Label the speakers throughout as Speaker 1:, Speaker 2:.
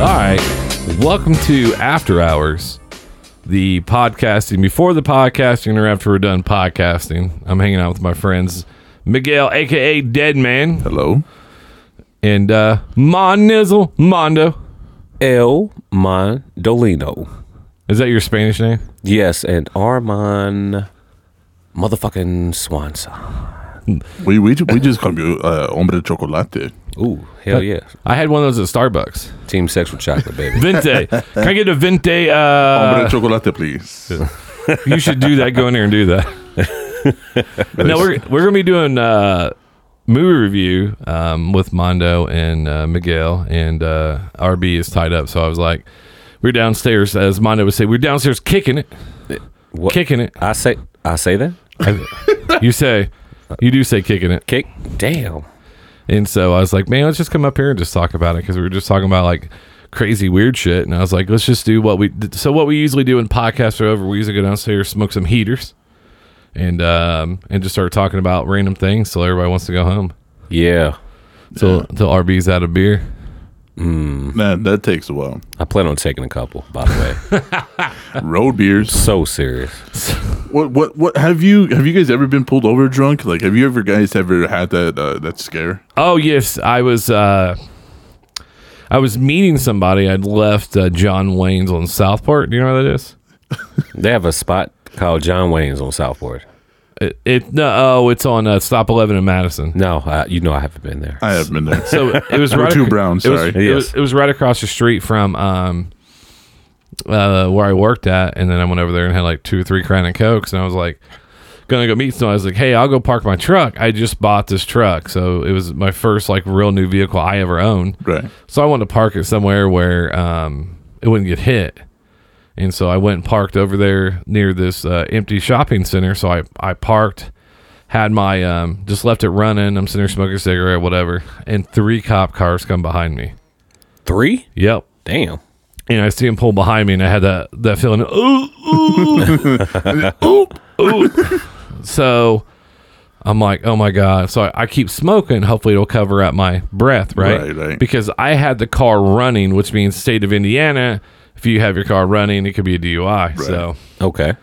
Speaker 1: All right. Welcome to After Hours, the podcasting before the podcasting or after we're done podcasting. I'm hanging out with my friends Miguel, aka Deadman,
Speaker 2: Hello.
Speaker 1: and uh Mon Nizzle Mondo.
Speaker 3: El Mondolino.
Speaker 1: Is that your Spanish name?
Speaker 3: Yes, and Armand motherfucking Swanson.
Speaker 2: We we ju- we just call you uh, hombre chocolate.
Speaker 3: Ooh, hell yeah.
Speaker 1: I had one of those at Starbucks.
Speaker 3: Team Sex with Chocolate, baby.
Speaker 1: Vente. Can I get a Vente? Uh,
Speaker 2: Hombre chocolate, please.
Speaker 1: you should do that. Go in there and do that. no, we're we're gonna be doing uh, movie review um, with Mondo and uh, Miguel, and uh, RB is tied up. So I was like, we're downstairs, as Mondo would say, we're downstairs kicking it,
Speaker 3: What-
Speaker 1: kicking it.
Speaker 3: I say I say that?
Speaker 1: you say, you do say kicking it,
Speaker 3: Kick? Damn.
Speaker 1: and so I was like, man, let's just come up here and just talk about it because we were just talking about like crazy weird shit, and I was like, let's just do what we. So what we usually do in podcasts are over. We usually go downstairs, smoke some heaters. And um and just start talking about random things till everybody wants to go home.
Speaker 3: Yeah.
Speaker 1: Till till RB's out of beer.
Speaker 2: Man, that takes a while.
Speaker 3: I plan on taking a couple, by the way.
Speaker 2: Road beers.
Speaker 3: so serious.
Speaker 2: What what what have you have you guys ever been pulled over drunk? Like have you ever guys ever had that uh, that scare?
Speaker 1: Oh yes, I was uh I was meeting somebody. I'd left uh, John Wayne's on Southport. Do you know where that is?
Speaker 3: They have a spot called John Wayne's on Southport.
Speaker 1: It, it no, oh, it's on uh, Stop Eleven in Madison.
Speaker 3: No, I, you know I haven't been there.
Speaker 2: I have been there.
Speaker 1: So it was
Speaker 2: Number
Speaker 1: right
Speaker 2: two
Speaker 1: ac-
Speaker 2: brown,
Speaker 1: It was,
Speaker 2: sorry.
Speaker 1: it, was,
Speaker 3: Yes.
Speaker 1: it was right across the street from um uh where I worked at, and then I went over there and had like two or three Crown and Cokes, and I was like. Gonna go meet someone. I was like, "Hey, I'll go park my truck. I just bought this truck, so it was my first like real new vehicle I ever owned.
Speaker 2: Right.
Speaker 1: So I wanted to park it somewhere where um, it wouldn't get hit. And so I went and parked over there near this uh, empty shopping center. So I, I parked, had my, um, just left it running. I'm sitting there smoking a cigarette, whatever. And three cop cars come behind me.
Speaker 3: Three?
Speaker 1: Yep.
Speaker 3: Damn.
Speaker 1: And I see him pull behind me, and I had that, that feeling, ooh, ooh, ooh, ooh. So I'm like, oh my God. So I, I keep smoking. Hopefully, it'll cover up my breath, right?
Speaker 2: Right, right.
Speaker 1: Because I had the car running, which means state of Indiana, if you have your car running, it could be a DUI. So
Speaker 3: Okay.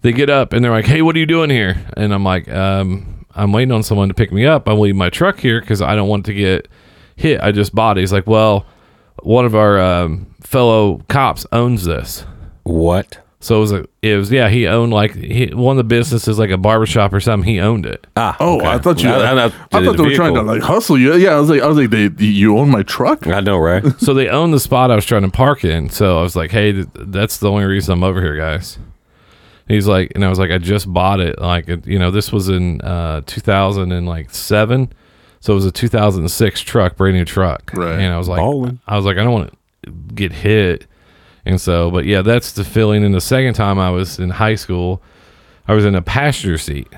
Speaker 1: they get up and they're like, hey, what are you doing here? And I'm like, um, I'm waiting on someone to pick me up. I'm leaving my truck here because I don't want to get hit. I just bought it. He's like, well, one of our um, fellow cops owns this.
Speaker 3: What?
Speaker 1: So it was, a, it was, yeah, he owned like he, one of the businesses, like a barbershop or something. He owned it.
Speaker 3: Ah.
Speaker 2: Oh,
Speaker 3: okay.
Speaker 2: I thought you. I,
Speaker 3: I, I-
Speaker 2: thought they were trying to like hustle you. Yeah, I was like, I was like, they you own my truck.
Speaker 3: I know, right?
Speaker 1: so they owned the spot I was trying to park in. So I was like, hey, th- that's the only reason I'm over here, guys. He's like, and I was like, I just bought it. Like, it- you know, this was in uh, 2007. So it was a 2006 truck, brand new truck.
Speaker 2: Right.
Speaker 1: And I was like,
Speaker 3: Ballin'.
Speaker 1: I was like, I don't want to get hit. And so, but yeah, that's the feeling. And the second time I was in high school, I was in a passenger seat.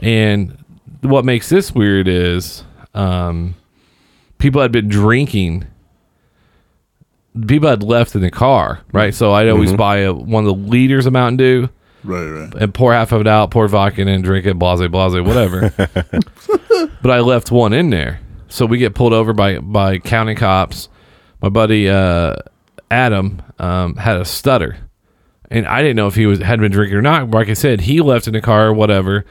Speaker 1: and what makes this weird is um, people had been drinking. People had left in the car, right? So I'd always buy a, one of the liters of Mountain Dew
Speaker 2: Right, right.
Speaker 1: and pour half of it out, pour vodka in, and drink it, blase, blase, whatever. but I left one in there. So we get pulled over by, by county cops. My buddy uh, Adam um, had a stutter. And I didn't know if he was had been drinking or not. Like I said, he left in the car or whatever.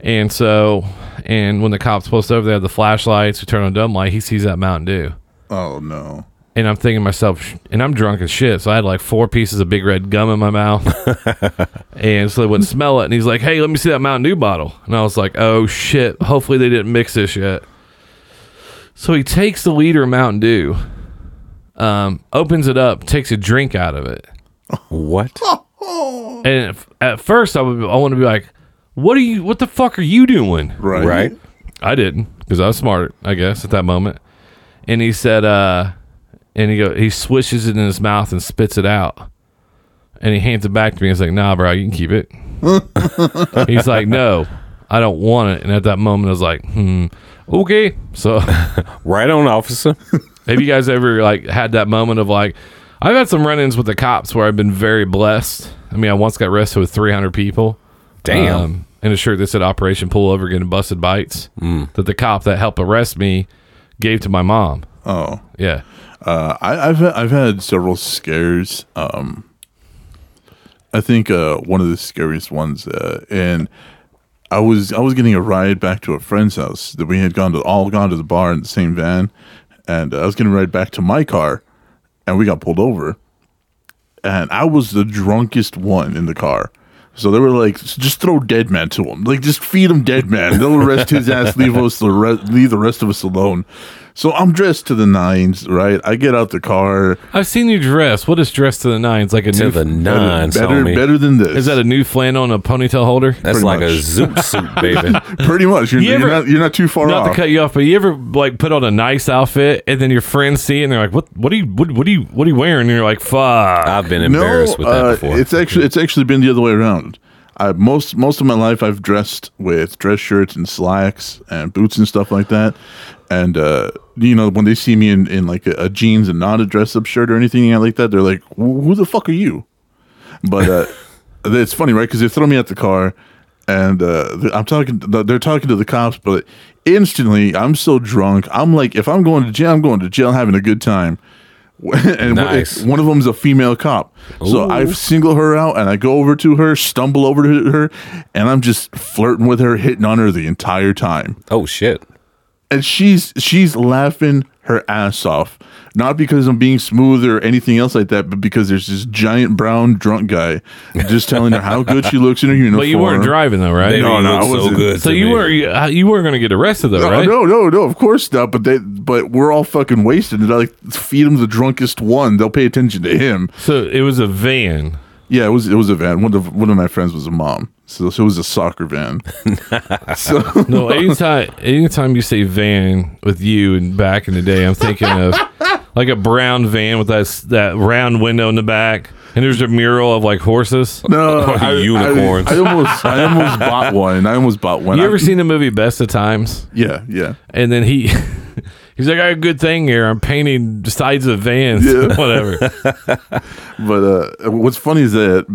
Speaker 1: And so, and when the cops post over, they have the flashlights. We turn on dumb light. He sees that Mountain Dew
Speaker 2: Oh no.
Speaker 1: and I'm thinking to myself, sh- and I'm drunk as shit. So I had like four pieces of big red gum in my mouth, and so they wouldn't smell it. And he's like, "Hey, let me see that Mountain Dew bottle." And I was like, "Oh shit! Hopefully they didn't mix this yet." So he takes the liter of Mountain Dew, um, opens it up, takes a drink out of it,
Speaker 3: What?
Speaker 1: and at- at first I would I want to be like, "What are you? What the fuck are you doing?"
Speaker 2: Right.
Speaker 3: Right?
Speaker 1: I didn't because I was smart, I guess, at that moment. and he said, uh, and he go, he swishes it in his mouth and spits it out, and he hands it back to me. He's like, "Nah, bro, you can keep it." He's like, "No, I don't want it." And at that moment, I was like, "Hmm, okay." So,
Speaker 3: Right on, officer.
Speaker 1: have you guys ever like had that moment of like, I've had some run-ins with the cops where I've been very blessed. I mean, I once got arrested with 300 people.
Speaker 3: Damn.
Speaker 1: Um, in a shirt that said Operation Pullover Getting Busted Bites
Speaker 3: Mm.
Speaker 1: that the cop that helped arrest me gave to my mom.
Speaker 2: Oh,
Speaker 1: Yeah.
Speaker 2: uh, I, I've I've had several scares. Um, I think uh, one of the scariest ones, uh, and I was I was getting a ride back to a friend's house that we had gone to all gone to the bar in the same van, and I was getting a ride back to my car, and we got pulled over, and I was the drunkest one in the car. So they were like, just throw dead man to him. Like, just feed him dead man. They'll arrest his ass. Leave us the re- leave the rest of us alone. So I'm dressed to the nines, right? I get out the car.
Speaker 1: I've seen you dress. What is dress to the nines? Like a
Speaker 3: to
Speaker 1: new.
Speaker 3: the
Speaker 2: Better-
Speaker 3: nines,
Speaker 2: better,
Speaker 3: homie.
Speaker 2: better than this.
Speaker 1: is that a new flannel and a ponytail holder?
Speaker 3: That's
Speaker 2: pretty
Speaker 3: like a
Speaker 2: much.
Speaker 3: zoot suit, baby.
Speaker 2: pretty much? You're,
Speaker 1: You
Speaker 2: you're
Speaker 1: ever-
Speaker 2: not, you're not too far
Speaker 1: Not to
Speaker 2: off.
Speaker 1: cut you off, but you ever like put on a nice outfit and then your friends see it and they're like, "What? What are you? What, what are you? What are you wearing?" And you're like, "Fuck."
Speaker 3: I've been
Speaker 2: No,
Speaker 3: embarrassed with that
Speaker 2: uh,
Speaker 3: before.
Speaker 2: it's actually it's actually been the other way around. I, most most of my life, I've dressed with dress shirts and slacks and boots and stuff like that. And uh, you know, when they see me in, in like a, a jeans and not a dress up shirt or anything like that, they're like, "Wh- "Who the fuck are you?" But uh, it's funny, right? Because they throw me at the car, and uh, th- I'm talking. th- They're talking to the cops, but instantly, I'm so drunk. I'm like, if I'm going to jail, I'm going to jail, having a good time. and one-
Speaker 3: Nice.
Speaker 2: one of them's a female cop, so I single her out, and I go over to her, stumble over to her, and I'm just flirting with her, hitting on her the entire time
Speaker 3: oh shit.
Speaker 2: and she's she's laughing her ass off not because i'm being smooth or anything else like that but because there's this giant brown drunk guy just telling her how good she looks in her uniform
Speaker 1: But you weren't driving though, right?
Speaker 3: Baby,
Speaker 2: No,
Speaker 3: you
Speaker 2: no,
Speaker 3: look
Speaker 2: I
Speaker 3: so
Speaker 2: wasn't.
Speaker 3: good.
Speaker 1: so
Speaker 3: to
Speaker 1: you
Speaker 3: me.
Speaker 1: were you, uh, you weren't going to get arrested though,
Speaker 2: no,
Speaker 1: right?
Speaker 2: Oh, no no no of course not but they but we're all fucking wasted and I like feed him the drunkest one they'll pay attention to him
Speaker 1: So it was a van.
Speaker 2: yeah it was it was a van one of one of my friends was a mom so, so it was a soccer van so
Speaker 1: No, anytime anytime you say van with you and back in the day, I'm thinking of like a brown van with that s- that round window in the back, and there's a mural of like horses.
Speaker 2: no I, I-
Speaker 3: Unicorns.
Speaker 2: I, almost i almost bought one i almost bought one
Speaker 1: You ever
Speaker 2: I-
Speaker 1: seen the movie Best of Times?
Speaker 2: yeah yeah
Speaker 1: And then he he's like, I got a good thing here. I'm painting the sides of vans,
Speaker 2: Yeah.
Speaker 1: whatever.
Speaker 2: But uh, what's funny is that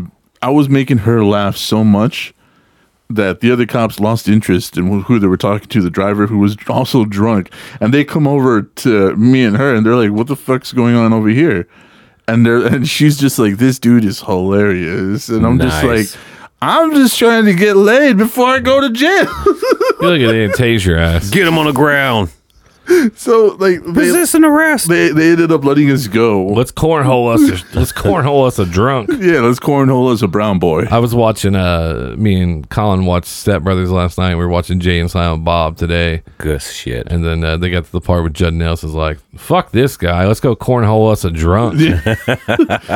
Speaker 2: I was making her laugh so much that the other cops lost interest in who they were talking to, the driver who was also drunk. And they come over to me and her and they're like, what the fuck's going on over here? And they're, and she's just like, this dude is hilarious. And I'm
Speaker 3: Nice.
Speaker 2: just like, I'm just trying to get laid before I go to jail.
Speaker 1: You look at it and tase your ass.
Speaker 3: Get him on the ground.
Speaker 2: so like they,
Speaker 3: an arrest?
Speaker 2: they, they ended up letting us go.
Speaker 1: Let's cornhole us. Let's cornhole us a drunk.
Speaker 2: Yeah, let's cornhole as a brown boy.
Speaker 1: I was watching. Uh, me and Colin watched Step Brothers last night. We were watching Jay and Silent Bob today.
Speaker 3: Good shit.
Speaker 1: And then uh, they got to the part where Judd Nelson's like, "Fuck this guy, let's go cornhole us a drunk."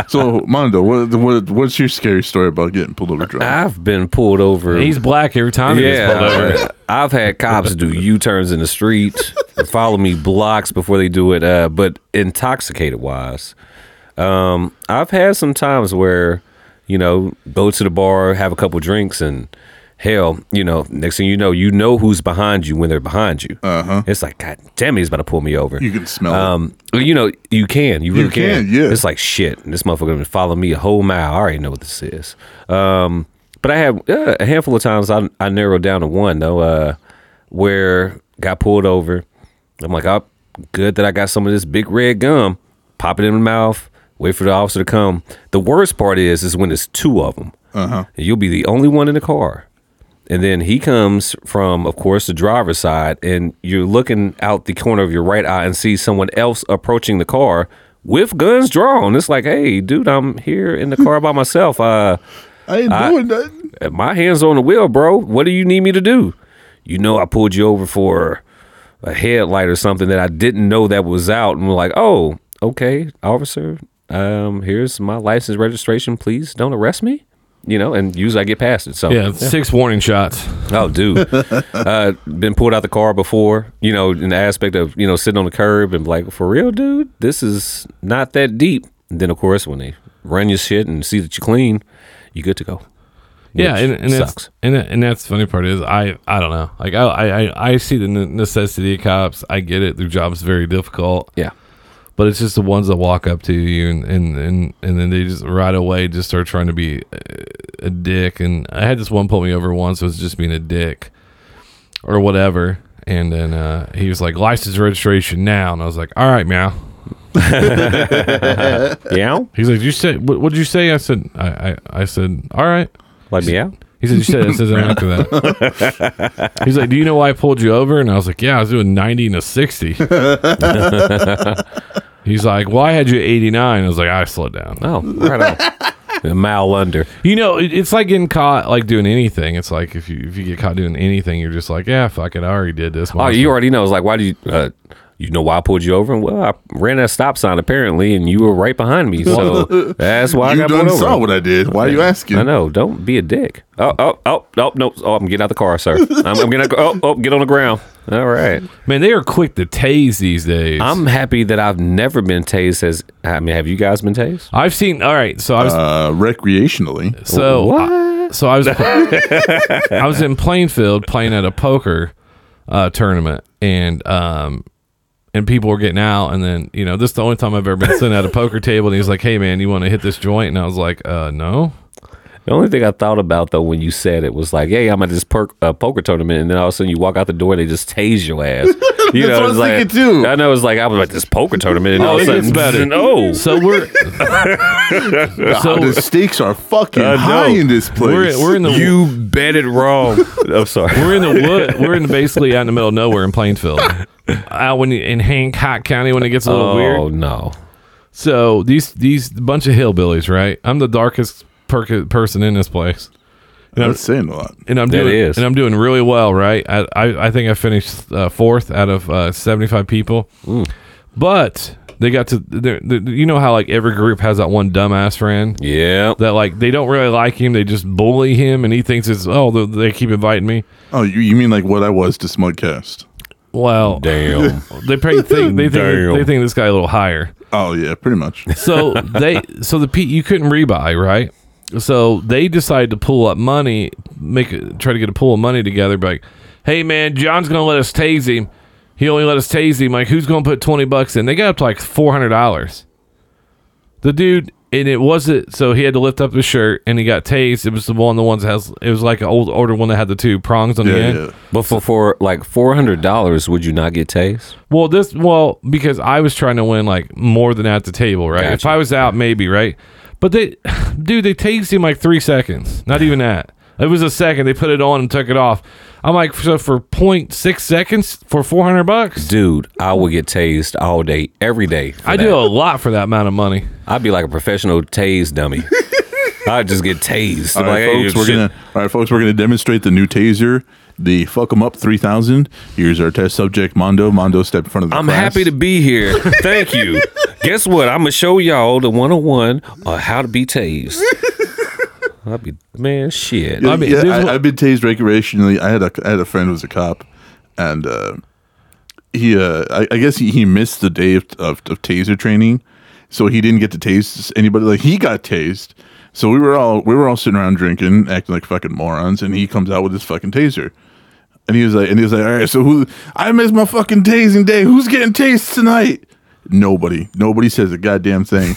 Speaker 2: So Mondo, what, what what's your scary story about getting pulled over drunk?
Speaker 3: I've been pulled over.
Speaker 1: He's black every time he gets pulled over.
Speaker 3: Yeah, I've had cops do U turns in the street, and follow me blocks before they do it. Uh, but intoxicated wise, um, I've had some times where, you know, go to the bar, have a couple drinks, and hell, you know, next thing you know, you know who's behind you when they're behind you. Uh-huh. It's like, God damn, it, he's about to pull me over.
Speaker 2: You can smell
Speaker 3: Um, you know, you can, you really can.
Speaker 2: can, yeah.
Speaker 3: It's like shit. This motherfucker gonna follow me a whole mile. I already know what this is. Um, but I have uh, a handful of times I I narrowed down to one though, uh, where got pulled over. I'm like, oh, good that I got some of this big red gum. Pop it in my mouth. Wait for the officer to come. The worst part is, is when it's two of them. Uh-huh. You'll be the only one in the car. And then he comes from, of course, the driver's side, and you're looking out the corner of your right eye and see someone else approaching the car with guns drawn. It's like, hey, dude, I'm here in the car by myself. Uh,
Speaker 2: it. I ain't doing nothing.
Speaker 3: my hands on the wheel, bro. What do you need me to do? You know, I pulled you over for a headlight or something that I didn't know that was out, and we're like, oh, okay, officer. Um, here's my license registration. Please don't arrest me. you know, and usually I get past it. So
Speaker 1: Yeah, six warning shots.
Speaker 3: Oh, dude, uh, been pulled out the car before. You know, in the aspect of you know sitting on the curb and be like, for real, dude, this is not that deep. And then of course, when they run your shit and see that you're clean, you good to go.
Speaker 1: Yeah,
Speaker 3: Which
Speaker 1: and, and
Speaker 3: sucks.
Speaker 1: That's, and that- and that's the funny part is I I don't know. Like I I I- I see the ne- necessity of cops. I get it. Their job's very difficult,
Speaker 3: Yeah,
Speaker 1: but it's just the ones that walk up to you and and and, and then they just right away just start trying to be a, a dick. And I had this one pull me over once. It was just being a dick or whatever. And then uh, he was like, "License registration now," and I was like, "All right, meow."
Speaker 3: yeah,
Speaker 1: He's like, "You said what? What did you say?" I said, "I I, I said, all right."
Speaker 3: let me out.
Speaker 1: He said, You said it says it after that. He's like, Do you know why I pulled you over? And I was like, Yeah, I was doing 90 and a 60. He's like, Well, I had you at 89. I was like, I slowed down.
Speaker 3: Oh, right on. a mile under.
Speaker 1: You know, it, it's like getting caught like doing anything. It's like if you if you get caught doing anything, you're just like, Yeah, fuck it. I already did this.
Speaker 3: Oh, you already know. It's like, why do you? Uh, you know why I pulled you over? Well, I ran that stop sign apparently, and you were right behind me, so that's why I
Speaker 2: you
Speaker 3: got pulled
Speaker 2: done
Speaker 3: over.
Speaker 2: saw what I did. Why are you asking?
Speaker 3: I know. Don't be a dick. Oh, oh, oh, oh, no. Oh, I'm getting out the car, sir. I'm, I'm gonna. Oh, oh, get on the ground. All right.
Speaker 1: Man, they are quick to tase these days.
Speaker 3: I'm happy that I've never been tased. As I mean, have you guys been tased?
Speaker 1: I've seen. All right, so I was
Speaker 2: Uh, recreationally.
Speaker 1: So
Speaker 3: What?
Speaker 1: I, so I was I was in Plainfield playing at a poker uh, tournament and um and people were getting out and then you know this is the only time I've ever been sitting at a poker table and he was like hey man you want to hit this joint and I was like uh no
Speaker 3: The only thing I thought about though when you said it was like, "Hey, I'm at this perk, uh, poker tournament," and then all of a sudden you walk out the door and they just tase your ass. You
Speaker 2: That's what I was
Speaker 3: it's like,
Speaker 2: thinking, too.
Speaker 3: I know it's like I was at this poker tournament and all of a
Speaker 1: it
Speaker 3: sudden,
Speaker 1: gets better.
Speaker 3: no.
Speaker 1: so we're so
Speaker 2: the stakes are fucking high in this place.
Speaker 1: we're, we're in the
Speaker 3: You bet it wrong. I'm sorry.
Speaker 1: we're in the wood. We're in the basically out in the middle of nowhere in Plainfield, out when you- in Hancock County when it gets a little weird.
Speaker 3: Oh no.
Speaker 1: So these these bunch of hillbillies, right? I'm the darkest per- person in this place,
Speaker 2: That's saying a lot.
Speaker 1: and I'm
Speaker 3: That
Speaker 1: doing
Speaker 3: is.
Speaker 1: and I'm doing really well, right? I I, I think I finished uh, fourth out of uh, 75 people,
Speaker 3: Mm.
Speaker 1: but they got to they're, they you know how like every group has that one dumbass friend
Speaker 3: Yeah.
Speaker 1: that like they don't really like him, they just bully him, and he thinks it's oh they they keep inviting me.
Speaker 2: Oh, you, you mean like what I was to Smudcast?
Speaker 1: Well,
Speaker 3: Damn.
Speaker 1: they probably think they think
Speaker 3: Damn.
Speaker 1: they think this guy a little higher.
Speaker 2: Oh yeah, pretty much.
Speaker 1: so they so the Pete you couldn't rebuy right so they decided to pull up money make a- try to get a pool of money together be like hey man john's gonna let us tase him he only let us tase him like who's gonna put 20 bucks in they got up to like $400 the dude and it wasn't so he had to lift up his shirt and he got tased it was the one the ones that has it was like an old older one that had the two prongs on
Speaker 2: Yeah,
Speaker 1: the end
Speaker 2: yeah.
Speaker 3: But for, for like four hundred dollars, would you not get tased?
Speaker 1: Well, this well because I was trying to win like more than at the table, right? If
Speaker 3: Gotcha.
Speaker 1: I was out, maybe right. But they, dude, they tased him like three seconds. Not even that. It was a second. They put it on and took it off. I'm like, so for 0.6 seconds for 400 bucks,
Speaker 3: Dude, I would get tased all day, every day. for
Speaker 1: I
Speaker 3: that.
Speaker 1: do a lot for that amount of money.
Speaker 3: I'd be like a professional tase dummy. I'd just get tased.
Speaker 2: All
Speaker 3: like,
Speaker 2: right,
Speaker 3: hey,
Speaker 2: folks, we're
Speaker 3: shit.
Speaker 2: gonna. All right, folks, we're gonna demonstrate the new taser, the fuck 'em up three thousand. Here's our test subject, Mondo. Mondo, step in front of the.
Speaker 3: I'm
Speaker 2: class.
Speaker 3: happy to be here. Thank you. Guess what? I'm gonna show y'all the 101 on how to be tased. I'd be man, shit.
Speaker 2: Yeah,
Speaker 1: I mean,
Speaker 2: yeah,
Speaker 1: this is
Speaker 2: I,
Speaker 1: what-
Speaker 2: I've been tased recreationally. I had a I had a friend who was a cop, and uh, he uh, I, I guess he, he missed the day of, of, of taser training, so he didn't get to tase anybody. Like he got tased, so we were all we were all sitting around drinking, acting like fucking morons, and he comes out with his fucking taser. And he was like, and he was like, all right, so who? I missed my fucking tasing day. Who's getting tased tonight? Nobody. Nobody says a goddamn thing.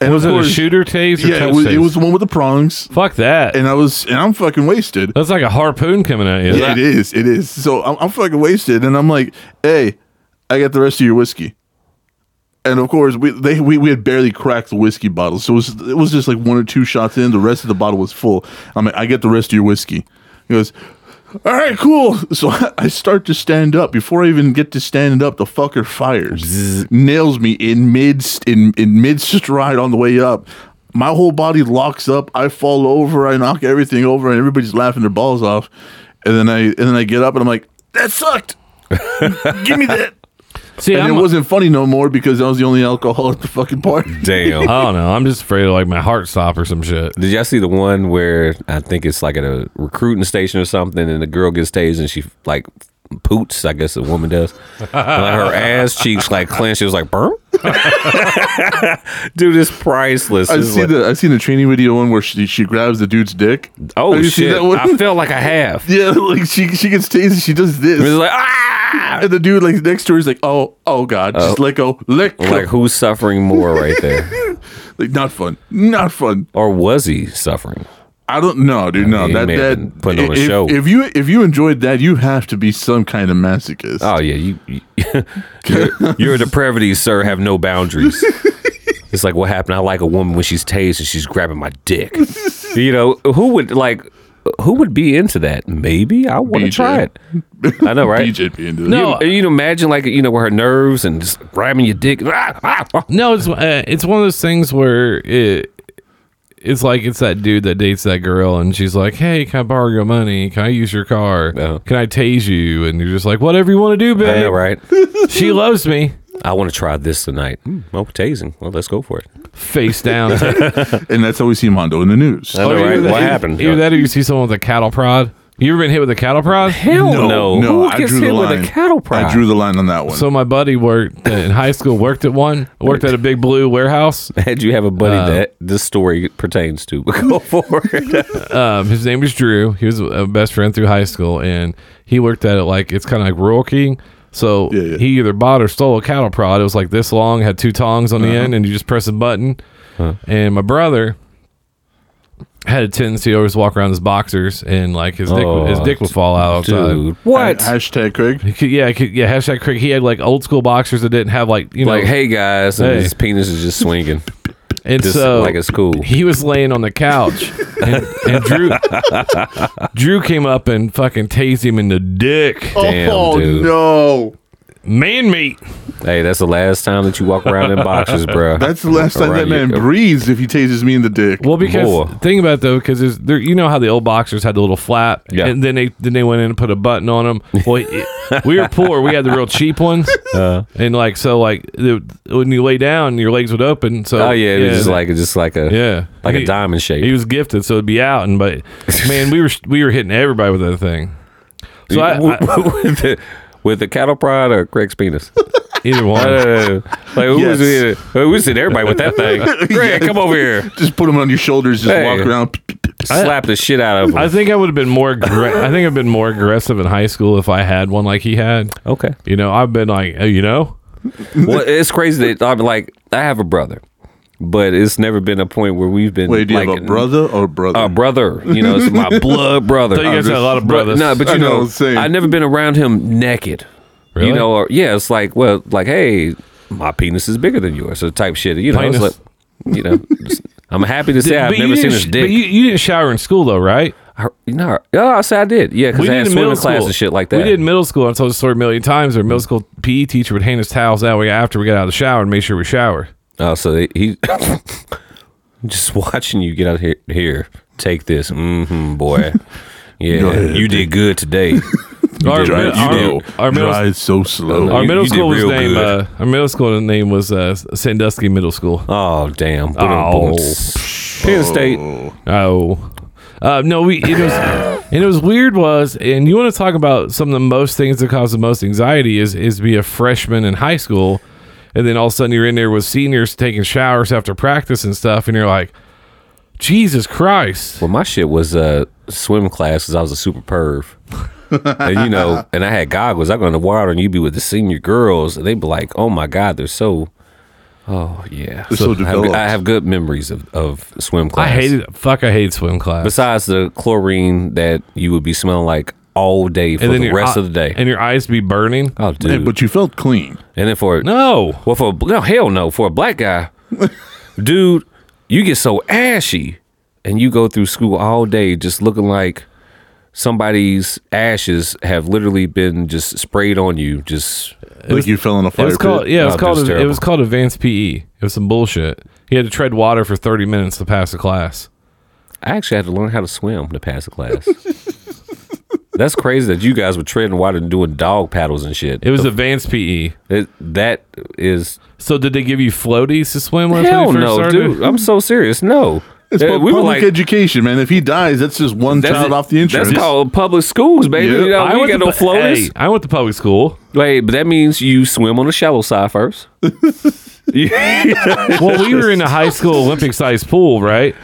Speaker 2: and
Speaker 1: Was
Speaker 2: of
Speaker 1: it a
Speaker 2: course-
Speaker 1: shooter tase or
Speaker 2: Yeah,
Speaker 1: touch
Speaker 2: it was, it
Speaker 1: tase?
Speaker 2: was the one with the prongs.
Speaker 1: Fuck that.
Speaker 2: And I was, and I'm fucking wasted.
Speaker 1: That's like a harpoon coming at you.
Speaker 2: Yeah, it is. It is. So I'm, I'm fucking wasted, and I'm like, "Hey, I got the rest of your whiskey." And of course, we they we, we had barely cracked the whiskey bottle, so it was it was just like one or two shots in. The rest of the bottle was full. I'm like, "I get the rest of your whiskey." He goes, "All right, cool." So I, I start to stand up. Before I even get to stand up, the fucker fires, nails me in mid in in mid stride on the way up. My whole body locks up. I fall over. I knock everything over, and everybody's laughing their balls off. And then I and then I get up and I'm like, that sucked. Give me that.
Speaker 1: See,
Speaker 2: and
Speaker 1: I'm
Speaker 2: it
Speaker 1: a-
Speaker 2: wasn't funny no more because I was the only alcohol at the fucking party.
Speaker 3: Damn.
Speaker 1: I don't know. I'm just afraid of like my heart stop or some shit.
Speaker 3: Did y'all see the one where I think it's like at a recruiting station or something, and the girl gets tased and she like poots? I guess the woman does. And, like, her ass cheeks like clenched. She was like, "Burn." Dude, it's priceless.
Speaker 2: I
Speaker 3: It's
Speaker 2: see
Speaker 3: like-
Speaker 2: the I seen the training video one where she she grabs the dude's dick.
Speaker 3: oh
Speaker 2: Have you
Speaker 3: shit!
Speaker 2: seen that one?
Speaker 3: I felt like I have.
Speaker 2: yeah, like she she gets tased. She does
Speaker 3: It was
Speaker 2: this,
Speaker 3: like ah.
Speaker 2: and the dude like next to her is like, oh oh god, just let go, let go.
Speaker 3: Like
Speaker 2: Like,
Speaker 3: who's suffering more right there,
Speaker 2: not fun, not fun.
Speaker 3: or was he suffering?
Speaker 2: I don't know, dude. No,
Speaker 3: mean,
Speaker 2: that
Speaker 3: he may have been
Speaker 2: that
Speaker 3: putting on a
Speaker 2: if,
Speaker 3: show.
Speaker 2: if you if you enjoyed that, you have to be some kind of masochist.
Speaker 3: Oh yeah, you, you your, your depravities, sir, have no boundaries. it's like what happened. I like a woman when she's tased and she's grabbing my dick. you know who would like who would be into that? Maybe I want to
Speaker 2: BJ.
Speaker 3: try it. I know, right?
Speaker 2: BJ being the-
Speaker 1: No.
Speaker 3: You, you know, imagine like you know where her nerves and just grabbing your dick. Ah, ah, ah.
Speaker 1: No, it's uh, it's one of those things where it it's like it's that dude that dates that girl, and she's like, "Hey, can I borrow your money? Can I use your car?
Speaker 3: Uh-huh.
Speaker 1: Can I tase you?" And you're just like, "Whatever you want to do,
Speaker 3: I
Speaker 1: babe.
Speaker 3: know, right?
Speaker 1: She loves me."
Speaker 3: I want to try this tonight. Hmm, well, tasing. Well, let's go for it.
Speaker 1: Face down.
Speaker 2: and that's how we see Mondo in the news.
Speaker 3: I know,
Speaker 1: Or
Speaker 3: right?
Speaker 1: either
Speaker 3: What
Speaker 1: that-
Speaker 3: happened?
Speaker 1: Either that, or you see someone with a cattle prod. You ever been hit with a cattle prod?
Speaker 3: Hell no!
Speaker 2: no, no,
Speaker 3: who
Speaker 2: I
Speaker 3: gets
Speaker 2: drew the
Speaker 3: hit with
Speaker 2: line.
Speaker 3: a cattle prod?
Speaker 2: I drew the line on that one.
Speaker 1: So my buddy worked in high school. Worked at one. Worked at a big blue warehouse.
Speaker 3: Had you have a buddy
Speaker 1: Uh,
Speaker 3: that this story pertains to, go for it.
Speaker 1: um, his name was Drew. He was a best friend through high school, and he worked at it like it's kind of like Rural King. So
Speaker 2: Yeah, yeah.
Speaker 1: he either bought or stole a cattle prod. It was like this long, had two tongs on the
Speaker 3: Uh-huh.
Speaker 1: end, and you just press a button. And my brother had a tendency to always walk around his boxers, and like his dick,
Speaker 3: Oh,
Speaker 1: his dick would fall out. all the time.
Speaker 3: Dude, what?
Speaker 2: Ha- hashtag Craig?
Speaker 1: He could- yeah, he could- yeah. Hashtag Craig. He had like old school boxers that didn't have like you know
Speaker 3: like, hey guys,
Speaker 1: Hey.
Speaker 3: and his penis is just swinging.
Speaker 1: And
Speaker 3: Just
Speaker 1: so,
Speaker 3: like it's cool.
Speaker 1: He was laying on the couch, and, and Drew, Drew came up and fucking tased him in the dick.
Speaker 3: Damn,
Speaker 2: oh
Speaker 3: dude.
Speaker 2: no,
Speaker 1: Man meat.
Speaker 3: Hey, that's the last time that you walk around in boxes, bro.
Speaker 2: that's the last time that
Speaker 3: Around your-
Speaker 2: man breathes if he tases me in the dick.
Speaker 1: Well, because
Speaker 3: Boy.
Speaker 1: think about it, though, because there's there, you know how the old boxers had the little flap,
Speaker 3: Yeah.
Speaker 1: and then they then they went in and put a button on them. Well, it- we were poor; we had the real cheap ones, and like so, like the, when you lay down, your legs would open. So
Speaker 3: Oh yeah, it was just like just like a
Speaker 1: yeah,
Speaker 3: like a
Speaker 1: He-
Speaker 3: diamond shape.
Speaker 1: He was gifted, so it'd be out. And but man, we were we were hitting everybody with that thing. So I, I-
Speaker 3: with, the, with the cattle prod or Craig's penis.
Speaker 1: either one.
Speaker 3: Uh, like who was
Speaker 2: Yes.
Speaker 3: it? Who was it? Everybody with that thing. Craig, come over here.
Speaker 2: just put him on your shoulders, just
Speaker 3: Hey.
Speaker 2: walk around.
Speaker 3: Slap the shit out of him.
Speaker 1: I think I would have been more. Aggra- I think I've been more aggressive in high school if I had one like he had.
Speaker 3: okay.
Speaker 1: You know, I've been like, oh, you know,
Speaker 3: well, it's crazy that I'm like I have a brother, but it's never been a point where we've been
Speaker 2: Wait, do you
Speaker 3: like
Speaker 2: have a brother or brother?
Speaker 3: a brother. You know, it's my blood brother.
Speaker 1: so you guys had a lot of brothers.
Speaker 3: No, but
Speaker 2: I
Speaker 3: you
Speaker 2: know,
Speaker 3: know,
Speaker 2: same.
Speaker 3: I've never been around him naked.
Speaker 1: Really?
Speaker 3: You know, or yeah, it's like well, like hey, my penis is bigger than yours, so type shit. You know, it's
Speaker 1: Penis.
Speaker 3: like you know, it's- I'm happy to say
Speaker 1: But
Speaker 3: I've
Speaker 1: you
Speaker 3: never seen
Speaker 1: didn't
Speaker 3: his
Speaker 1: sh-
Speaker 3: dick.
Speaker 1: But you, you didn't shower in school though, right?
Speaker 3: I- no, oh, I say I did. Yeah, because I had swimming class and shit like that.
Speaker 1: We did in middle school. I told this story a million times. Our middle school PE teacher would hand us towels that way after we got out of the shower and make sure we showered.
Speaker 3: Oh, so they, he just watching you get out here. Here, take this, mm-hmm, boy. Yeah, you did good today. You
Speaker 1: Our-
Speaker 3: did-
Speaker 2: Drive
Speaker 1: our-
Speaker 3: you did-
Speaker 2: slow.
Speaker 1: our middle-
Speaker 2: Drive so slow.
Speaker 1: Our
Speaker 3: You-
Speaker 1: middle
Speaker 3: you did
Speaker 1: school was
Speaker 3: real
Speaker 1: named. Uh,
Speaker 3: good.
Speaker 1: our middle school name was uh, Sandusky Middle School.
Speaker 3: Oh damn!
Speaker 1: Oh.
Speaker 3: Penn State.
Speaker 1: Oh. Uh, no, we it was and it was weird was and you want to talk about some of the most things that cause the most anxiety is is be a freshman in high school and then all of a sudden you're in there with seniors taking showers after practice and stuff and you're like Jesus Christ.
Speaker 3: Well, my shit was uh, swim class because I was a super perv. and you know, and I had goggles. I go in the water and you be with the senior girls, and they be like, "Oh my god, they're so." Oh yeah,
Speaker 2: They're so
Speaker 3: I have-
Speaker 2: developed.
Speaker 3: I have good memories of, of swim class.
Speaker 1: I hated fuck I hated swim class.
Speaker 3: besides the chlorine that you would be smelling like all day for the
Speaker 1: your
Speaker 3: rest
Speaker 1: eye-
Speaker 3: of the day.
Speaker 1: And your eyes be burning.
Speaker 3: oh,
Speaker 2: Hey,
Speaker 3: dude!
Speaker 2: but you felt clean.
Speaker 3: and then for
Speaker 1: No.
Speaker 3: well, for a- no hell no for a black guy, dude, you get so ashy, and you go through school all day just looking like somebody's ashes have literally been just sprayed on you. Just
Speaker 2: Like you fell in a
Speaker 1: It
Speaker 2: fire
Speaker 1: was
Speaker 2: pit.
Speaker 1: called yeah, it was
Speaker 3: Oh,
Speaker 1: called
Speaker 3: that's
Speaker 1: it was
Speaker 3: terrible.
Speaker 1: called advanced PE. It was some bullshit. He had to tread water for 30 minutes to pass a class.
Speaker 3: I actually had to learn how to swim to pass the class. That's crazy that you guys were treading water and doing dog paddles and shit.
Speaker 1: It was advanced E. PE.
Speaker 3: It- that is
Speaker 1: So did they give you floaties to swim with?
Speaker 3: hell
Speaker 1: when you first
Speaker 3: no,
Speaker 1: started?
Speaker 3: dude. I'm so serious. No,
Speaker 2: It's
Speaker 3: Uh,
Speaker 2: pu- public education, man. If he dies, that's just one
Speaker 3: that's
Speaker 2: child
Speaker 3: it-
Speaker 2: off the insurance.
Speaker 3: That's called public schools, baby.
Speaker 2: Yep.
Speaker 3: You know,
Speaker 1: I
Speaker 3: we
Speaker 1: went
Speaker 3: ain't
Speaker 1: to
Speaker 3: got no
Speaker 1: pu-
Speaker 3: floaters.
Speaker 1: Hey, I went to public school.
Speaker 3: Wait, but that means you swim on the shallow side first.
Speaker 1: Well, we were in a high school Olympic sized pool, right?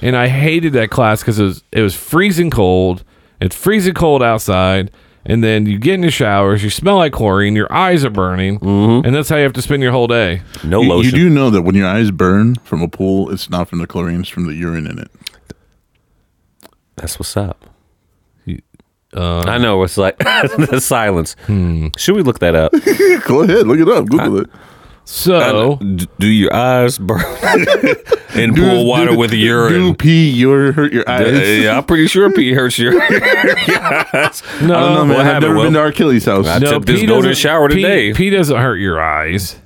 Speaker 1: And I hated that class because it was it was freezing cold. It's freezing cold outside, and then you get in the showers. You smell like chlorine. Your eyes are burning,
Speaker 3: Mm-hmm.
Speaker 1: and that's how you have to spend your whole day.
Speaker 3: No
Speaker 2: you, you
Speaker 3: lotion.
Speaker 2: do know that when your eyes burn from a pool, it's not from the chlorine, it's from the urine in it.
Speaker 3: That's what's up.
Speaker 1: Uh,
Speaker 3: I know it's like the silence.
Speaker 1: Hmm.
Speaker 3: Should we look that up?
Speaker 2: Go ahead, look it up, Google it.
Speaker 1: So
Speaker 3: Uh, D- do your eyes burn in
Speaker 2: Do-
Speaker 3: pool
Speaker 2: do-
Speaker 3: water with
Speaker 2: Do
Speaker 3: urine?
Speaker 2: pee your hurt your
Speaker 3: Uh,
Speaker 2: eyes?
Speaker 3: yeah, I'm pretty sure pee hurts your eyes.
Speaker 1: no,
Speaker 2: I don't know,
Speaker 3: what
Speaker 2: man. I've
Speaker 3: happened,
Speaker 2: never been
Speaker 3: Will?
Speaker 2: to Achilles' house.
Speaker 3: I took this
Speaker 1: pee
Speaker 3: golden
Speaker 1: doesn't-
Speaker 3: shower
Speaker 1: pee-
Speaker 3: today.
Speaker 1: Pee doesn't hurt your eyes.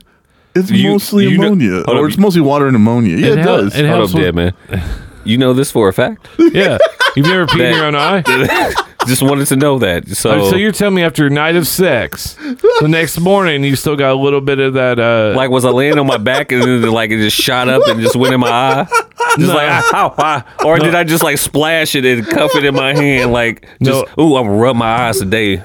Speaker 2: It's
Speaker 3: You-
Speaker 2: mostly
Speaker 3: you know-
Speaker 2: ammonia,
Speaker 3: hold
Speaker 2: or
Speaker 3: up,
Speaker 2: it's mostly water and ammonia. Yeah, it,
Speaker 1: hel-
Speaker 2: does.
Speaker 1: it
Speaker 3: Hold up,
Speaker 1: helps.
Speaker 3: dead
Speaker 1: With,
Speaker 3: man. You know this for a fact.
Speaker 1: yeah, you've never peed in your own eye.
Speaker 3: Just wanted to know that. So,
Speaker 1: Oh, So you're telling me after a night of sex, the next morning you still got a little bit of that? Uh,
Speaker 3: like, was I laying on my back and then like it just shot up and just went in my eye? Just like, ah, ow, ah. or did I just like splash it and cuff it in my hand? Like, just ooh, I'm rub my eyes today.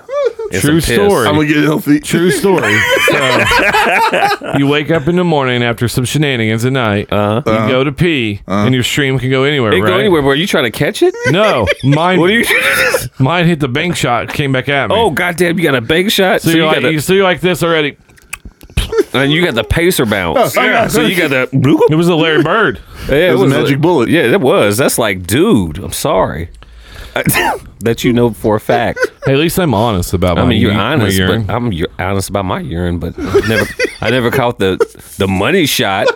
Speaker 3: in some
Speaker 1: True
Speaker 3: piss.
Speaker 1: story.
Speaker 2: I'm gonna get healthy.
Speaker 1: True story. So, you wake up in the morning after some shenanigans at night. Uh-huh. You go to pee, and your stream can go anywhere.
Speaker 3: Uh-huh. It
Speaker 1: right?
Speaker 3: go anywhere, bro. You trying to catch it?
Speaker 1: No, mine.
Speaker 3: What do you?
Speaker 1: mine hit the bank shot, came back at me.
Speaker 3: oh goddamn! You got a bank shot.
Speaker 1: so, you're like,
Speaker 3: got the,
Speaker 1: you- so you're like this already.
Speaker 3: and you got the pacer bounce.
Speaker 2: Oh, yeah.
Speaker 3: So you got the.
Speaker 1: It was a Larry Bird.
Speaker 3: Yeah, it
Speaker 2: was a magic bullet.
Speaker 3: Yeah, that was. That's like, dude. I'm sorry. that you know for a fact.
Speaker 1: Hey, at least I'm honest about.
Speaker 3: I
Speaker 1: my
Speaker 3: mean, you're
Speaker 1: u- my
Speaker 3: honest,
Speaker 1: urine.
Speaker 3: but I'm u- honest about my urine, but I never, I never caught the the money shot.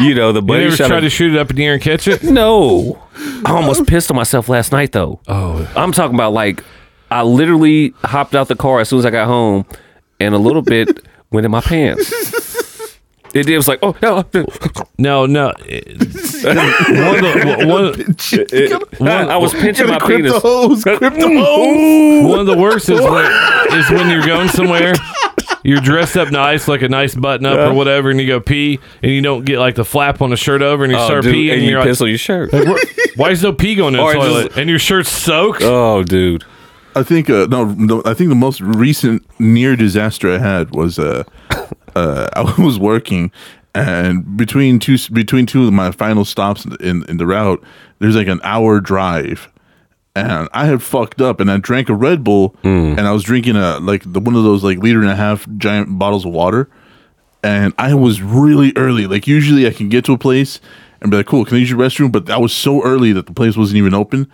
Speaker 3: You know, the
Speaker 1: you
Speaker 3: money
Speaker 1: ever
Speaker 3: shot.
Speaker 1: try
Speaker 3: of-
Speaker 1: to shoot it up in the air and catch it?
Speaker 3: no, I almost pissed on myself last night though.
Speaker 1: Oh.
Speaker 3: I'm talking about like I literally hopped out the car as soon as I got home, and a little bit went in my pants. It, did- it was like, oh, no.
Speaker 1: No, no. it- one of the- one-
Speaker 3: I was pinching my
Speaker 2: Gotta grip
Speaker 3: penis.
Speaker 2: the hose. Grip the hose.
Speaker 1: One of the worst is when, is when you're going somewhere, you're dressed up nice, like a nice button up or whatever, and you go pee, and you don't get like the flap on the shirt over, and you
Speaker 3: Oh,
Speaker 1: start
Speaker 3: dude,
Speaker 1: peeing,
Speaker 3: and you
Speaker 1: are
Speaker 3: piss on your shirt.
Speaker 1: like, "Where- why is no pee going in the
Speaker 3: Or just-
Speaker 1: toilet? and your shirt's soaked?
Speaker 3: Oh, dude.
Speaker 2: I think uh, no, no. I think the most recent near disaster I had was uh, uh, I was working, and between two between two of my final stops in, in in the route, there's like an hour drive, and I had fucked up, and I drank a Red Bull, and I was drinking a like the one of those like liter and a half giant bottles of water, and I was really early. Like usually I can get to a place and be like, cool, can I use your restroom? But I was so early that the place wasn't even open.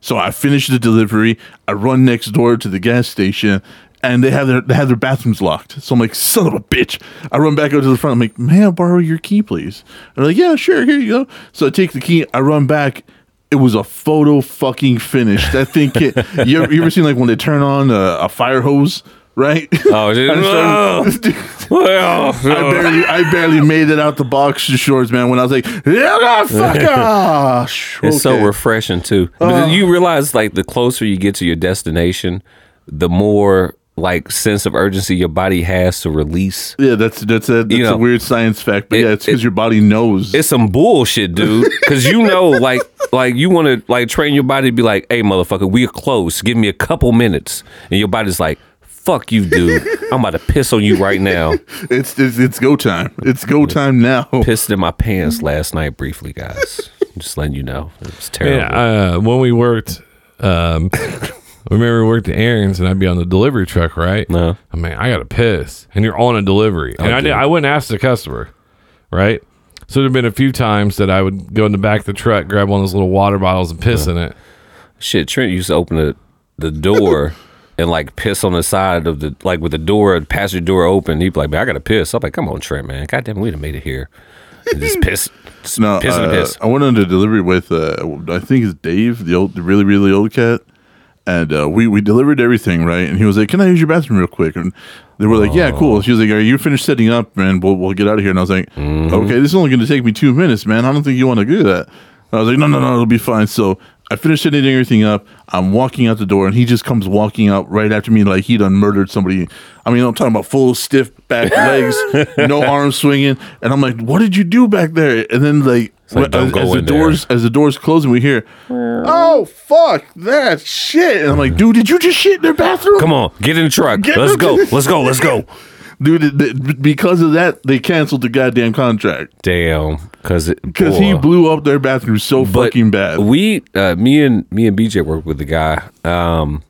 Speaker 2: So I finished the delivery. I run next door to the gas station and they have their they have their bathrooms locked. So I'm like, son of a bitch. I run back up to the front. I'm like, may I borrow your key, please? And they're like, yeah, sure, here you go. So I take the key, I run back. It was a photo fucking finish. That thing, can you, ever, you ever seen like when they turn on a, a fire hose, right?
Speaker 3: Oh, dude. Oh,
Speaker 2: And it started- I barely, I barely made it out the box shorts, man. When I was like, yeah, fuck off.
Speaker 3: It's so
Speaker 2: Okay.
Speaker 3: refreshing too. But then you realize like the closer you get to your destination, the more like sense of urgency your body has to release.
Speaker 2: yeah, that's that's a that's
Speaker 3: You know,
Speaker 2: a weird science fact, but
Speaker 3: it-
Speaker 2: yeah, it's because your body knows.
Speaker 3: It's some bullshit, dude. Cause you know, like like you wanna like train your body to be like, hey motherfucker, we're close. Give me a couple minutes. And your body's like, fuck you, dude. I'm about to piss on you right now.
Speaker 2: It's it's, it's go time. It's go time now.
Speaker 3: Pissed in my pants last night briefly, guys. Just letting you know. It was terrible.
Speaker 1: Yeah, uh, when we worked, um, I remember we worked at errands, and I'd be on the delivery truck, right?
Speaker 3: No.
Speaker 1: I mean, I got to piss, and you're on a delivery,
Speaker 3: Oh,
Speaker 1: and I did, I wouldn't ask the customer, right? So there've been a few times that I would go in the back of the truck, grab one of those little water bottles, and piss in it.
Speaker 3: Shit, Trent used to open the, the door and like piss on the side of the like with the door, passenger door open. He'd be like, "Man, I gotta piss." I'm like, "Come on, Trent, man. God damn, we'd have made it here." And just piss, just
Speaker 2: No,
Speaker 3: piss in the
Speaker 2: uh,
Speaker 3: piss.
Speaker 2: I went on a delivery with uh, I think it's Dave, the old, the really really old cat, and uh, we we delivered everything right, and he was like, "Can I use your bathroom real quick?" And they were like, "Yeah,
Speaker 3: Oh.
Speaker 2: cool." She was like, "Are you finished setting up, man? We'll we'll get out of here." And I was like,
Speaker 3: Mm-hmm.
Speaker 2: "Okay, this is only going to take me two minutes, man. I don't think you want to do that." And I was like, "No, no, no, it'll be fine." So I finished hitting everything up. I'm walking out the door, and he just comes walking out right after me, like he done murdered somebody. I mean, I'm talking about full stiff back legs, no arms swinging, and I'm like, "What did you do back there?" And then like,
Speaker 3: like,
Speaker 2: as,
Speaker 3: "Don't go
Speaker 2: as the
Speaker 3: in there."
Speaker 2: doors as the doors close, and we hear, "Oh fuck that shit!" And I'm like, "Dude, did you just shit in their bathroom?"
Speaker 3: Come on, get in the truck.
Speaker 2: Get
Speaker 3: let's
Speaker 2: in the-
Speaker 3: go. Let's go. Let's go.
Speaker 2: dude. th- th- because of that, they canceled the goddamn contract
Speaker 3: Damn, because
Speaker 2: because he blew up their bathroom so fucking bad.
Speaker 3: We, uh, me and me and BJ worked with the guy, um,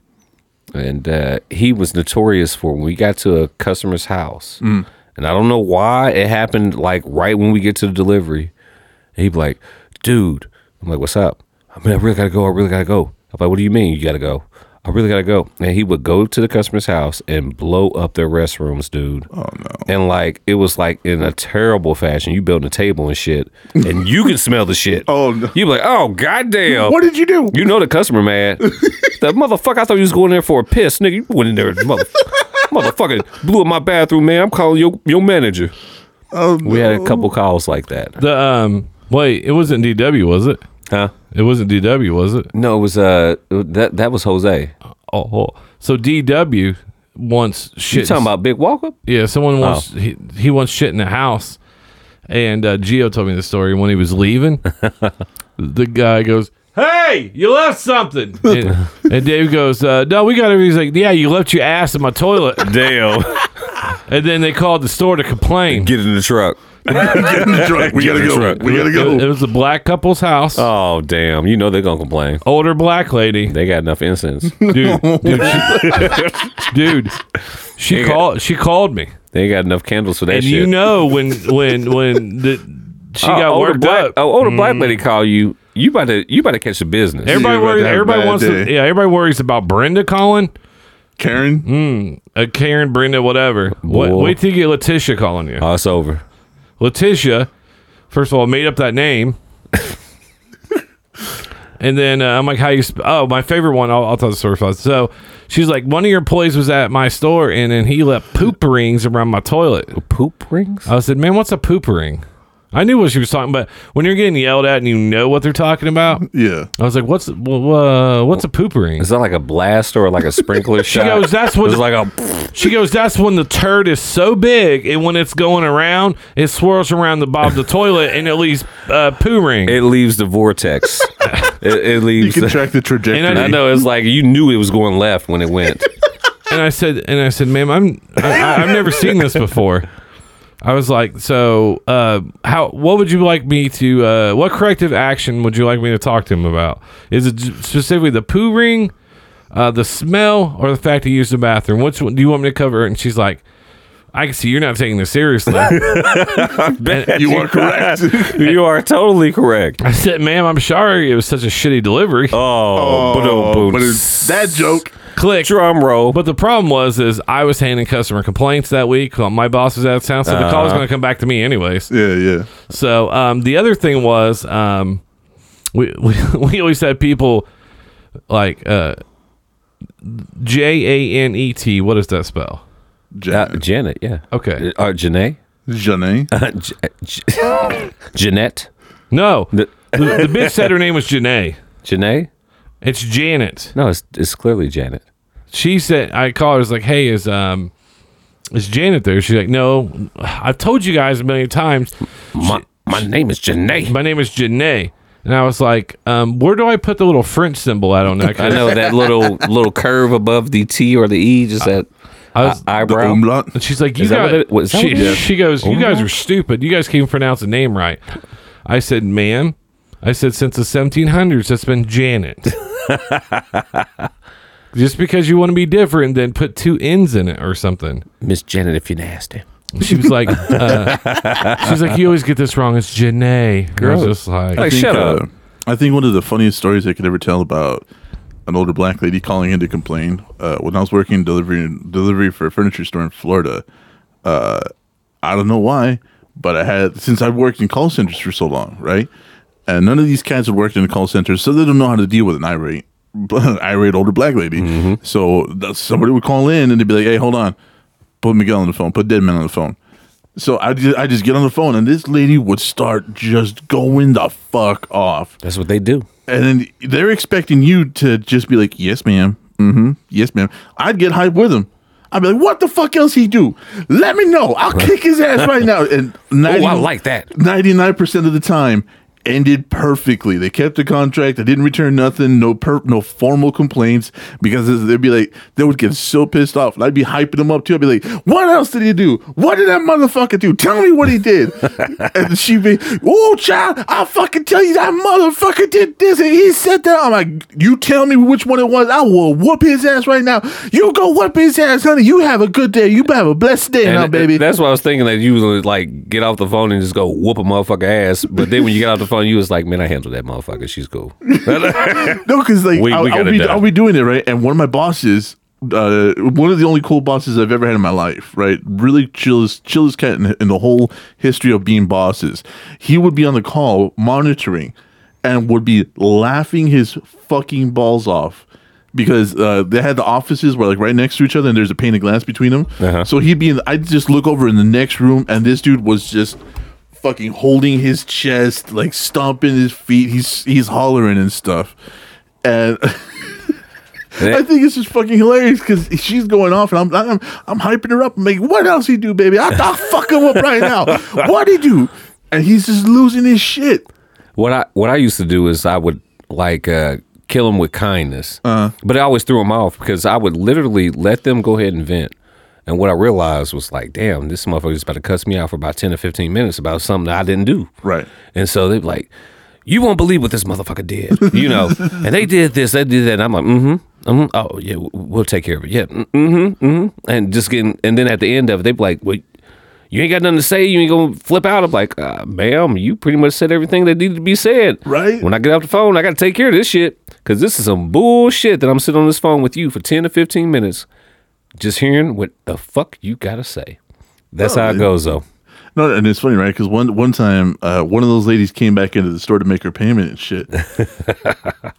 Speaker 3: and uh, he was notorious for when we got to a customer's house,
Speaker 2: Mm.
Speaker 3: and I don't know why it happened. Like right when we get to the delivery, and he'd be like, "Dude," I'm like, "What's up?" I mean, I really gotta go. I really gotta go. I'm like, "What do you mean you gotta go?" I really gotta go. And he would go to the customer's house and blow up their restrooms, dude. Oh no. And like it was like in a terrible fashion. You building a table and shit. And you can smell the shit.
Speaker 2: Oh, no.
Speaker 3: You be like, oh goddamn.
Speaker 2: What did you do?
Speaker 3: You know the customer mad. that motherfucker, I thought you was going there for a piss, nigga. You went in there, mother, motherfucker, blew up my bathroom, man. I'm calling your your manager.
Speaker 2: Um,
Speaker 3: we had a couple calls like that,
Speaker 1: The um, wait, it wasn't DW, was it?
Speaker 3: huh?
Speaker 1: It wasn't DW, was it?
Speaker 3: No, it was uh that that was Jose.
Speaker 1: Oh, oh. so DW wants shit.
Speaker 3: You talking about Oh. Big Walker?
Speaker 1: Yeah, someone wants he, he wants shit in the house, and uh, Geo told me the story when he was leaving. the guy goes, "Hey, you left something," and, and Dave goes, uh, "No, we got everything." He's like, "Yeah, you left your ass in my toilet,"
Speaker 3: Damn,
Speaker 1: and then they called the store to complain.
Speaker 3: get in the truck.
Speaker 2: Get in the truck. We gotta
Speaker 3: in the
Speaker 2: go.
Speaker 3: truck.
Speaker 2: We gotta
Speaker 1: It, was- it
Speaker 2: go.
Speaker 1: was a black couple's house.
Speaker 3: Oh damn, you know they're gonna complain.
Speaker 1: Older black lady,
Speaker 3: They got enough incense.
Speaker 1: dude, dude, she, dude, she called. She called me,
Speaker 3: they got enough candles for that
Speaker 1: and
Speaker 3: shit.
Speaker 1: you know when when when the. She
Speaker 3: oh,
Speaker 1: got
Speaker 3: older
Speaker 1: worked
Speaker 3: black,
Speaker 1: up. Mm.
Speaker 3: Oh, older black lady call you. You about to you about to catch the business.
Speaker 1: Everybody
Speaker 2: You're about
Speaker 1: worries.
Speaker 2: to have a
Speaker 1: Everybody
Speaker 2: bad
Speaker 1: wants. To,
Speaker 2: day.
Speaker 1: yeah, everybody worries about Brenda calling,
Speaker 2: Karen,
Speaker 3: Hmm?
Speaker 1: uh, Karen, Brenda, whatever. Wait,
Speaker 3: Boy.
Speaker 1: wait till you get Letitia calling you.
Speaker 3: oh, it's over.
Speaker 1: Letitia, first of all, made up that name, and then uh, I'm like, "How you?" Sp-? Oh, my favorite one. I'll, I'll tell the story first. So she's like, "One of your employees was at my store, and then he left poop rings around my toilet."
Speaker 3: Poop rings.
Speaker 1: I said, "Man, what's a poop ring?" I knew what she was talking about. When you're getting yelled at and you know what they're talking about,
Speaker 2: yeah.
Speaker 1: I was like, "What's wha- wha- what's a poop ring?"
Speaker 3: Is that like a blaster or like a sprinkler shot?
Speaker 1: goes, "That's what
Speaker 3: It's
Speaker 1: the-
Speaker 3: like a.
Speaker 1: She goes, that's when the turd is so big, and when it's going around, it swirls around the bottom of the toilet and it leaves uh, poo ring.
Speaker 3: It leaves the vortex. it, it
Speaker 2: You
Speaker 3: leaves.
Speaker 2: can
Speaker 3: the-
Speaker 2: track the trajectory.
Speaker 1: And
Speaker 3: I know it's like you knew it was going left when it went.
Speaker 1: and I said, and I said, ma'am, I'm, I, I- I've never seen this before. I was like, so uh, how? What would you like me to? Uh, what corrective action would you like me to talk to him about? Is it specifically the poo ring, uh, the smell, or the fact he used the bathroom? Which one do you want me to cover? And she's like, I can see you're not taking this seriously.
Speaker 2: You are correct.
Speaker 3: you are totally correct.
Speaker 1: I said, ma'am, I'm sorry. It was such a shitty delivery.
Speaker 3: Oh,
Speaker 2: Oh,
Speaker 3: boom,
Speaker 2: but
Speaker 3: boom.
Speaker 2: it's that joke.
Speaker 1: Click.
Speaker 3: Drum roll.
Speaker 1: But the problem was, is I was handling customer complaints that week. Well, My boss was out of town, so the call was going to come back to me anyways.
Speaker 2: Yeah, yeah.
Speaker 1: So um, the other thing was, um, we, we we always had people like uh, J A N E T. What does that spell?
Speaker 3: Uh,
Speaker 2: Jan-
Speaker 3: Janet, yeah.
Speaker 1: Okay.
Speaker 3: Uh, Janae?
Speaker 2: Janae.
Speaker 3: Uh, J- J- Jeanette?
Speaker 1: No, the,
Speaker 3: The-
Speaker 1: the bitch said her name was Janae.
Speaker 3: Janae?
Speaker 1: It's Janet.
Speaker 3: No, it's, it's clearly Janet.
Speaker 1: She said, I called her. I was like, hey, is um. Is Janet there? She's like, no. I've told you guys a million times.
Speaker 3: My, my name is Janae.
Speaker 1: my name is Janae. And I was like, um, where do I put the little French symbol out on that?
Speaker 3: I know that little little curve above the T or the E, just that
Speaker 1: I was-
Speaker 3: eye-
Speaker 2: The
Speaker 3: eyebrow.
Speaker 2: umlaut.
Speaker 1: and she's like, you
Speaker 3: Is that
Speaker 1: got
Speaker 3: what it- what- is that
Speaker 1: she,
Speaker 3: what it is?
Speaker 1: she goes, you guys are stupid. You guys can't pronounce the name right. I said, ma'am. I said, since the 1700s, it's been Janet. Just because you want to be different, then put two N's in it or something.
Speaker 3: Miss Janet, if you're nasty.
Speaker 1: She was like, uh, she's like, you always get this wrong. It's Janae. And I was
Speaker 3: Girl.
Speaker 1: just like,
Speaker 3: Like, shut up.
Speaker 2: uh, I think one of the funniest stories I could ever tell about an older black lady calling in to complain. Uh, when I was working delivery delivery for a furniture store in Florida, uh, I don't know why, but I had since I've worked in call centers for so long, right? And none of these cats have worked in a call center, so they don't know how to deal with an irate irate older black lady.
Speaker 3: Mm-hmm.
Speaker 2: So that's, somebody would call in and they'd be like, "Hey, hold on, put Miguel on the phone, put Deadman on the phone." So I just, I just get on the phone, and this lady would start just going the fuck off.
Speaker 3: That's what they do.
Speaker 2: And then they're expecting you to just be like, yes, ma'am. Mm-hmm. Yes, ma'am. I'd get hype with him. I'd be like, what the fuck else he do? Let me know. I'll kick his ass right now. And 90,
Speaker 3: Oh, I like that.
Speaker 2: 99% of the time ended perfectly. They kept the contract. They didn't return nothing. No per, no formal complaints because they'd be like, they would get so pissed off. And I'd be hyping them up too. I'd be like, what else did he do? What did that motherfucker do? Tell me what he did. and she'd be, oh, child, I'll fucking tell you that motherfucker did this and he said that. I'm like, you tell me which one it was. I will whoop his ass right now. You go whoop his ass, honey. You have a good day. You have a blessed day now,
Speaker 3: And
Speaker 2: baby.
Speaker 3: That's what I was thinking that you was like get off the phone and just go whoop a motherfucker ass. But then when you got off the phone, you was like, man, I handled that motherfucker. She's cool.
Speaker 2: No, because like
Speaker 3: We-
Speaker 2: I'll,
Speaker 3: we
Speaker 2: I'll
Speaker 3: got it
Speaker 2: be
Speaker 3: down.
Speaker 2: I'll be doing it right, and one of my bosses, uh, one of the only cool bosses I've ever had in my life, right? Really chillest chillest cat in, in the whole history of being bosses. He would be on the call monitoring, and would be laughing his fucking balls off. Because uh, they had the offices were like right next to each other, and there's a pane of glass between them.
Speaker 3: Uh-huh.
Speaker 2: So he'd be, in, I'd just look over in the next room, and this dude was just fucking holding his chest, like stomping his feet. He's he's hollering and stuff. And I think it's just fucking hilarious because she's going off and I'm, I'm I'm hyping her up. I'm like, what else he do, baby? I, I'll fuck him up right now. What he do? And he's just losing his shit.
Speaker 3: What I what I used to do is I would like uh, kill them with kindness,
Speaker 2: Uh-huh.
Speaker 3: but I always threw them off because I would literally let them go ahead and vent. And what I realized was like, damn, this motherfucker's about to cuss me out for about ten or fifteen minutes about something that I didn't do.
Speaker 2: Right.
Speaker 3: And so they're like, you won't believe what this motherfucker did, you know? and they did this, they did that. And I'm like, mm-hmm, mm-hmm. Oh yeah, w- we'll take care of it. Yeah, mm-hmm, mm-hmm. And just getting, and then at the end of it, they be like, well, you ain't got nothing to say. You ain't gonna flip out. I'm like, uh, ma'am, you pretty much said everything that needed to be said.
Speaker 2: Right.
Speaker 3: When I get off the phone, I got to take care of this shit because this is some bullshit that I'm sitting on this phone with you for ten to fifteen minutes, just hearing what the fuck you gotta say. That's how it goes though.
Speaker 2: No, and it's funny, right? Because one one time, uh, one of those ladies came back into the store to make her payment and shit.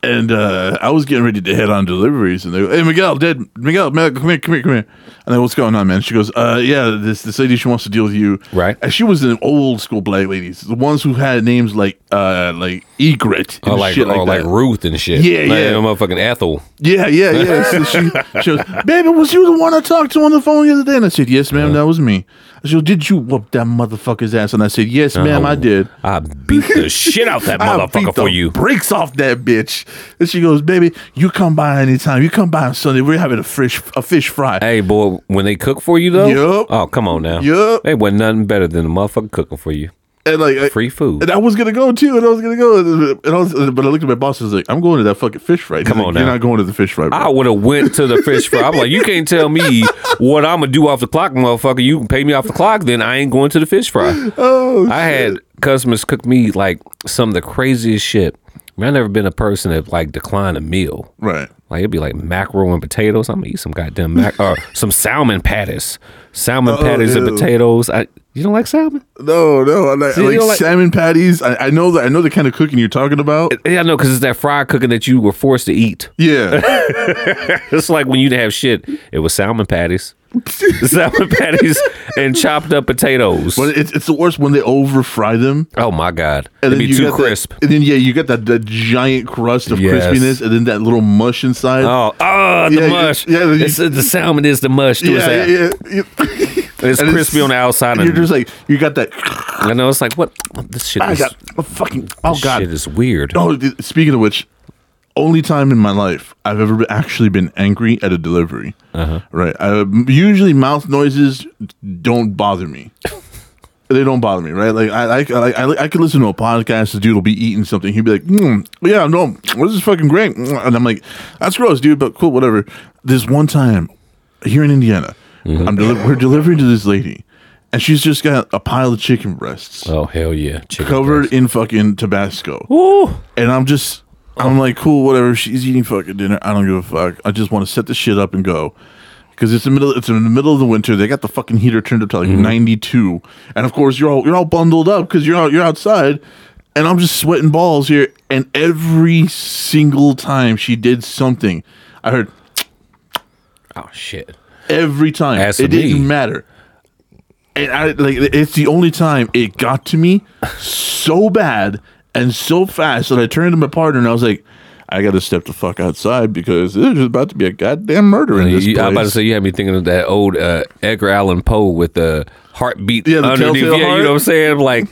Speaker 2: and uh, I was getting ready to head on deliveries, and they, go, hey Miguel, Dad, Miguel, Miguel, come here, come here, come here. And I, what's going on, man? She goes, uh, yeah, this this lady, she wants to deal with you,
Speaker 3: Right.
Speaker 2: And she was an old school black lady, the ones who had names like uh, like Egret
Speaker 3: Or
Speaker 2: and
Speaker 3: Oh, like,
Speaker 2: shit like
Speaker 3: or like
Speaker 2: that.
Speaker 3: Ruth and shit.
Speaker 2: Yeah,
Speaker 3: like,
Speaker 2: yeah.
Speaker 3: that Motherfucking Ethel.
Speaker 2: Yeah, yeah, yeah. So she, she goes, Baby, was you the one I talked to on the phone the other day? And I said, Yes, ma'am, that was me. She goes, Did you whoop that motherfucker's ass? And I said, Yes,
Speaker 3: Oh,
Speaker 2: ma'am, I did.
Speaker 3: I beat the shit out that
Speaker 2: I beat
Speaker 3: motherfucker
Speaker 2: the
Speaker 3: for you.
Speaker 2: Breaks off that bitch. And she goes, Baby, you come by anytime. You come by on Sunday. We're having a fish a fish fry.
Speaker 3: Hey, boy, when they cook for you though.
Speaker 2: Yup.
Speaker 3: Oh, come on now.
Speaker 2: Yup.
Speaker 3: Hey, wasn't nothing better than the motherfucker cooking for you.
Speaker 2: and like I-
Speaker 3: Free food.
Speaker 2: and I was gonna go too, and I was gonna go, and I was, but I looked at my boss. and I was like, "I'm going to that fucking fish fry." He's
Speaker 3: Come
Speaker 2: like,
Speaker 3: on
Speaker 2: you're
Speaker 3: now. Ah.
Speaker 2: not going to the fish fry. bro."
Speaker 3: I would have went to the fish fry. I'm like, you can't tell me what I'm gonna do off the clock, motherfucker. You can pay me off the clock, then I ain't going to the fish fry.
Speaker 2: oh,
Speaker 3: I had customers cook me like some of the craziest shit. Man, I've never been a person that like declined a meal.
Speaker 2: right.
Speaker 3: Like it'd be like mackerel and potatoes. I'm gonna eat some goddamn mac or some salmon patties, salmon patties and
Speaker 2: ew.
Speaker 3: potatoes. I you don't like salmon?
Speaker 2: No, no, I like, I
Speaker 3: you
Speaker 2: like
Speaker 3: know, like-
Speaker 2: salmon patties. I, I know that I know the kind of cooking you're talking about.
Speaker 3: Yeah, I know because it's that fried cooking that you were forced to eat.
Speaker 2: Yeah,
Speaker 3: It's like when you'd have shit. It was salmon patties, salmon patties, and chopped up potatoes.
Speaker 2: but it's, it's the worst when they over fry them.
Speaker 3: Oh my god, it'd be
Speaker 2: you
Speaker 3: too
Speaker 2: got
Speaker 3: crisp.
Speaker 2: That, and then yeah, you got that, that giant crust of
Speaker 3: Yes.
Speaker 2: crispiness, and then that little mush inside.
Speaker 3: Oh, oh, the
Speaker 2: Yeah, you-
Speaker 3: mush.
Speaker 2: yeah, you-
Speaker 3: It's- uh, the salmon is the mush. too. It's
Speaker 2: yeah,
Speaker 3: that-
Speaker 2: yeah, yeah, yeah.
Speaker 3: It's
Speaker 2: And
Speaker 3: crispy on the outside,
Speaker 2: and you're
Speaker 3: and
Speaker 2: just like you got that.
Speaker 3: I know it's like what this shit
Speaker 2: I
Speaker 3: is.
Speaker 2: got a fucking. Oh
Speaker 3: this
Speaker 2: god.
Speaker 3: shit is weird.
Speaker 2: Oh, dude, speaking of which, only time in my life I've ever been- actually been angry at a delivery. Right. I, usually, mouth noises don't bother me. they don't bother me, right? Like I, I, I, I, I could listen to a podcast. The dude will be eating something. He'd be like, mm, "Yeah, no, this is fucking great," and I'm like, "That's gross, dude." But cool, whatever. This one time here in Indiana, I'm deli- we're delivering to this lady, and she's just got a pile of chicken breasts
Speaker 3: Oh hell yeah, chicken
Speaker 2: covered in fucking Tabasco
Speaker 3: breast. Ooh.
Speaker 2: and I'm just I'm like cool whatever she's eating fucking dinner I don't give a fuck I just want to set the shit up and go because it's the middle it's in the middle of the winter they got the fucking heater turned up to like 92 and of course you're all you're all bundled up because you're out you're outside and I'm just sweating balls here and every single time she did something I heard
Speaker 3: Oh shit.
Speaker 2: every time
Speaker 3: As
Speaker 2: it
Speaker 3: for me-
Speaker 2: didn't matter and I like it's the only time it got to me so bad and so fast that I turned to my partner and I was like, I gotta step the fuck outside because there's about to be a goddamn murder in this
Speaker 3: You-
Speaker 2: place.
Speaker 3: I was about to say you had me thinking of that old uh, Edgar Allan Poe with the heartbeat
Speaker 2: Yeah, the
Speaker 3: underneath. Yeah,
Speaker 2: telltale
Speaker 3: you
Speaker 2: heart.
Speaker 3: know what I'm saying? I'm like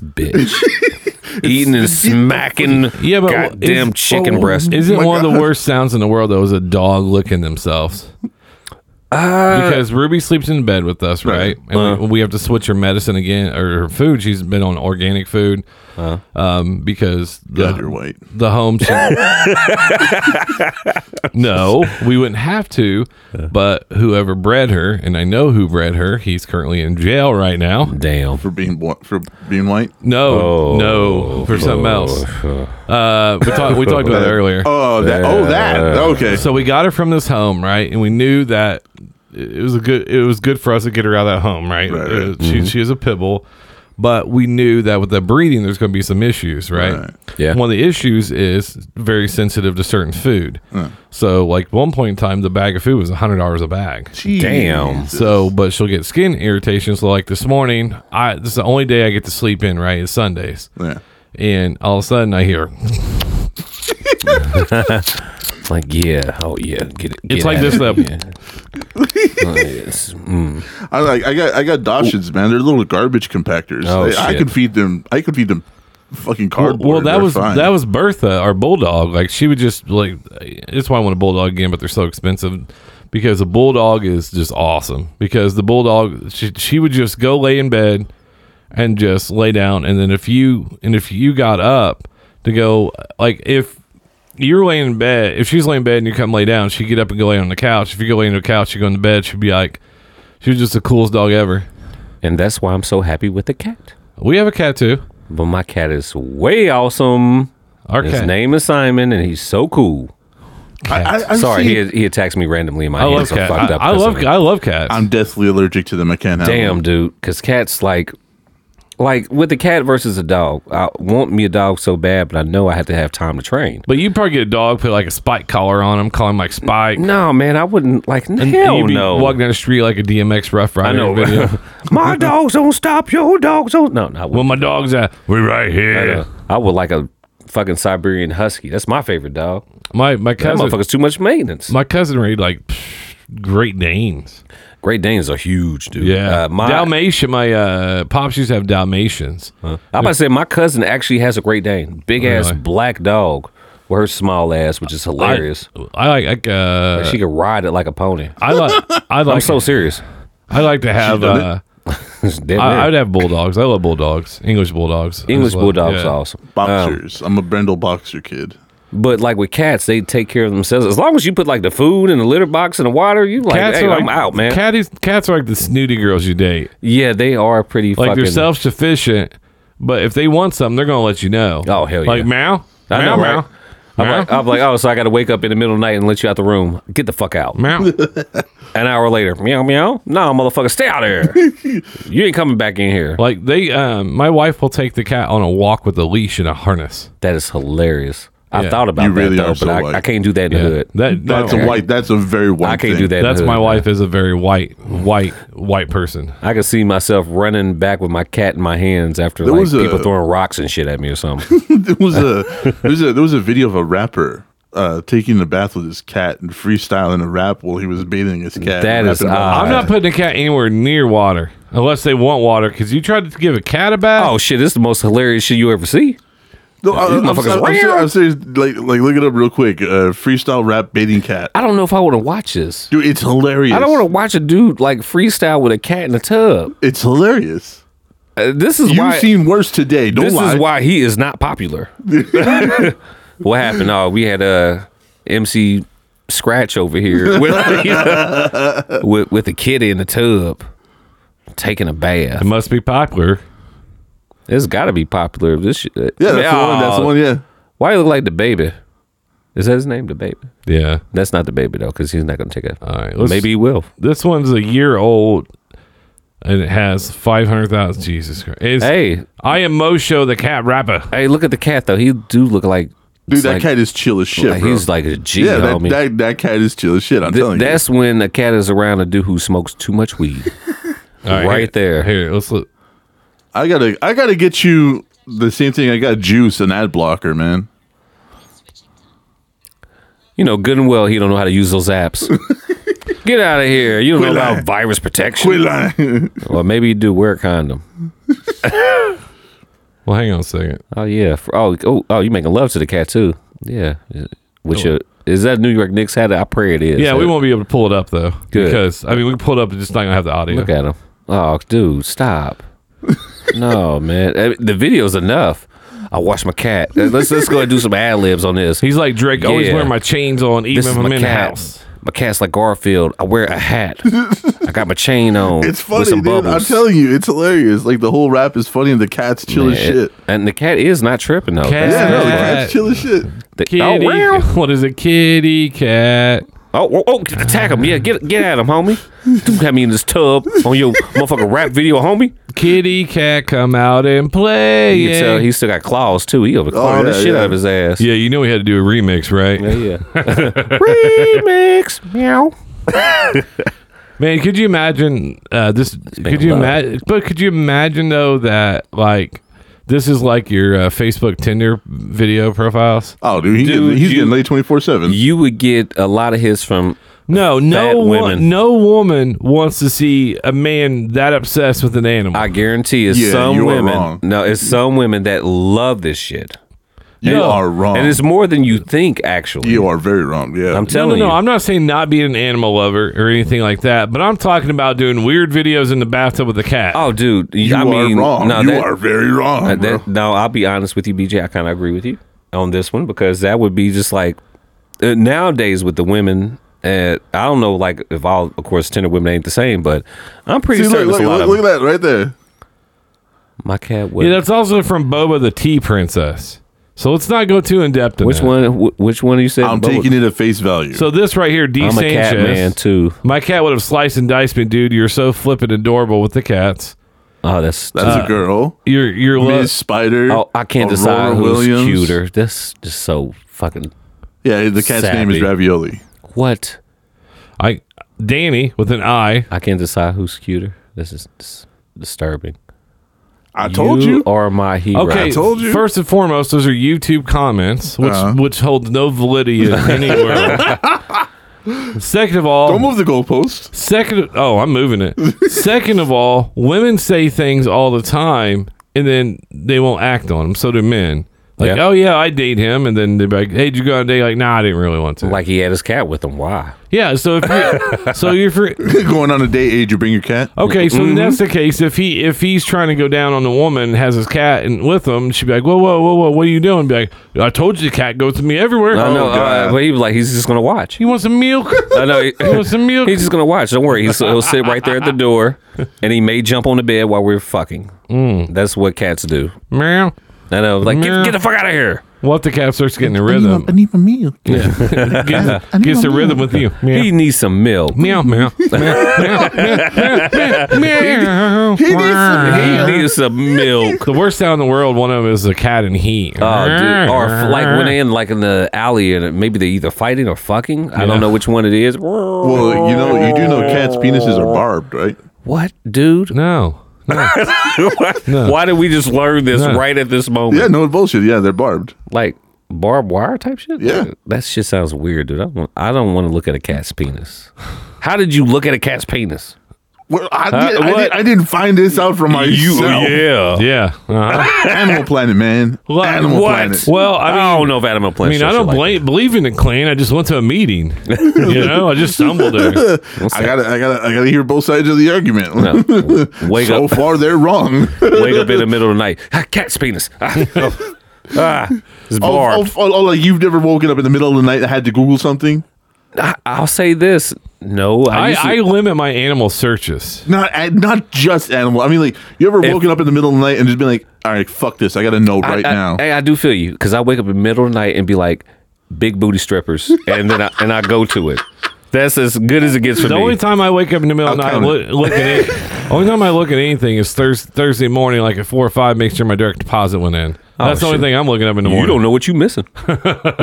Speaker 3: bitch eating and smacking
Speaker 1: Yeah, but
Speaker 3: goddamn
Speaker 1: is-
Speaker 3: chicken
Speaker 2: oh,
Speaker 3: breast.
Speaker 1: Is it
Speaker 2: my
Speaker 1: one of the
Speaker 2: God.
Speaker 1: worst sounds in the world though? Is a dog licking themselves?
Speaker 3: Uh,
Speaker 1: because Ruby sleeps in bed with us, right? And
Speaker 3: Uh-huh.
Speaker 1: we, we have to switch her medicine again or her food. She's been on organic food
Speaker 3: Uh-huh.
Speaker 1: um, because
Speaker 2: God, you're
Speaker 1: the,
Speaker 2: white.
Speaker 1: the home. She- no, we wouldn't have to,
Speaker 3: Uh-huh.
Speaker 1: but whoever bred her, and I know who bred her, he's currently in jail right now.
Speaker 3: Damn.
Speaker 2: For being bl- for being white.
Speaker 1: No,
Speaker 3: Oh,
Speaker 1: no, for something else. Uh, we talked we talked about it earlier.
Speaker 2: Oh that oh that. Okay.
Speaker 1: So we got her from this home, right? And we knew that it was a good it was good for us to get her out of that home, right?
Speaker 2: Right, right.
Speaker 1: Uh, She she is a pit bull, but we knew that with the breeding there's going to be some issues, right?
Speaker 2: Right.
Speaker 3: Yeah.
Speaker 1: One of the issues is very sensitive to certain food. So like one point in time the bag of food was $100 a bag.
Speaker 3: Damn.
Speaker 2: Jesus.
Speaker 1: So, but she'll get skin irritations. Like this morning, I this is the only day I get to sleep in. Right, is Sundays,
Speaker 2: Yeah.
Speaker 1: and all of a sudden I hear
Speaker 3: It's like yeah, oh yeah, get it. Get
Speaker 1: it's like
Speaker 3: at
Speaker 1: this. uh,
Speaker 3: it.
Speaker 1: That
Speaker 3: Oh, yes. Mm.
Speaker 2: I like I got I got Dachshunds, man. They're little garbage compactors.
Speaker 3: Oh,
Speaker 2: I, I
Speaker 3: shit.
Speaker 2: could feed them. I could feed them fucking
Speaker 1: Well,
Speaker 2: cardboard.
Speaker 1: well, that
Speaker 2: They're
Speaker 1: was
Speaker 2: fine.
Speaker 1: that was Bertha, our bulldog. Like she would just like it's why I want a bulldog again, but they're so expensive because a bulldog is just awesome. Because the bulldog, she, she would just go lay in bed and just lay down, and then if you and if you got up to go, like if you're laying in bed, if she's laying in bed and you come lay down, she'd get up and go lay on the couch. If you go lay on the couch, you go in the bed, she'd be like, she was just the coolest dog ever.
Speaker 3: and that's why I'm so happy with the cat.
Speaker 1: We have a cat too.
Speaker 3: But my cat is way awesome.
Speaker 1: Our
Speaker 3: His
Speaker 1: cat.
Speaker 3: name is Simon, and he's so cool.
Speaker 2: I, I,
Speaker 3: Sorry,
Speaker 2: Seen,
Speaker 3: he, he attacks me randomly in my
Speaker 1: I
Speaker 3: hands.
Speaker 1: love
Speaker 3: are
Speaker 1: cats.
Speaker 3: fucked
Speaker 1: I,
Speaker 3: up
Speaker 1: I
Speaker 3: 'cause
Speaker 1: love
Speaker 3: of it.
Speaker 1: I love cats.
Speaker 2: I'm deathly allergic to them. I can't handle.
Speaker 3: Damn,
Speaker 2: them.
Speaker 3: dude, because cats like, like with a cat versus a dog. I want me a dog so bad, but I know I have to have time to train.
Speaker 1: But you'd probably get a dog, put like a spike collar on him, call him like Spike.
Speaker 3: No, man, I wouldn't like.
Speaker 1: And
Speaker 3: hell
Speaker 1: you'd be
Speaker 3: no.
Speaker 1: walking down the street like a DMX Rough Rider.
Speaker 3: I
Speaker 1: video.
Speaker 3: know. my dogs don't stop. Your dogs don't. No, no. I
Speaker 1: well,
Speaker 3: wouldn't. uh,
Speaker 1: my dog's at, we right here.
Speaker 3: I would like a fucking Siberian Husky. That's my favorite dog.
Speaker 1: My my
Speaker 3: That
Speaker 1: cousin,
Speaker 3: motherfucker's too much maintenance.
Speaker 1: my cousin read like psh, Great Danes.
Speaker 3: Great Danes are huge, dude.
Speaker 1: Yeah,
Speaker 3: Uh, my,
Speaker 1: Dalmatian. My uh, pops used to have Dalmatians.
Speaker 3: I about to say my cousin actually has a Great Dane, big ass
Speaker 1: Really?
Speaker 3: black dog, with her small ass, which is hilarious.
Speaker 1: I, I like. like, Uh,
Speaker 3: she could ride it like a pony.
Speaker 1: I like. I
Speaker 3: I'm
Speaker 1: like.
Speaker 3: so serious.
Speaker 1: I like to have.
Speaker 2: done it.
Speaker 1: Uh,
Speaker 3: It's dead
Speaker 1: I,
Speaker 3: weird.
Speaker 1: I'd have bulldogs. I love bulldogs. English bulldogs. I just
Speaker 3: English
Speaker 1: love-
Speaker 3: bulldogs
Speaker 1: yeah.
Speaker 3: awesome, Oh.
Speaker 2: Boxers. I'm a Brendel boxer kid.
Speaker 3: but like with cats, they take care of themselves. As long as you put like the food and the litter box and the water, you like,
Speaker 1: Cats
Speaker 3: hey,
Speaker 1: are like
Speaker 3: I'm out, man.
Speaker 1: Catties, cats are like the snooty girls you date.
Speaker 3: yeah, they are pretty
Speaker 1: like
Speaker 3: fucking.
Speaker 1: they're self sufficient, but if they want something, they're gonna let you know.
Speaker 3: Oh, hell yeah.
Speaker 1: Like meow,
Speaker 3: I
Speaker 1: meow,
Speaker 3: know, right?
Speaker 1: meow,
Speaker 3: I'm
Speaker 1: meow,
Speaker 3: like, I'm like, oh, so I got to wake up in the middle of the night and let you out the room. Get the fuck out.
Speaker 1: meow.
Speaker 3: An hour later, meow meow. No, motherfucker, stay out of here. you ain't coming back in here.
Speaker 1: like they, um, my wife will take the cat on a walk with a leash and a harness.
Speaker 3: That is hilarious. I
Speaker 1: Yeah.
Speaker 3: thought about
Speaker 2: You really
Speaker 3: that though,
Speaker 2: are so
Speaker 3: but
Speaker 2: white.
Speaker 3: I, I can't do that in the
Speaker 1: Yeah,
Speaker 3: hood.
Speaker 1: that
Speaker 2: That's a
Speaker 1: that-
Speaker 2: white. That's a very white.
Speaker 3: I can't
Speaker 2: thing.
Speaker 3: do that. in the
Speaker 1: That's
Speaker 3: hood,
Speaker 1: my
Speaker 3: man.
Speaker 1: wife is a very white, white, white person.
Speaker 3: I could see myself running back with my cat in my hands after
Speaker 2: There
Speaker 3: like
Speaker 2: was a-
Speaker 3: people throwing rocks and shit at me or something.
Speaker 2: there was a there was a there was a video of a rapper uh, taking a bath with his cat and freestyling a rap while he was bathing his cat.
Speaker 3: That
Speaker 2: and
Speaker 3: is
Speaker 2: rapping about
Speaker 3: odd.
Speaker 1: I'm not putting a cat anywhere near water unless they want water. Because you tried to give a cat a bath.
Speaker 3: oh shit, this is the most hilarious shit you ever see.
Speaker 2: No, I, I'm, I'm,
Speaker 3: motherfuckers
Speaker 2: I'm,
Speaker 3: real.
Speaker 2: serious, I'm serious. Like, like, look it up real quick. Uh, freestyle rap bathing cat.
Speaker 3: I don't know if I want to watch this.
Speaker 2: Dude, it's hilarious.
Speaker 3: I don't want to watch a dude like freestyle with a cat in a tub.
Speaker 2: to. It's hilarious.
Speaker 3: Uh, this is
Speaker 2: You've
Speaker 3: why
Speaker 2: seen worse today. Don't
Speaker 3: this
Speaker 2: lie.
Speaker 3: is why he is not popular. what happened? Oh, we had uh, MC Scratch over here with, with with a kid in the tub taking a bath.
Speaker 1: It must be popular.
Speaker 3: It's got to be popular. This shit.
Speaker 2: yeah, that's the one. That's the one. Yeah.
Speaker 3: Why you look like the baby? Is that his name, the baby?
Speaker 1: Yeah.
Speaker 3: That's not the baby though, because he's not going to take it.
Speaker 1: All right, let's-
Speaker 3: Maybe he will.
Speaker 1: This one's a year old, and it has five hundred thousand. Jesus Christ! It's-
Speaker 3: Hey,
Speaker 1: I am Mosho the cat rapper.
Speaker 3: hey, look at the cat though. He do look like
Speaker 2: Dude,
Speaker 3: it's
Speaker 2: that
Speaker 3: like-
Speaker 2: cat is chill as shit.
Speaker 3: like
Speaker 2: bro.
Speaker 3: he's like a G,
Speaker 2: yeah, that,
Speaker 3: homie.
Speaker 2: that that cat is chill as shit. I'm
Speaker 3: Th-
Speaker 2: telling you.
Speaker 3: that's when a cat is around a dude who smokes too much weed.
Speaker 1: All
Speaker 3: right
Speaker 1: here-
Speaker 3: there.
Speaker 1: Here, let's look.
Speaker 2: I gotta I gotta get you the same thing I got juice an ad blocker, man.
Speaker 3: You know good and well he don't know how to use those apps. Get out of here. You don't know
Speaker 2: Quit
Speaker 3: about
Speaker 2: lying.
Speaker 3: virus protection.
Speaker 2: Quit lying.
Speaker 3: Well, maybe you do wear a condom.
Speaker 1: Well, hang on a second.
Speaker 3: Oh yeah. For- oh oh oh, you making love to the cat too? Yeah. Which uh, is that New York Knicks hat? I pray it is.
Speaker 1: Yeah, we
Speaker 3: Uh,
Speaker 1: won't be able to pull it up though,
Speaker 3: Good.
Speaker 1: because I mean we can pull it up, it's just not gonna have the audio.
Speaker 3: Look at him. Oh, dude, stop. no, man. Uh, The video's enough. I wash my cat. Uh, Let's let's go and do some ad libs on this.
Speaker 1: He's like Drake, always
Speaker 3: Yeah.
Speaker 1: wearing my chains on, even
Speaker 3: this
Speaker 1: if
Speaker 3: is
Speaker 1: I'm
Speaker 3: my
Speaker 1: in the
Speaker 3: cat. Oh,
Speaker 1: house.
Speaker 3: My cat's like Garfield. I wear a hat. I got my chain on. with
Speaker 2: It's funny,
Speaker 3: some
Speaker 2: dude. I'm
Speaker 3: bubbles.
Speaker 2: telling you, it's hilarious. Like the whole rap is funny and the cat's chill as
Speaker 3: Man,
Speaker 2: shit.
Speaker 3: And the cat is not tripping though.
Speaker 1: Cat.
Speaker 2: Yeah, no, the
Speaker 1: Cat.
Speaker 2: cat's chill as shit.
Speaker 3: The-
Speaker 1: Kitty,
Speaker 3: oh, wow.
Speaker 1: what is it? Kitty cat.
Speaker 3: Oh, oh, oh, attack him. Yeah, get get at him, homie. Don't have me in this tub on your motherfucking rap video, homie.
Speaker 1: Kitty cat, come out and play.
Speaker 3: You can tell he still got claws, too. He over clawing
Speaker 2: Oh, yeah,
Speaker 3: the shit
Speaker 2: yeah.
Speaker 3: out of his ass.
Speaker 1: yeah, you know we had to do a remix, right?
Speaker 3: Yeah, yeah. Remix. Meow.
Speaker 1: Man, could you imagine uh, this? could
Speaker 3: making
Speaker 1: you
Speaker 3: love.
Speaker 1: imagine? But could you imagine though that like this is like your uh, Facebook Tinder video profiles?
Speaker 2: Oh, dude, he
Speaker 3: Dude,
Speaker 2: getting, he's
Speaker 3: you-
Speaker 2: getting late twenty four seven.
Speaker 3: You would get a lot of hits from
Speaker 1: No, no,
Speaker 3: Fat
Speaker 1: wo-
Speaker 3: women.
Speaker 1: no woman wants to see a man that obsessed with an animal.
Speaker 3: I guarantee it's
Speaker 2: Yeah,
Speaker 3: some
Speaker 2: you are
Speaker 3: women.
Speaker 2: wrong.
Speaker 3: No, it's some women that love this shit.
Speaker 2: You
Speaker 1: No.
Speaker 2: are wrong.
Speaker 3: And it's more than you think, actually.
Speaker 2: you are very wrong. Yeah,
Speaker 1: no,
Speaker 3: I'm telling
Speaker 1: no, no.
Speaker 3: you.
Speaker 1: I'm not saying not being an animal lover or anything like that, but I'm talking about doing weird videos in the bathtub with a cat.
Speaker 3: oh, dude.
Speaker 2: you
Speaker 3: I mean,
Speaker 2: are wrong.
Speaker 3: No,
Speaker 2: you
Speaker 3: that-
Speaker 2: are very wrong.
Speaker 3: Uh,
Speaker 2: bro.
Speaker 3: that, no, I'll be honest with you, BJ. I kind of agree with you on this one because that would be just like uh, nowadays with the women. Uh, I don't know, like if all, of course, Tinder women ain't the same, but I'm pretty
Speaker 2: See,
Speaker 3: certain
Speaker 2: look, look,
Speaker 3: it's a lot
Speaker 2: look,
Speaker 3: of
Speaker 2: look at that right there.
Speaker 3: my cat. What,
Speaker 1: yeah, that's also from Boba the Tea Princess. So let's not go too in depth. in
Speaker 3: which
Speaker 1: that.
Speaker 3: one? Wh- which one you said?
Speaker 2: I'm
Speaker 3: Both-
Speaker 2: taking it at face value.
Speaker 1: So this right here, D
Speaker 3: I'm a
Speaker 1: Sanchez.
Speaker 3: cat man too.
Speaker 1: My cat would have sliced and diced me, dude. You're so flippin' adorable with the cats.
Speaker 3: Oh, that's.
Speaker 2: That's a girl.
Speaker 1: You're you're lo-
Speaker 2: Miss Spider.
Speaker 3: oh, I can't
Speaker 2: Aurora
Speaker 3: decide who's cuter. That's just so fucking.
Speaker 2: Yeah, the cat's name
Speaker 3: Savvy.
Speaker 2: is Ravioli.
Speaker 3: What?
Speaker 1: I Danny with an I.
Speaker 3: I can't decide who's cuter. This is dis- disturbing.
Speaker 2: I told you.
Speaker 3: are my hero.
Speaker 1: Okay,
Speaker 2: I told you.
Speaker 1: First and foremost, those are YouTube comments, which
Speaker 2: Uh-huh.
Speaker 1: which hold no validity in any world. Second of all,
Speaker 2: Don't move the goalpost.
Speaker 1: second oh, I'm moving it. Second of all, women say things all the time, and then they won't act on them. So do men. Like,
Speaker 3: Yeah.
Speaker 1: oh yeah, I date him, and then they're like, hey, did you go on a date? Like, nah, I didn't really want to.
Speaker 3: Like he had his cat with him. Why?
Speaker 2: Oh,
Speaker 1: yeah. So if you, so you're for,
Speaker 2: Going on a date, age, you bring your cat.
Speaker 1: Okay, so then
Speaker 3: Mm-hmm.
Speaker 1: that's the case. If he if he's trying to go down on the woman, has his cat and with him, she'd be like, "Whoa, whoa, whoa, whoa, what are you doing?" Be like, "I told you, the cat goes with me everywhere.
Speaker 3: I know, uh,
Speaker 2: Oh, God.
Speaker 3: but he was like, he's just gonna watch.
Speaker 1: He wants some milk.
Speaker 3: I know, he,
Speaker 1: he wants some milk."
Speaker 3: he's just gonna watch. Don't worry, he's, he'll sit right there at the door, and he may jump on the bed while we're fucking. That's what cats do.
Speaker 1: Meow.
Speaker 3: I know, like
Speaker 1: Meow.
Speaker 3: get, get the fuck out of here.
Speaker 1: What if the cat starts getting a
Speaker 2: I
Speaker 1: rhythm?
Speaker 2: need my- Um, I need my meal.
Speaker 1: Gets, gets a rhythm with you.
Speaker 3: He
Speaker 1: Meow.
Speaker 3: needs some milk.
Speaker 1: Meow, meow, meow, meow, meow, meow,
Speaker 2: He needs some
Speaker 1: meow.
Speaker 3: He needs some milk.
Speaker 1: The worst sound in the world. One of them is a cat and he.
Speaker 3: Oh, dude. Or
Speaker 1: Uh-huh.
Speaker 3: f- like when they in like in the alley and maybe they're either fighting or fucking. I
Speaker 1: Yeah.
Speaker 3: don't know which one it is.
Speaker 2: Well, you know, you do know cats' penises are barbed, right?
Speaker 3: What, dude?
Speaker 1: no,
Speaker 3: Why did we just learn this
Speaker 1: No.
Speaker 3: right at this moment?
Speaker 2: Yeah, no bullshit. Yeah, they're barbed.
Speaker 3: like barbed wire type shit.
Speaker 2: Yeah.
Speaker 3: Dude, that shit sounds weird, dude. I don't, want- I don't want to look at a cat's penis. How did you look at a cat's penis?
Speaker 2: Well, I, did, I,
Speaker 3: what?
Speaker 2: did, I didn't find this out from myself.
Speaker 3: yeah.
Speaker 1: yeah. Uh-huh.
Speaker 2: Animal Planet, man.
Speaker 1: What?
Speaker 2: Animal
Speaker 3: What?
Speaker 2: Planet.
Speaker 1: Well, I
Speaker 3: I,
Speaker 1: mean,
Speaker 3: don't know if Adam
Speaker 1: I mean, I don't blame, believe in the clan. I just went to a meeting. you know, I just stumbled there.
Speaker 2: I gotta, I gotta, I gotta hear both sides of the argument.
Speaker 3: Wake
Speaker 2: so
Speaker 3: up,
Speaker 2: far, they're wrong.
Speaker 3: wake up in the middle of the night. Ah, cat's penis. Ah, oh. Ah, it's
Speaker 2: Oh,
Speaker 3: barbed.
Speaker 2: oh, oh, oh, like you've never woken up in the middle of the night and had to Google something?
Speaker 3: I, I'll say this. No, I,
Speaker 1: I, I
Speaker 3: usually-
Speaker 1: limit my animal searches.
Speaker 2: Not, uh, not just animal. I mean, like you ever
Speaker 3: If-
Speaker 2: woken up in the middle of the night and just been like, "All right, fuck this. I gotta know right
Speaker 3: I-
Speaker 2: now."
Speaker 3: Hey, I do feel you because I wake up in the middle of the night and be like, big booty strippers, and then I, and I go to it. That's as good as it gets for
Speaker 1: The
Speaker 3: me.
Speaker 1: only time I wake up in the middle of the night
Speaker 2: I'll
Speaker 1: and look, look at it, only time I look at anything is thurs, Thursday morning, like at four or five, make sure my direct deposit went in. That's the only
Speaker 3: Oh, shit.
Speaker 1: thing I'm looking up in the
Speaker 3: you
Speaker 1: morning.
Speaker 3: don't know what you're missing. you don't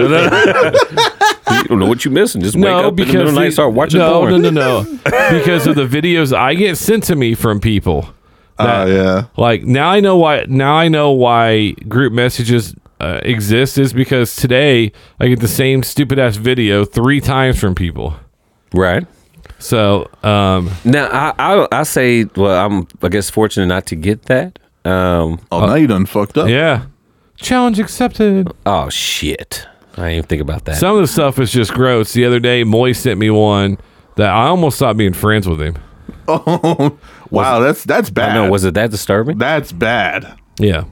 Speaker 3: know what you're missing. Just wake
Speaker 1: No,
Speaker 3: up in the middle
Speaker 1: because
Speaker 3: of the night
Speaker 1: the-
Speaker 3: and start watching
Speaker 1: no,
Speaker 3: porn.
Speaker 1: no, no, no, because of the videos I get sent to me from people.
Speaker 2: Ah,
Speaker 1: that-
Speaker 2: yeah.
Speaker 1: Like now I know why. Now I know why group messages uh, exist is because today I get the same stupid ass video three times from people.
Speaker 3: Right.
Speaker 1: So um,
Speaker 3: Now, I, I I say, well, I'm I guess fortunate not to get that. Um,
Speaker 2: Oh, now you done fucked up.
Speaker 1: yeah, challenge accepted.
Speaker 3: oh shit, I didn't even think about that.
Speaker 1: Some of the stuff is just gross. The other day, Moy sent me one that I almost stopped being friends with him.
Speaker 2: Wow, that's that's
Speaker 3: I
Speaker 2: bad.
Speaker 3: know. Was it that disturbing?
Speaker 2: that's bad.
Speaker 1: Yeah.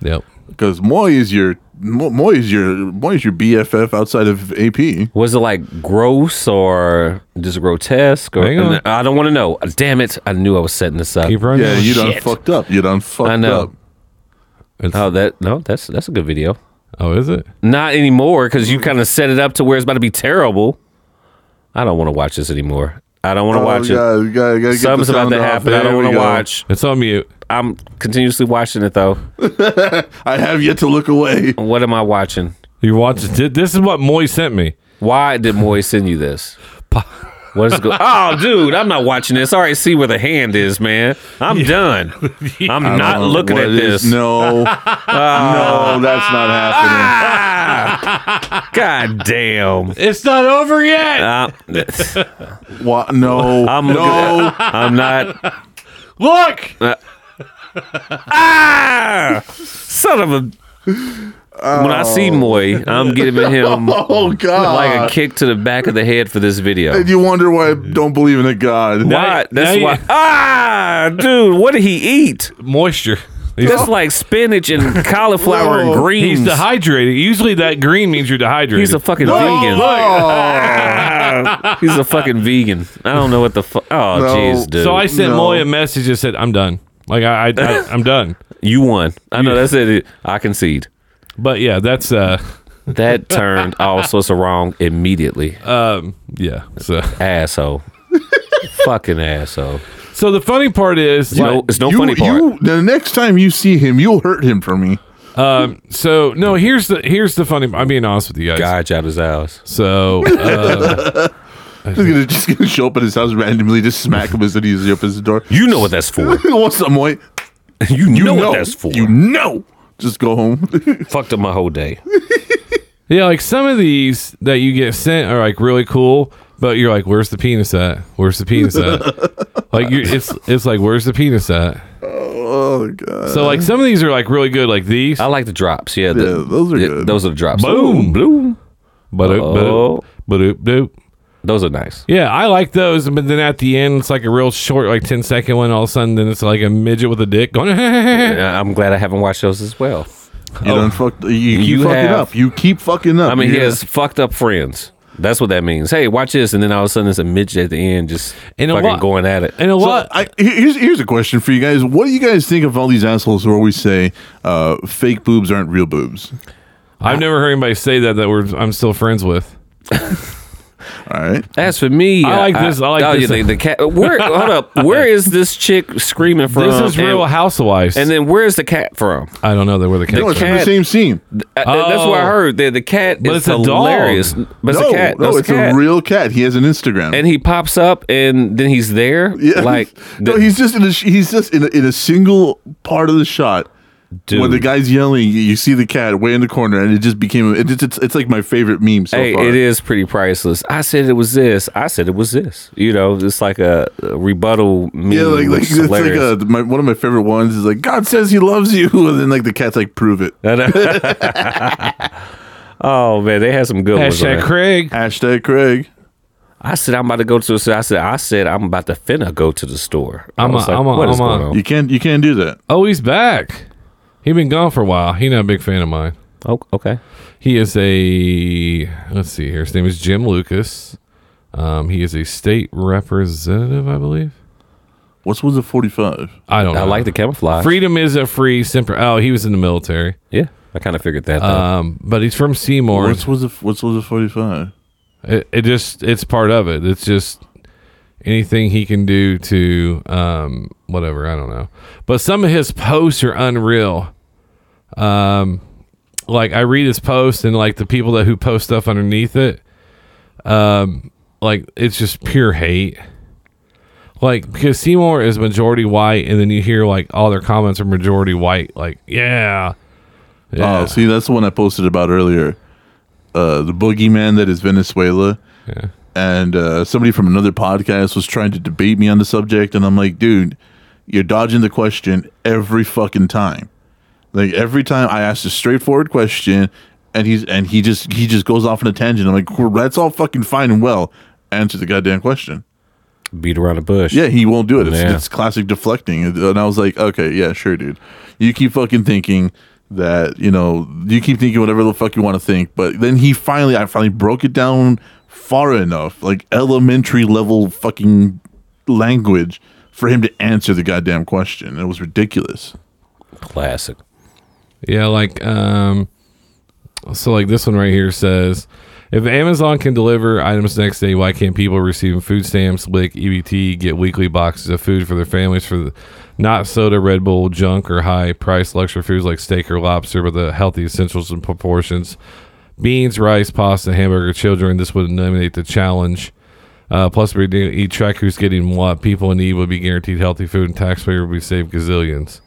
Speaker 1: Yep.
Speaker 2: Because Moy is your Mo- Moy is your Moy is your BFF outside of AP.
Speaker 3: Was it like gross or just grotesque? Or
Speaker 1: Hang on.
Speaker 3: I don't want to know. Damn it! I knew I was setting this up.
Speaker 1: Keep running.
Speaker 2: Yeah, you done
Speaker 3: Shit.
Speaker 2: fucked up. You done fucked
Speaker 3: I know.
Speaker 2: up.
Speaker 1: It's-
Speaker 3: Oh, that no, that's that's a good video.
Speaker 1: oh, is it?
Speaker 3: Not anymore because you kind of set it up to where it's about to be terrible. I don't want to watch this anymore. I don't want to
Speaker 2: Oh,
Speaker 3: watch
Speaker 2: we gotta-
Speaker 3: it.
Speaker 2: we gotta- gotta get
Speaker 3: Something's
Speaker 2: the
Speaker 3: about
Speaker 2: sound
Speaker 3: to
Speaker 2: off.
Speaker 3: happen. I
Speaker 2: There
Speaker 3: don't
Speaker 2: we
Speaker 3: want to
Speaker 2: go.
Speaker 3: watch.
Speaker 1: It's on mute.
Speaker 3: I'm continuously watching it though.
Speaker 2: I have yet to look away.
Speaker 3: What am I watching?
Speaker 1: You watch it. This is what Moy sent me.
Speaker 3: Why did Moy send you this? What is go- oh, dude, I'm not watching this. I already see where the hand is, man. I'm done. I'm not
Speaker 2: Uh,
Speaker 3: looking
Speaker 2: what
Speaker 3: at
Speaker 2: it is-
Speaker 3: this.
Speaker 2: No, no, that's not
Speaker 3: Ah!
Speaker 2: happening.
Speaker 3: God damn.
Speaker 1: It's not over yet.
Speaker 3: Uh,
Speaker 2: Wha- no,
Speaker 3: I'm looking
Speaker 2: no.
Speaker 3: I'm not.
Speaker 1: Look.
Speaker 3: Ah! Son of a. When I see
Speaker 1: Oh.
Speaker 3: Moy, I'm giving him
Speaker 2: Oh God!
Speaker 3: like a kick to the back of the head for this video.
Speaker 2: And you wonder why I don't believe in a God.
Speaker 3: Why?
Speaker 1: now
Speaker 3: That's
Speaker 1: you-
Speaker 3: why. Ah, dude, what did he eat?
Speaker 1: Moisture.
Speaker 3: That's like spinach and cauliflower and
Speaker 2: Whoa.
Speaker 3: greens.
Speaker 1: He's dehydrated. Usually that green means you're dehydrated.
Speaker 3: He's a fucking vegan.
Speaker 2: Oh.
Speaker 3: He's a fucking vegan. I don't know what the fuck. Oh,
Speaker 2: No.
Speaker 3: jeez, dude.
Speaker 1: so I sent
Speaker 2: No.
Speaker 1: Moy a message and said, "I'm done. Like I, I, I I'm done."
Speaker 3: you won. I know that's it. I concede.
Speaker 1: But yeah, that's uh,
Speaker 3: That turned all sorts of wrong immediately.
Speaker 1: um, yeah. So,
Speaker 3: asshole. fucking asshole.
Speaker 1: so the funny part is,
Speaker 3: You
Speaker 1: like,
Speaker 3: know, it's no
Speaker 2: you,
Speaker 3: funny part.
Speaker 2: you- the next time you see him, you'll hurt him for me.
Speaker 1: um, so no. Here's the here's the funny. I'm being honest with you guys.
Speaker 3: God, out his ass.
Speaker 1: So, uh,
Speaker 2: He's gonna just gonna show up at his house randomly, just smack him as soon as he opens the door.
Speaker 3: You know what that's for.
Speaker 2: What's up, Moy?
Speaker 3: You know,
Speaker 2: You know,
Speaker 3: what that's for.
Speaker 2: You know. Just go home.
Speaker 3: fucked up my whole day.
Speaker 1: yeah, like some of these that you get sent are like really cool, but you're like, "Where's the penis at? Where's the penis at?" like you it's it's like, "Where's the penis at?"
Speaker 2: oh God!
Speaker 1: So
Speaker 3: Uh-huh.
Speaker 1: like some of these are like really good, like these.
Speaker 3: I like the drops. Yeah, the-
Speaker 2: Yeah, those are
Speaker 3: yeah,
Speaker 2: good.
Speaker 3: Those are the drops.
Speaker 1: Boom.
Speaker 3: bloom.
Speaker 1: But
Speaker 3: Oh.
Speaker 1: boop, boop, boop.
Speaker 3: Those are nice.
Speaker 1: Yeah, I like those, but then at the end it's like a real short, like 10 second one. All of a sudden, then it's like a midget with a dick going.
Speaker 3: Yeah, I'm glad I haven't watched those as well.
Speaker 2: You done fucked. You, keep
Speaker 3: oh. You
Speaker 2: fucking
Speaker 3: have-
Speaker 2: up. You keep fucking up.
Speaker 3: I mean,
Speaker 2: You
Speaker 3: he has fucked up friends. That's what that means. Hey, watch this, and then all of a sudden, it's a midget at the end, just
Speaker 1: And a
Speaker 3: fucking
Speaker 1: lot-
Speaker 3: going at it.
Speaker 1: And a
Speaker 2: So
Speaker 1: lot,
Speaker 2: I, here- here's here's a question for you guys. What do you guys think of all these assholes who always say uh, fake boobs aren't real boobs?
Speaker 1: I've never heard anybody say that that we're I'm still friends with.
Speaker 2: All right.
Speaker 3: As for me,
Speaker 1: I like this- I like
Speaker 3: oh,
Speaker 1: this.
Speaker 3: you think the cat. Where? hold up. Where is this chick screaming from?
Speaker 1: This is
Speaker 3: and,
Speaker 1: Real Housewives,
Speaker 3: And
Speaker 1: Um, and
Speaker 3: then where's the cat from?
Speaker 1: I don't know that where the cat.
Speaker 2: No, it's from the
Speaker 3: cat-
Speaker 2: same scene.
Speaker 3: Uh, th- That's what I
Speaker 1: Oh.
Speaker 3: heard. The, the cat
Speaker 1: But
Speaker 3: is
Speaker 1: it's a dog.
Speaker 3: hilarious. But it's
Speaker 2: no,
Speaker 3: a cat.
Speaker 2: no,
Speaker 3: a
Speaker 2: it's
Speaker 3: cat.
Speaker 2: a real cat. He has an Instagram.
Speaker 3: and he pops up, and then he's there.
Speaker 2: yeah.
Speaker 3: Like,
Speaker 2: no,
Speaker 3: the-
Speaker 2: he's just in a sh- he's just in a, in a single part of the shot.
Speaker 3: Dude.
Speaker 2: When the guy's yelling, you- you see the cat way in the corner, and it just became it, it's, it's it's like my favorite meme so
Speaker 3: hey,
Speaker 2: far.
Speaker 3: it is pretty priceless. I said it was this. I said it was this. You know, it's like a, a rebuttal. Meme,
Speaker 2: Yeah, like, like
Speaker 3: which
Speaker 2: it's
Speaker 3: is
Speaker 2: like
Speaker 3: hilarious.
Speaker 2: a, my, one of my favorite ones is like God says he loves you, and then like the cat's like prove it.
Speaker 3: oh man, they had some good ones. on
Speaker 1: Hashtag
Speaker 3: there.
Speaker 1: Craig.
Speaker 2: Hashtag Craig.
Speaker 3: I said I'm about to go to the store. I said I said I'm about to finna go to the store. I
Speaker 1: I'm
Speaker 3: was
Speaker 1: a- I'm a-
Speaker 3: what is
Speaker 1: I'm a-
Speaker 3: going on?
Speaker 2: You can't you can't do that.
Speaker 1: Oh, he's back. He been gone for a while. He not a big fan of mine.
Speaker 3: Oh, okay.
Speaker 1: He is a let's see here. His name is Jim Lucas. Um, he is a state representative, I believe.
Speaker 2: What's was a forty five?
Speaker 1: I don't.
Speaker 3: I
Speaker 1: know.
Speaker 3: like the camouflage.
Speaker 1: freedom is a free simper. Oh, he was in the military.
Speaker 3: Yeah, I kind of figured that. though.
Speaker 1: Um, but he's from Seymour.
Speaker 2: What's was a what's was a forty five?
Speaker 1: It, it just it's part of it. It's just anything he can do to um whatever I don't know. But some of his posts are unreal. Um, like I read his post and like the people that who post stuff underneath it. um, like it's just pure hate. Like because Seymour is majority white, and then you hear like all their comments are majority white. Like yeah, yeah.
Speaker 2: Oh, see, that's the one I posted about earlier. Uh, the boogeyman that is Venezuela.
Speaker 1: Yeah.
Speaker 2: And uh, somebody from another podcast was trying to debate me on the subject. And I'm like, dude, you're dodging the question every fucking time. Like every time I ask a straightforward question, and he's and he just he just goes off on a tangent. I'm like, "Well, that's all fucking fine and well. Answer the goddamn question.
Speaker 3: Beat around the bush.
Speaker 2: Yeah, he won't do it. It's,
Speaker 3: Yeah.
Speaker 2: it's classic deflecting. And I was like, okay, yeah, sure, dude. You keep fucking thinking that, you know, you keep thinking whatever the fuck you want to think. But then he finally, I finally broke it down far enough, like elementary level fucking language for him to answer the goddamn question. It was ridiculous.
Speaker 3: Classic.
Speaker 1: Yeah, like um so like this one right here says if Amazon can deliver items next day, why can't people receiving food stamps, lick, EBT get weekly boxes of food for their families for the, not soda, Red Bull, junk or high price luxury foods like steak or lobster, but the healthy essentials and proportions, beans, rice, pasta, hamburger, children. This would eliminate the challenge. Uh, plus, we do eat track who's getting what. People in need would be guaranteed healthy food, and taxpayer would be saved gazillions.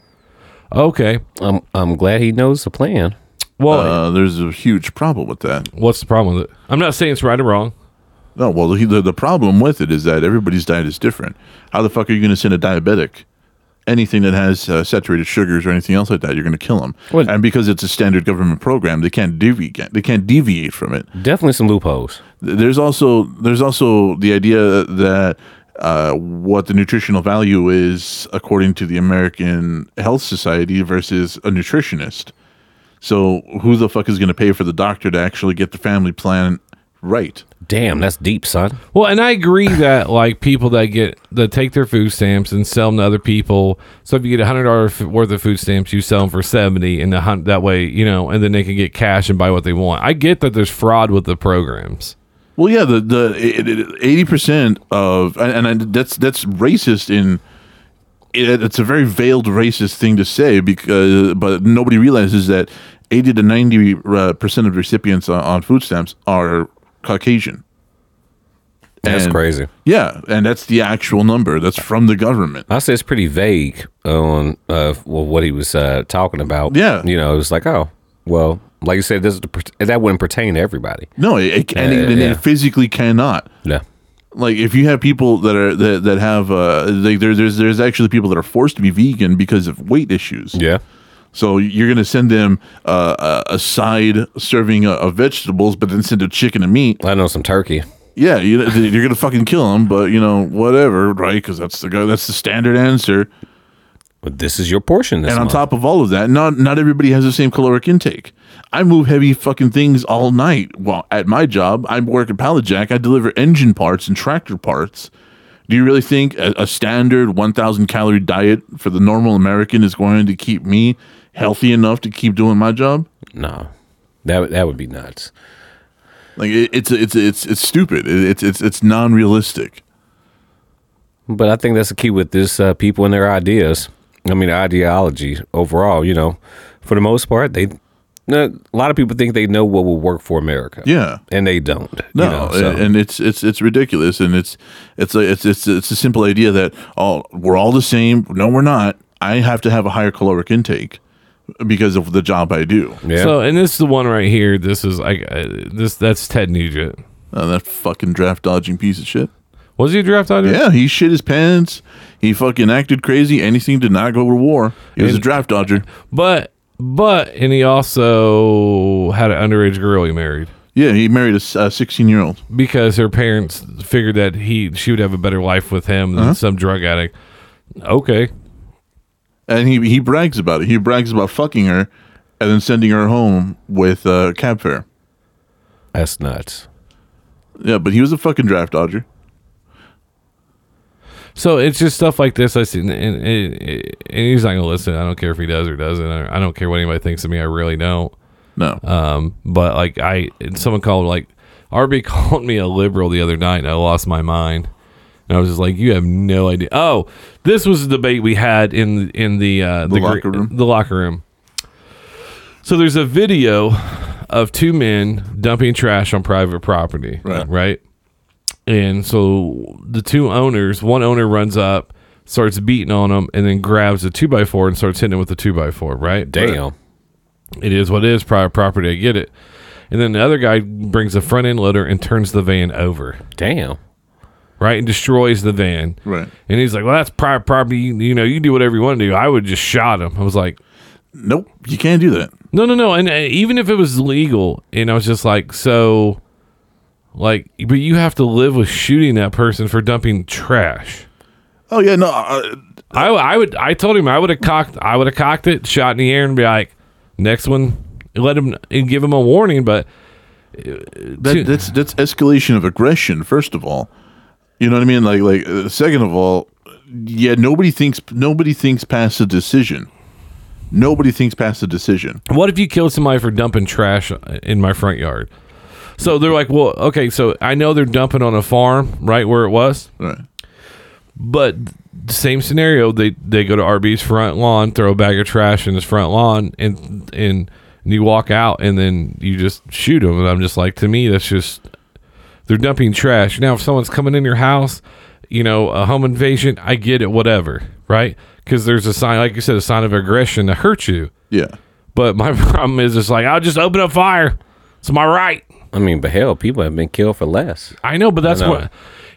Speaker 1: Okay,
Speaker 3: I'm I'm glad he knows the plan.
Speaker 1: well,
Speaker 2: Uh, there's a huge problem with that.
Speaker 1: What's the problem with it? I'm not saying it's right or wrong.
Speaker 2: No, well, he, the, the problem with it is that everybody's diet is different. How the fuck are you going to send a diabetic anything that has uh, saturated sugars or anything else like that? You're going to kill them.
Speaker 3: Well-
Speaker 2: and because it's a standard government program, they can't deviate. They can't deviate from it.
Speaker 3: Definitely some loopholes.
Speaker 2: Th- There's also there's also the idea that uh, what the nutritional value is according to the American Health Society versus a nutritionist. So who the fuck is going to pay for the doctor to actually get the family plan right?
Speaker 3: Damn, that's deep, son.
Speaker 1: Well, and I agree that like people that get that take their food stamps and sell them to other people. So if you get a hundred dollars worth of food stamps, you sell them for seventy, and the hun- that way you know, and then they can get cash and buy what they want. I get that there's fraud with the programs.
Speaker 2: Well, yeah, the the eighty percent of and, and I- that's that's racist in. It, it's a very veiled racist thing to say because, but nobody realizes that eighty to ninety uh, percent of recipients on, on food stamps are Caucasian.
Speaker 3: That's
Speaker 2: And-
Speaker 3: crazy.
Speaker 2: Yeah, and that's the actual number. That's from the government.
Speaker 3: I say it's pretty vague on uh, well, what he was uh, talking about.
Speaker 2: Yeah.
Speaker 3: you know, it was like, oh, well, like you said, this is the, per- that wouldn't pertain to everybody.
Speaker 2: No, it, it, and, it, and
Speaker 3: Yeah.
Speaker 2: it physically cannot.
Speaker 3: Yeah,
Speaker 2: like if you have people that are that that have uh like there, there's there's actually people that are forced to be vegan because of weight issues
Speaker 3: yeah,
Speaker 2: so you're gonna send them uh, a a side serving of, of vegetables but then send a chicken and meat
Speaker 3: I know some turkey.
Speaker 2: yeah you, you're gonna fucking kill them but you know whatever right because that's the go that's the standard answer
Speaker 3: But this is your portion this
Speaker 2: and on
Speaker 3: month.
Speaker 2: top of all of that, not not everybody has the same caloric intake. I move heavy fucking things all night. Well, at my job, I work at Pallet Jack. I deliver engine parts and tractor parts. Do you really think a, a standard 1,000 calorie diet for the normal American is going to keep me healthy enough to keep doing my job?
Speaker 3: no, that would- that would be nuts.
Speaker 2: Like it, it's it's it's it's stupid. It, it's it's it's non realistic.
Speaker 3: But I think that's the key with this uh, people and their ideas. I mean, ideology overall. You know, for the most part, they a lot of people think they know what will work for America.
Speaker 2: Yeah.
Speaker 3: and they don't.
Speaker 2: No,
Speaker 3: you know, so.
Speaker 2: and it's it's it's ridiculous, and it's it's a, it's it's it's a simple idea that all we're all the same. No, we're not. I have to have a higher caloric intake because of the job I do.
Speaker 3: yeah.
Speaker 1: So, and this is the one right here. This is I uh, this that's Ted Nugent.
Speaker 2: Uh, that fucking draft dodging piece of shit.
Speaker 1: Was he a draft dodger?
Speaker 2: Yeah, he shit his pants. He fucking acted crazy. Anything to not go to war. He was a
Speaker 1: And-
Speaker 2: draft dodger.
Speaker 1: But but and he also had an underage girl he married.
Speaker 2: Yeah, he married a sixteen-year-old.
Speaker 1: because her parents figured that he she would have a better life with him than some drug addict. Okay,
Speaker 2: and he he brags about it. He brags about fucking her, and then sending her home with uh, cab fare.
Speaker 3: that's nuts.
Speaker 2: Yeah, but he was a fucking draft dodger.
Speaker 1: so it's just stuff like this. I see, and, and, and he's not gonna listen. I don't care if he does or doesn't. I I don't care what anybody thinks of me. I really don't.
Speaker 2: No,
Speaker 3: Uh,
Speaker 1: Um, but like I, and someone called like RB called me a liberal the other night, and I lost my mind. And I was just like, "You have no idea." Oh, this was the debate we had in in the uh, the,
Speaker 2: locker room?
Speaker 1: The locker room. So there's a video of two men dumping trash on private property,
Speaker 2: Right.
Speaker 1: right? And so the two owners, one owner runs up, starts beating on him, and then grabs a two by four and starts hitting him with a two by four, right?
Speaker 3: Damn.
Speaker 1: It is what it is, private property, I get it. And then the other guy brings a front end loader and turns the van over,
Speaker 3: Damn.
Speaker 1: right? And destroys the van.
Speaker 2: Right.
Speaker 1: And he's like, well, that's private property. You, you know, you do whatever you want to do. I would just shot him. I was like,
Speaker 2: Nope. You can't do that.
Speaker 1: no, no, no. And uh, even if it was legal, and I was just like, so, like, but you have to live with shooting that person for dumping trash.
Speaker 2: Oh yeah. No. I,
Speaker 1: I, I would, I told him I would have cocked, I would have cocked it, shot in the air, and be like, next one, let him and give him a warning. But
Speaker 2: that, that's that's escalation of aggression. First of all, you know what I mean. Like like uh, second of all, yeah. Nobody thinks nobody thinks past a decision. Nobody thinks past a decision.
Speaker 1: what if you killed somebody for dumping trash in my front yard? So they're like, well, okay, so I know they're dumping on a farm, right where it was.
Speaker 2: Right.
Speaker 1: But same scenario, they they go to RB's front lawn, throw a bag of trash in his front lawn, and and you walk out, and then you just shoot him. And I'm just like, to me, that's just they're dumping trash. Now, if someone's coming in your house, you know, a home invasion, I get it, whatever, right? Because there's a sign, like you said, a sign of aggression to hurt you.
Speaker 2: Yeah.
Speaker 1: But my problem is, it's like I'll just open up fire. It's my right.
Speaker 3: I mean, but hell, people have been killed for less.
Speaker 1: I know, but that's
Speaker 3: know.
Speaker 1: what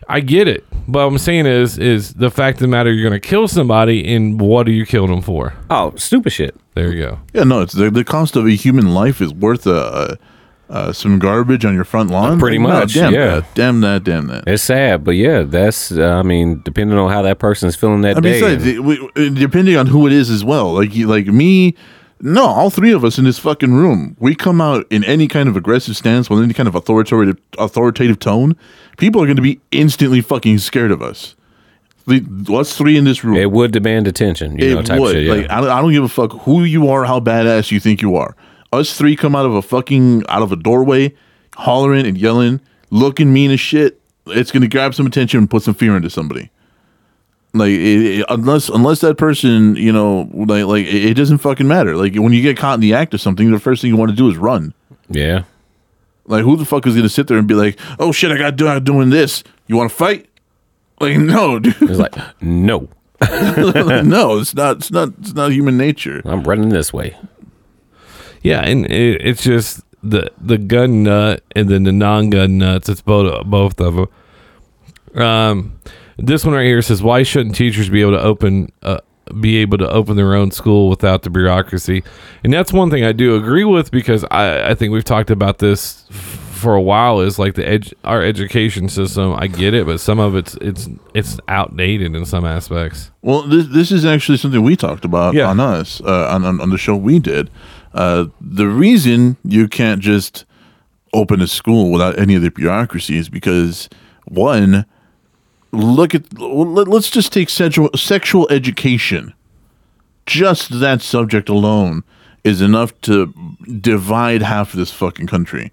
Speaker 1: I get it. But what I'm saying is, is the fact of the matter, you're going to kill somebody, and what are you killing them for?
Speaker 3: Oh, stupid shit.
Speaker 1: There you go.
Speaker 2: Yeah. No. It's the, the cost of a human life is worth uh, uh, some garbage on your front lawn.
Speaker 3: Pretty
Speaker 2: No,
Speaker 3: much,
Speaker 2: damn
Speaker 3: yeah.
Speaker 2: that. Damn that. Damn that.
Speaker 3: It's sad, but yeah, that's. Uh, I mean, depending on how that person's feeling that
Speaker 2: I
Speaker 3: day.
Speaker 2: mean, it's like,
Speaker 3: and-
Speaker 2: the- we- we- depending on who it is as well. Like, you- like me, no, all three of us in this fucking room, we come out in any kind of aggressive stance with any kind of authoritative authoritative tone. People are going to be instantly fucking scared of us. The, us three in this room,
Speaker 3: it would demand attention, you know, type shit. Yeah.
Speaker 2: Like, I don't, I don't give a fuck who you are, how badass you think you are. Us three come out of a fucking out of a doorway, hollering and yelling, looking mean as shit. It's gonna grab some attention and put some fear into somebody. Like it, it- unless unless that person, you know, like like it, it doesn't fucking matter. Like when you get caught in the act of something, the first thing you want to do is run.
Speaker 3: yeah.
Speaker 2: Like who the fuck is gonna sit there and be like, oh shit, I got done doing this. You want to fight? Like no, dude.
Speaker 3: It's like, no,
Speaker 2: no, it's not. It's not. It's not human nature.
Speaker 3: I'm running this way.
Speaker 1: Yeah, and it, it's just the the gun nut and then the non gun nuts. It's both both of them. Um, this one right here says, "Why shouldn't teachers be able to open uh, be able to open their own school without the bureaucracy?" And that's one thing I do agree with because I I think we've talked about this f- for a while. Is like the edu- our education system. I get it, but some of it's it's it's outdated in some aspects.
Speaker 2: Well, this this is actually something we talked about
Speaker 1: Yeah.
Speaker 2: on us uh, on, on on the show we did. Uh, the reason you can't just open a school without any of the bureaucracy is because one, look at well, let, let's just take sexual sexual education. Just that subject alone is enough to divide half of this fucking country.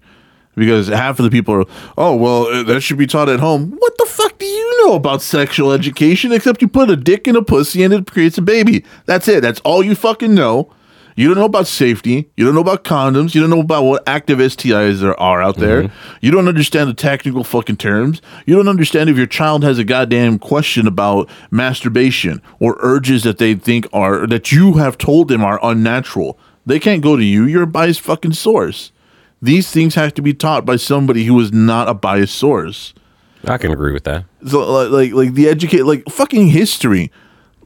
Speaker 2: Because half of the people are, oh, well, uh, that should be taught at home. What the fuck do you know about sexual education except you put a dick in a pussy and it creates a baby? That's it. That's all you fucking know. You don't know about safety. You don't know about condoms. You don't know about what active STIs there are out there. You don't understand the technical fucking terms. You don't understand if your child has a goddamn question about masturbation or urges that they think are, that you have told them are unnatural. They can't go to you. You're a biased fucking source. These things have to be taught by somebody who is not a biased source.
Speaker 3: I can agree with that.
Speaker 2: So like like, like the educate like fucking history.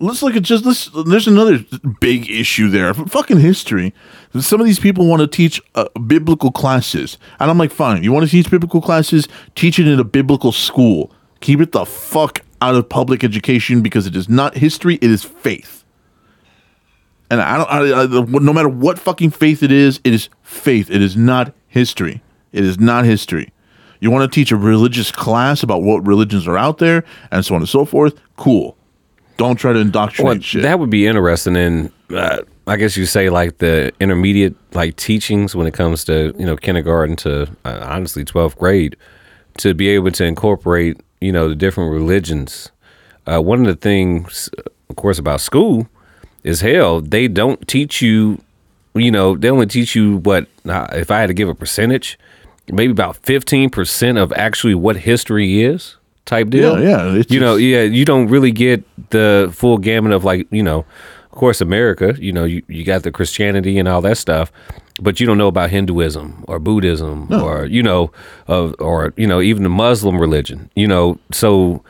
Speaker 2: Let's look at just this. There's another big issue there. Fucking history. Some of these people want to teach uh, biblical classes, and I'm like, fine. You want to teach biblical classes? Teach it in a biblical school. Keep it the fuck out of public education because it is not history. It is faith. And I don't. I, I, no matter what fucking faith it is, it is faith. It is not history. It is not history. You want to teach a religious class about what religions are out there and so on and so forth. Cool. Don't try to indoctrinate
Speaker 3: Well,
Speaker 2: shit.
Speaker 3: that would be interesting. And uh, I guess you say like the intermediate like teachings when it comes to you know kindergarten to uh, honestly 12th grade to be able to incorporate you know the different religions. Uh, one of the things, of course, about school is hell they don't teach you you know, they only teach you what, nah, if I had to give a percentage, maybe about 15% of actually what history is type deal.
Speaker 2: Yeah, yeah, it's
Speaker 3: you know,
Speaker 2: just-
Speaker 3: yeah, you don't really get the full gamut of like, you know, of course, America, you know, you, you got the Christianity and all that stuff, but you don't know about Hinduism or Buddhism or, you know, of, or, you know, even the Muslim religion, you know, so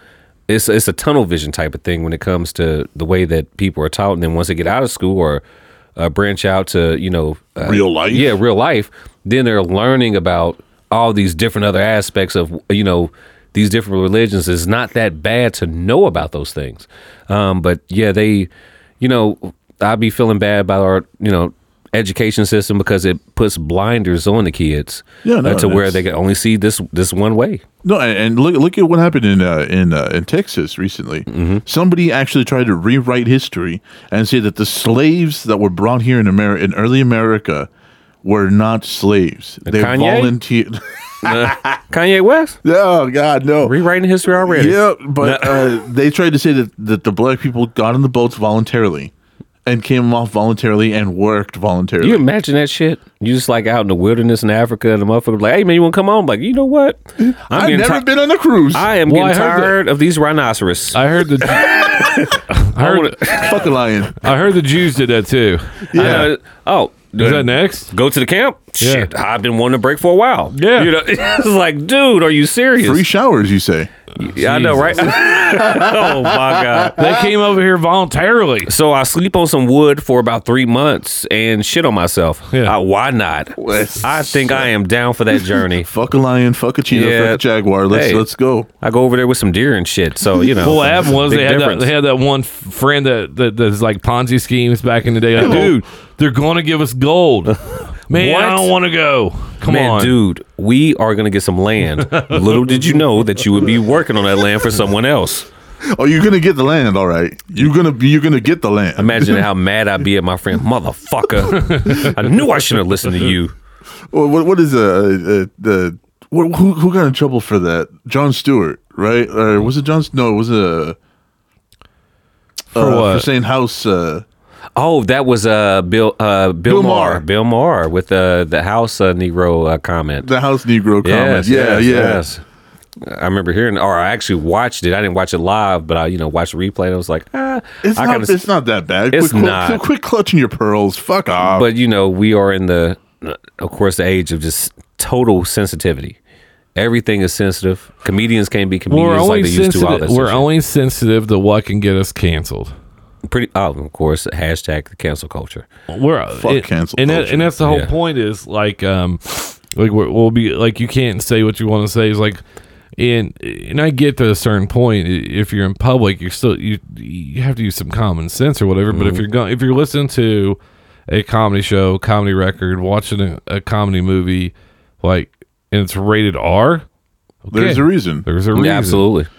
Speaker 3: it's, it's a tunnel vision type of thing when it comes to the way that people are taught. And then once they get out of school or uh, branch out to, you know, uh,
Speaker 2: Real life?
Speaker 3: Yeah, real life. Then they're learning about all these different other aspects of you know these different religions. It's not that bad to know about those things, um, but yeah, they, you know, I'd be feeling bad about our you know education system because it puts blinders on the kids
Speaker 2: Yeah, no,
Speaker 3: uh, to where
Speaker 2: that's-
Speaker 3: they can only see this this one way.
Speaker 2: No, and, and look look at what happened in uh, in uh, in Texas recently.
Speaker 3: Mm-hmm.
Speaker 2: Somebody actually tried to rewrite history and say that the slaves that were brought here in America in early America were not slaves. They
Speaker 3: Kanye?
Speaker 2: volunteered.
Speaker 3: Kanye West
Speaker 2: oh God, no.
Speaker 3: rewriting history already.
Speaker 2: Yeah, but uh, they tried to say that, that the black people got on the boats voluntarily and came off voluntarily and worked voluntarily.
Speaker 3: You imagine that shit? You just like out in the wilderness in Africa, and the motherfucker be like, "Hey man, you want to come on?" I'm like, you know what? I'm
Speaker 2: I've
Speaker 3: getting
Speaker 2: never
Speaker 3: ti-
Speaker 2: been on a cruise.
Speaker 3: I am
Speaker 1: Well,
Speaker 3: getting
Speaker 1: I heard that-
Speaker 3: tired of these rhinoceros.
Speaker 1: I heard the I
Speaker 3: I
Speaker 1: heard
Speaker 3: wanna-
Speaker 2: Fuck a lion.
Speaker 1: I heard the Jews did that too.
Speaker 3: I know- oh,
Speaker 1: Is that next?
Speaker 3: go to the camp?
Speaker 1: Yeah.
Speaker 3: Shit, I've been wanting a break for a while.
Speaker 1: Yeah.
Speaker 3: you know, it's like, dude, are you serious?
Speaker 2: Free showers, you say?
Speaker 3: yeah, I know, right? oh my god.
Speaker 1: They came over here voluntarily.
Speaker 3: So I sleep on some wood for about three months and shit on myself.
Speaker 1: Yeah.
Speaker 3: Uh, why not?
Speaker 2: Let's-
Speaker 3: I think I am down for that journey.
Speaker 2: Fuck a lion. Fuck a cheetah.
Speaker 3: Yeah.
Speaker 2: Fuck a jaguar. Let's
Speaker 3: Hey.
Speaker 2: let's go.
Speaker 3: I go over there with some deer and shit. So you know,
Speaker 1: Well, what happened was
Speaker 3: big
Speaker 1: they had, that,
Speaker 3: difference.
Speaker 1: they had that one f- friend that, that that's like Ponzi schemes back in the day. Like, dude, they're going to give us gold. Man,
Speaker 3: What?
Speaker 1: I don't want to go. Come
Speaker 3: Man,
Speaker 1: on,
Speaker 3: dude, we are gonna get some land. Little did you know that you would be working on that land for someone else.
Speaker 2: Oh, you're gonna get the land, all right. You're gonna be. You're gonna get the land.
Speaker 3: Imagine how mad I'd be at my friend, motherfucker. I knew I shouldn't have listened to you.
Speaker 2: Well, what what is uh, uh, the what, who who got in trouble for that? John Stewart, right? Or was it John? S- No, it was a
Speaker 1: For what?
Speaker 2: for saying house. Uh,
Speaker 3: Oh, that was uh Bill uh Bill,
Speaker 2: Bill
Speaker 3: Maher.
Speaker 2: Maher.
Speaker 3: Bill Maher with uh, the house uh, Negro uh, comment.
Speaker 2: the house Negro comment.
Speaker 3: Yes,
Speaker 2: yeah,
Speaker 3: yes,
Speaker 2: yeah.
Speaker 3: yes. I remember hearing, or I actually watched it. I didn't watch it live, but I, you know, watched the replay, and I was like, ah,
Speaker 2: It's
Speaker 3: I
Speaker 2: not.
Speaker 3: kinda-
Speaker 2: It's not that bad.
Speaker 3: It's
Speaker 2: quit,
Speaker 3: not.
Speaker 2: Quit, quit clutching your pearls. Fuck off.
Speaker 3: but you know we are in the uh, of course the age of just total sensitivity everything is sensitive comedians can't be
Speaker 1: we're
Speaker 3: comedians
Speaker 1: only
Speaker 3: like they used to all
Speaker 1: sensitive.
Speaker 3: that
Speaker 1: We're
Speaker 3: shit.
Speaker 1: only sensitive to what can get us canceled.
Speaker 3: pretty oh, of course hashtag the cancel culture
Speaker 1: We're uh,
Speaker 2: Fuck
Speaker 1: it-
Speaker 2: cancel
Speaker 1: and that,
Speaker 2: culture.
Speaker 1: and that's the whole
Speaker 3: Yeah.
Speaker 1: point is like um like we're, we'll be like you can't say what you want to say is like and and I get to a certain point i- if you're in public you're still you you have to use some common sense or whatever but if
Speaker 2: Mm-hmm.
Speaker 1: you're going if you're listening to a comedy show comedy record watching a, a comedy movie like and it's rated R
Speaker 2: There's
Speaker 1: okay.
Speaker 2: a reason.
Speaker 1: there's a reason
Speaker 3: Yeah, absolutely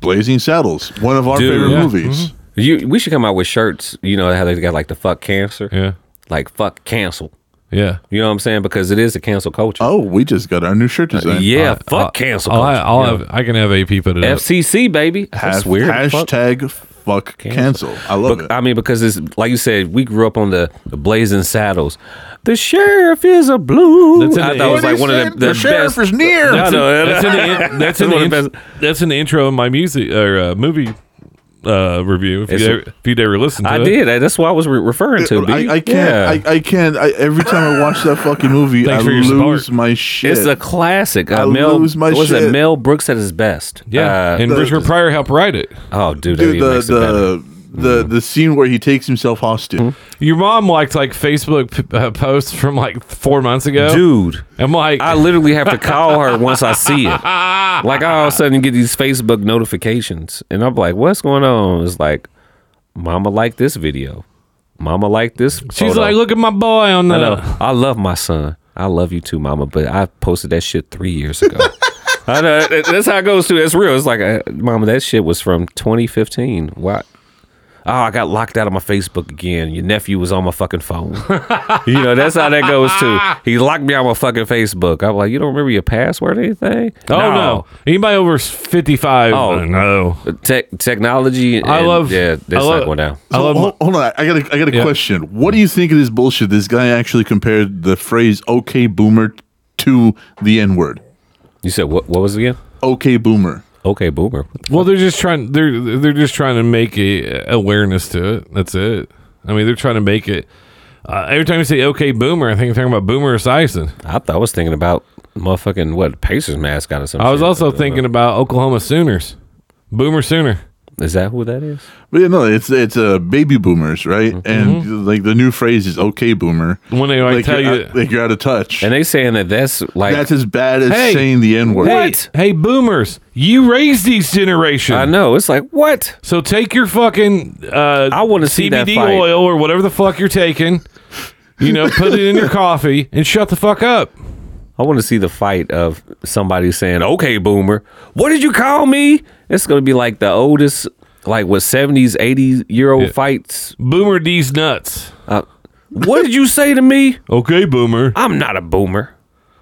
Speaker 2: Blazing Saddles, one of our
Speaker 3: Dude. Mm-hmm.
Speaker 2: favorite
Speaker 1: Yeah.
Speaker 2: movies.
Speaker 3: you we should come out with shirts you know how they got like the fuck cancer
Speaker 1: yeah
Speaker 3: like fuck cancel
Speaker 1: yeah
Speaker 3: you know what i'm saying because it is a cancel culture
Speaker 2: Oh, we just got our new shirt design.
Speaker 3: Uh, yeah
Speaker 1: I-
Speaker 3: fuck
Speaker 1: I-
Speaker 3: cancel
Speaker 1: I'll,
Speaker 3: culture
Speaker 1: ha- I'll
Speaker 3: you know?
Speaker 1: have Uh, oh, I uh, can have AP put it up
Speaker 3: fcc baby that's
Speaker 2: Has-
Speaker 3: weird Fuck.
Speaker 2: Hashtag fuck, cancel. I love
Speaker 3: Bec-
Speaker 2: it.
Speaker 3: I mean, because it's like you said, we grew up on the, the blazing saddles. The sheriff is a blue.
Speaker 1: That's in
Speaker 3: I
Speaker 1: the-
Speaker 3: thought it was
Speaker 2: What
Speaker 3: like
Speaker 2: he
Speaker 3: one of
Speaker 2: said?
Speaker 3: the, the,
Speaker 2: The sheriff
Speaker 3: best.
Speaker 2: is
Speaker 3: No,
Speaker 2: near.
Speaker 1: That's,
Speaker 3: no,
Speaker 1: an, that's, an, in- that's, an
Speaker 3: one of the
Speaker 1: in- that's an intro of my music or uh, movie uh, review. If
Speaker 3: It's
Speaker 1: you
Speaker 3: a-
Speaker 1: ever, if you'd ever listen to
Speaker 3: I
Speaker 1: it,
Speaker 3: did. That's what I was re- referring to. B.
Speaker 2: I, I can't.
Speaker 3: Yeah.
Speaker 2: I, I can't. I, every time I watch that fucking movie,
Speaker 1: Thanks
Speaker 2: I
Speaker 1: for your
Speaker 2: lose
Speaker 1: support.
Speaker 2: my shit.
Speaker 3: it's a classic. Uh,
Speaker 2: I
Speaker 3: Mel,
Speaker 2: lose my
Speaker 3: was it
Speaker 2: shit.
Speaker 3: Mel Brooks at his best?
Speaker 1: yeah.
Speaker 3: Uh,
Speaker 1: and
Speaker 2: the-
Speaker 1: Richard Pryor helped write it.
Speaker 3: oh, dude,
Speaker 2: Dude,
Speaker 3: that
Speaker 2: the
Speaker 3: makes it better. Mm-hmm.
Speaker 2: the the, the scene where he takes himself hostage.
Speaker 1: Your mom liked like Facebook p- uh, posts from like four months ago.
Speaker 3: dude.
Speaker 1: I'm like,
Speaker 3: I literally have to call her once I see it. Like I all of a sudden get these Facebook notifications, and I'm like, "What's going on?" It's like, "Mama liked this video. Mama liked this."
Speaker 1: she's
Speaker 3: photo.
Speaker 1: like, look at my boy on
Speaker 3: I know.
Speaker 1: the.
Speaker 3: I love my son. I love you too, Mama. But I posted that shit three years ago. I know that- that's how it goes too. It's real. It's like, uh, Mama, that shit was from 2015. Why? oh, I got locked out of my Facebook again. Your nephew was on my fucking phone. you know, that's how that goes too. He locked me out my fucking Facebook. I'm like, you don't remember your password or anything?
Speaker 1: Oh no. Anybody over fifty five?
Speaker 3: Oh.
Speaker 1: no.
Speaker 3: Tech technology.
Speaker 1: I
Speaker 3: and-
Speaker 1: love-
Speaker 3: Yeah,
Speaker 1: I
Speaker 3: that's
Speaker 1: love-
Speaker 3: not going down.
Speaker 1: I love.
Speaker 2: hold, hold on, I got a, I got a question. What do you think of this bullshit? This guy actually compared the phrase "okay boomer" to the N word.
Speaker 3: You said what? What was it again?
Speaker 2: Okay boomer.
Speaker 3: Okay, boomer.
Speaker 1: Well, they're just trying. They're they're just trying to make a awareness to it. That's it. I mean, they're trying to make it. Uh, every time you say "Okay, Boomer," I think they're talking about Boomer Esiason.
Speaker 3: I thought I was thinking about motherfucking what Pacers mascot or something.
Speaker 1: I was also thinking about Oklahoma Sooners, Boomer Sooner.
Speaker 3: Is that who that is?
Speaker 2: But yeah, no, it's it's uh, baby boomers, right?
Speaker 1: Mm-hmm.
Speaker 2: And like the new phrase is "okay boomer."
Speaker 1: When they like, tell
Speaker 2: you're
Speaker 1: you,
Speaker 3: uh,
Speaker 2: out, like you're out of touch.
Speaker 3: And they saying that that's like
Speaker 2: That's as bad as
Speaker 1: Hey,
Speaker 2: saying the N word.
Speaker 1: hey, hey, Boomers, you raised these generations.
Speaker 3: I know. It's like what?
Speaker 1: So take your fucking uh,
Speaker 3: I wanna see that
Speaker 1: CBD
Speaker 3: fight.
Speaker 1: oil or whatever the fuck you're taking. You know, put it in your coffee and shut the fuck up.
Speaker 3: I want to see the fight of somebody saying, "Okay, boomer, what did you call me?" It's going to be like the oldest, like what seventies, eighty year old fights.
Speaker 1: Boomer D's nuts.
Speaker 3: Uh, what did you say to me?
Speaker 1: Okay, Boomer.
Speaker 3: I'm not a boomer.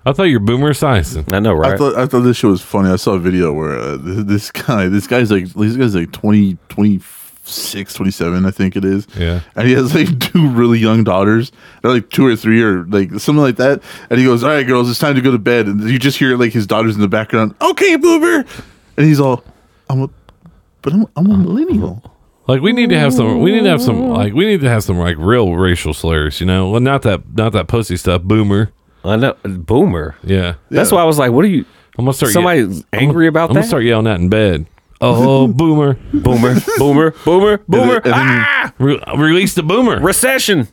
Speaker 1: I thought you're Boomer Esiason.
Speaker 3: I know, right?
Speaker 2: I thought I thought this shit was funny. I saw a video where uh, this, this guy, this guy's like, this guy's like 20, 26, 27, I think it is.
Speaker 1: Yeah.
Speaker 2: And he has like two really young daughters. They're like two or three or like something like that. And he goes, "All right, girls, it's time to go to bed." And you just hear like his daughters in the background, "Okay, boomer," and he's all, "I'm a, but I'm, I'm a millennial."
Speaker 1: Like we need to have some. We need to have some. Like we need to have some like real racial slurs. You know, well, not that not that pussy stuff. Boomer.
Speaker 3: I know, boomer.
Speaker 1: Yeah,
Speaker 3: That's why I was like, "What are you?"
Speaker 1: I'm gonna start.
Speaker 3: Somebody's
Speaker 1: I'm gonna-
Speaker 3: angry about
Speaker 1: I'm
Speaker 3: that?
Speaker 1: gonna start yelling that in bed. Oh, Boomer!
Speaker 3: Boomer, boomer, boomer, boomer.
Speaker 2: And then- and then-
Speaker 3: ah,
Speaker 1: Re- release the Boomer.
Speaker 3: recession.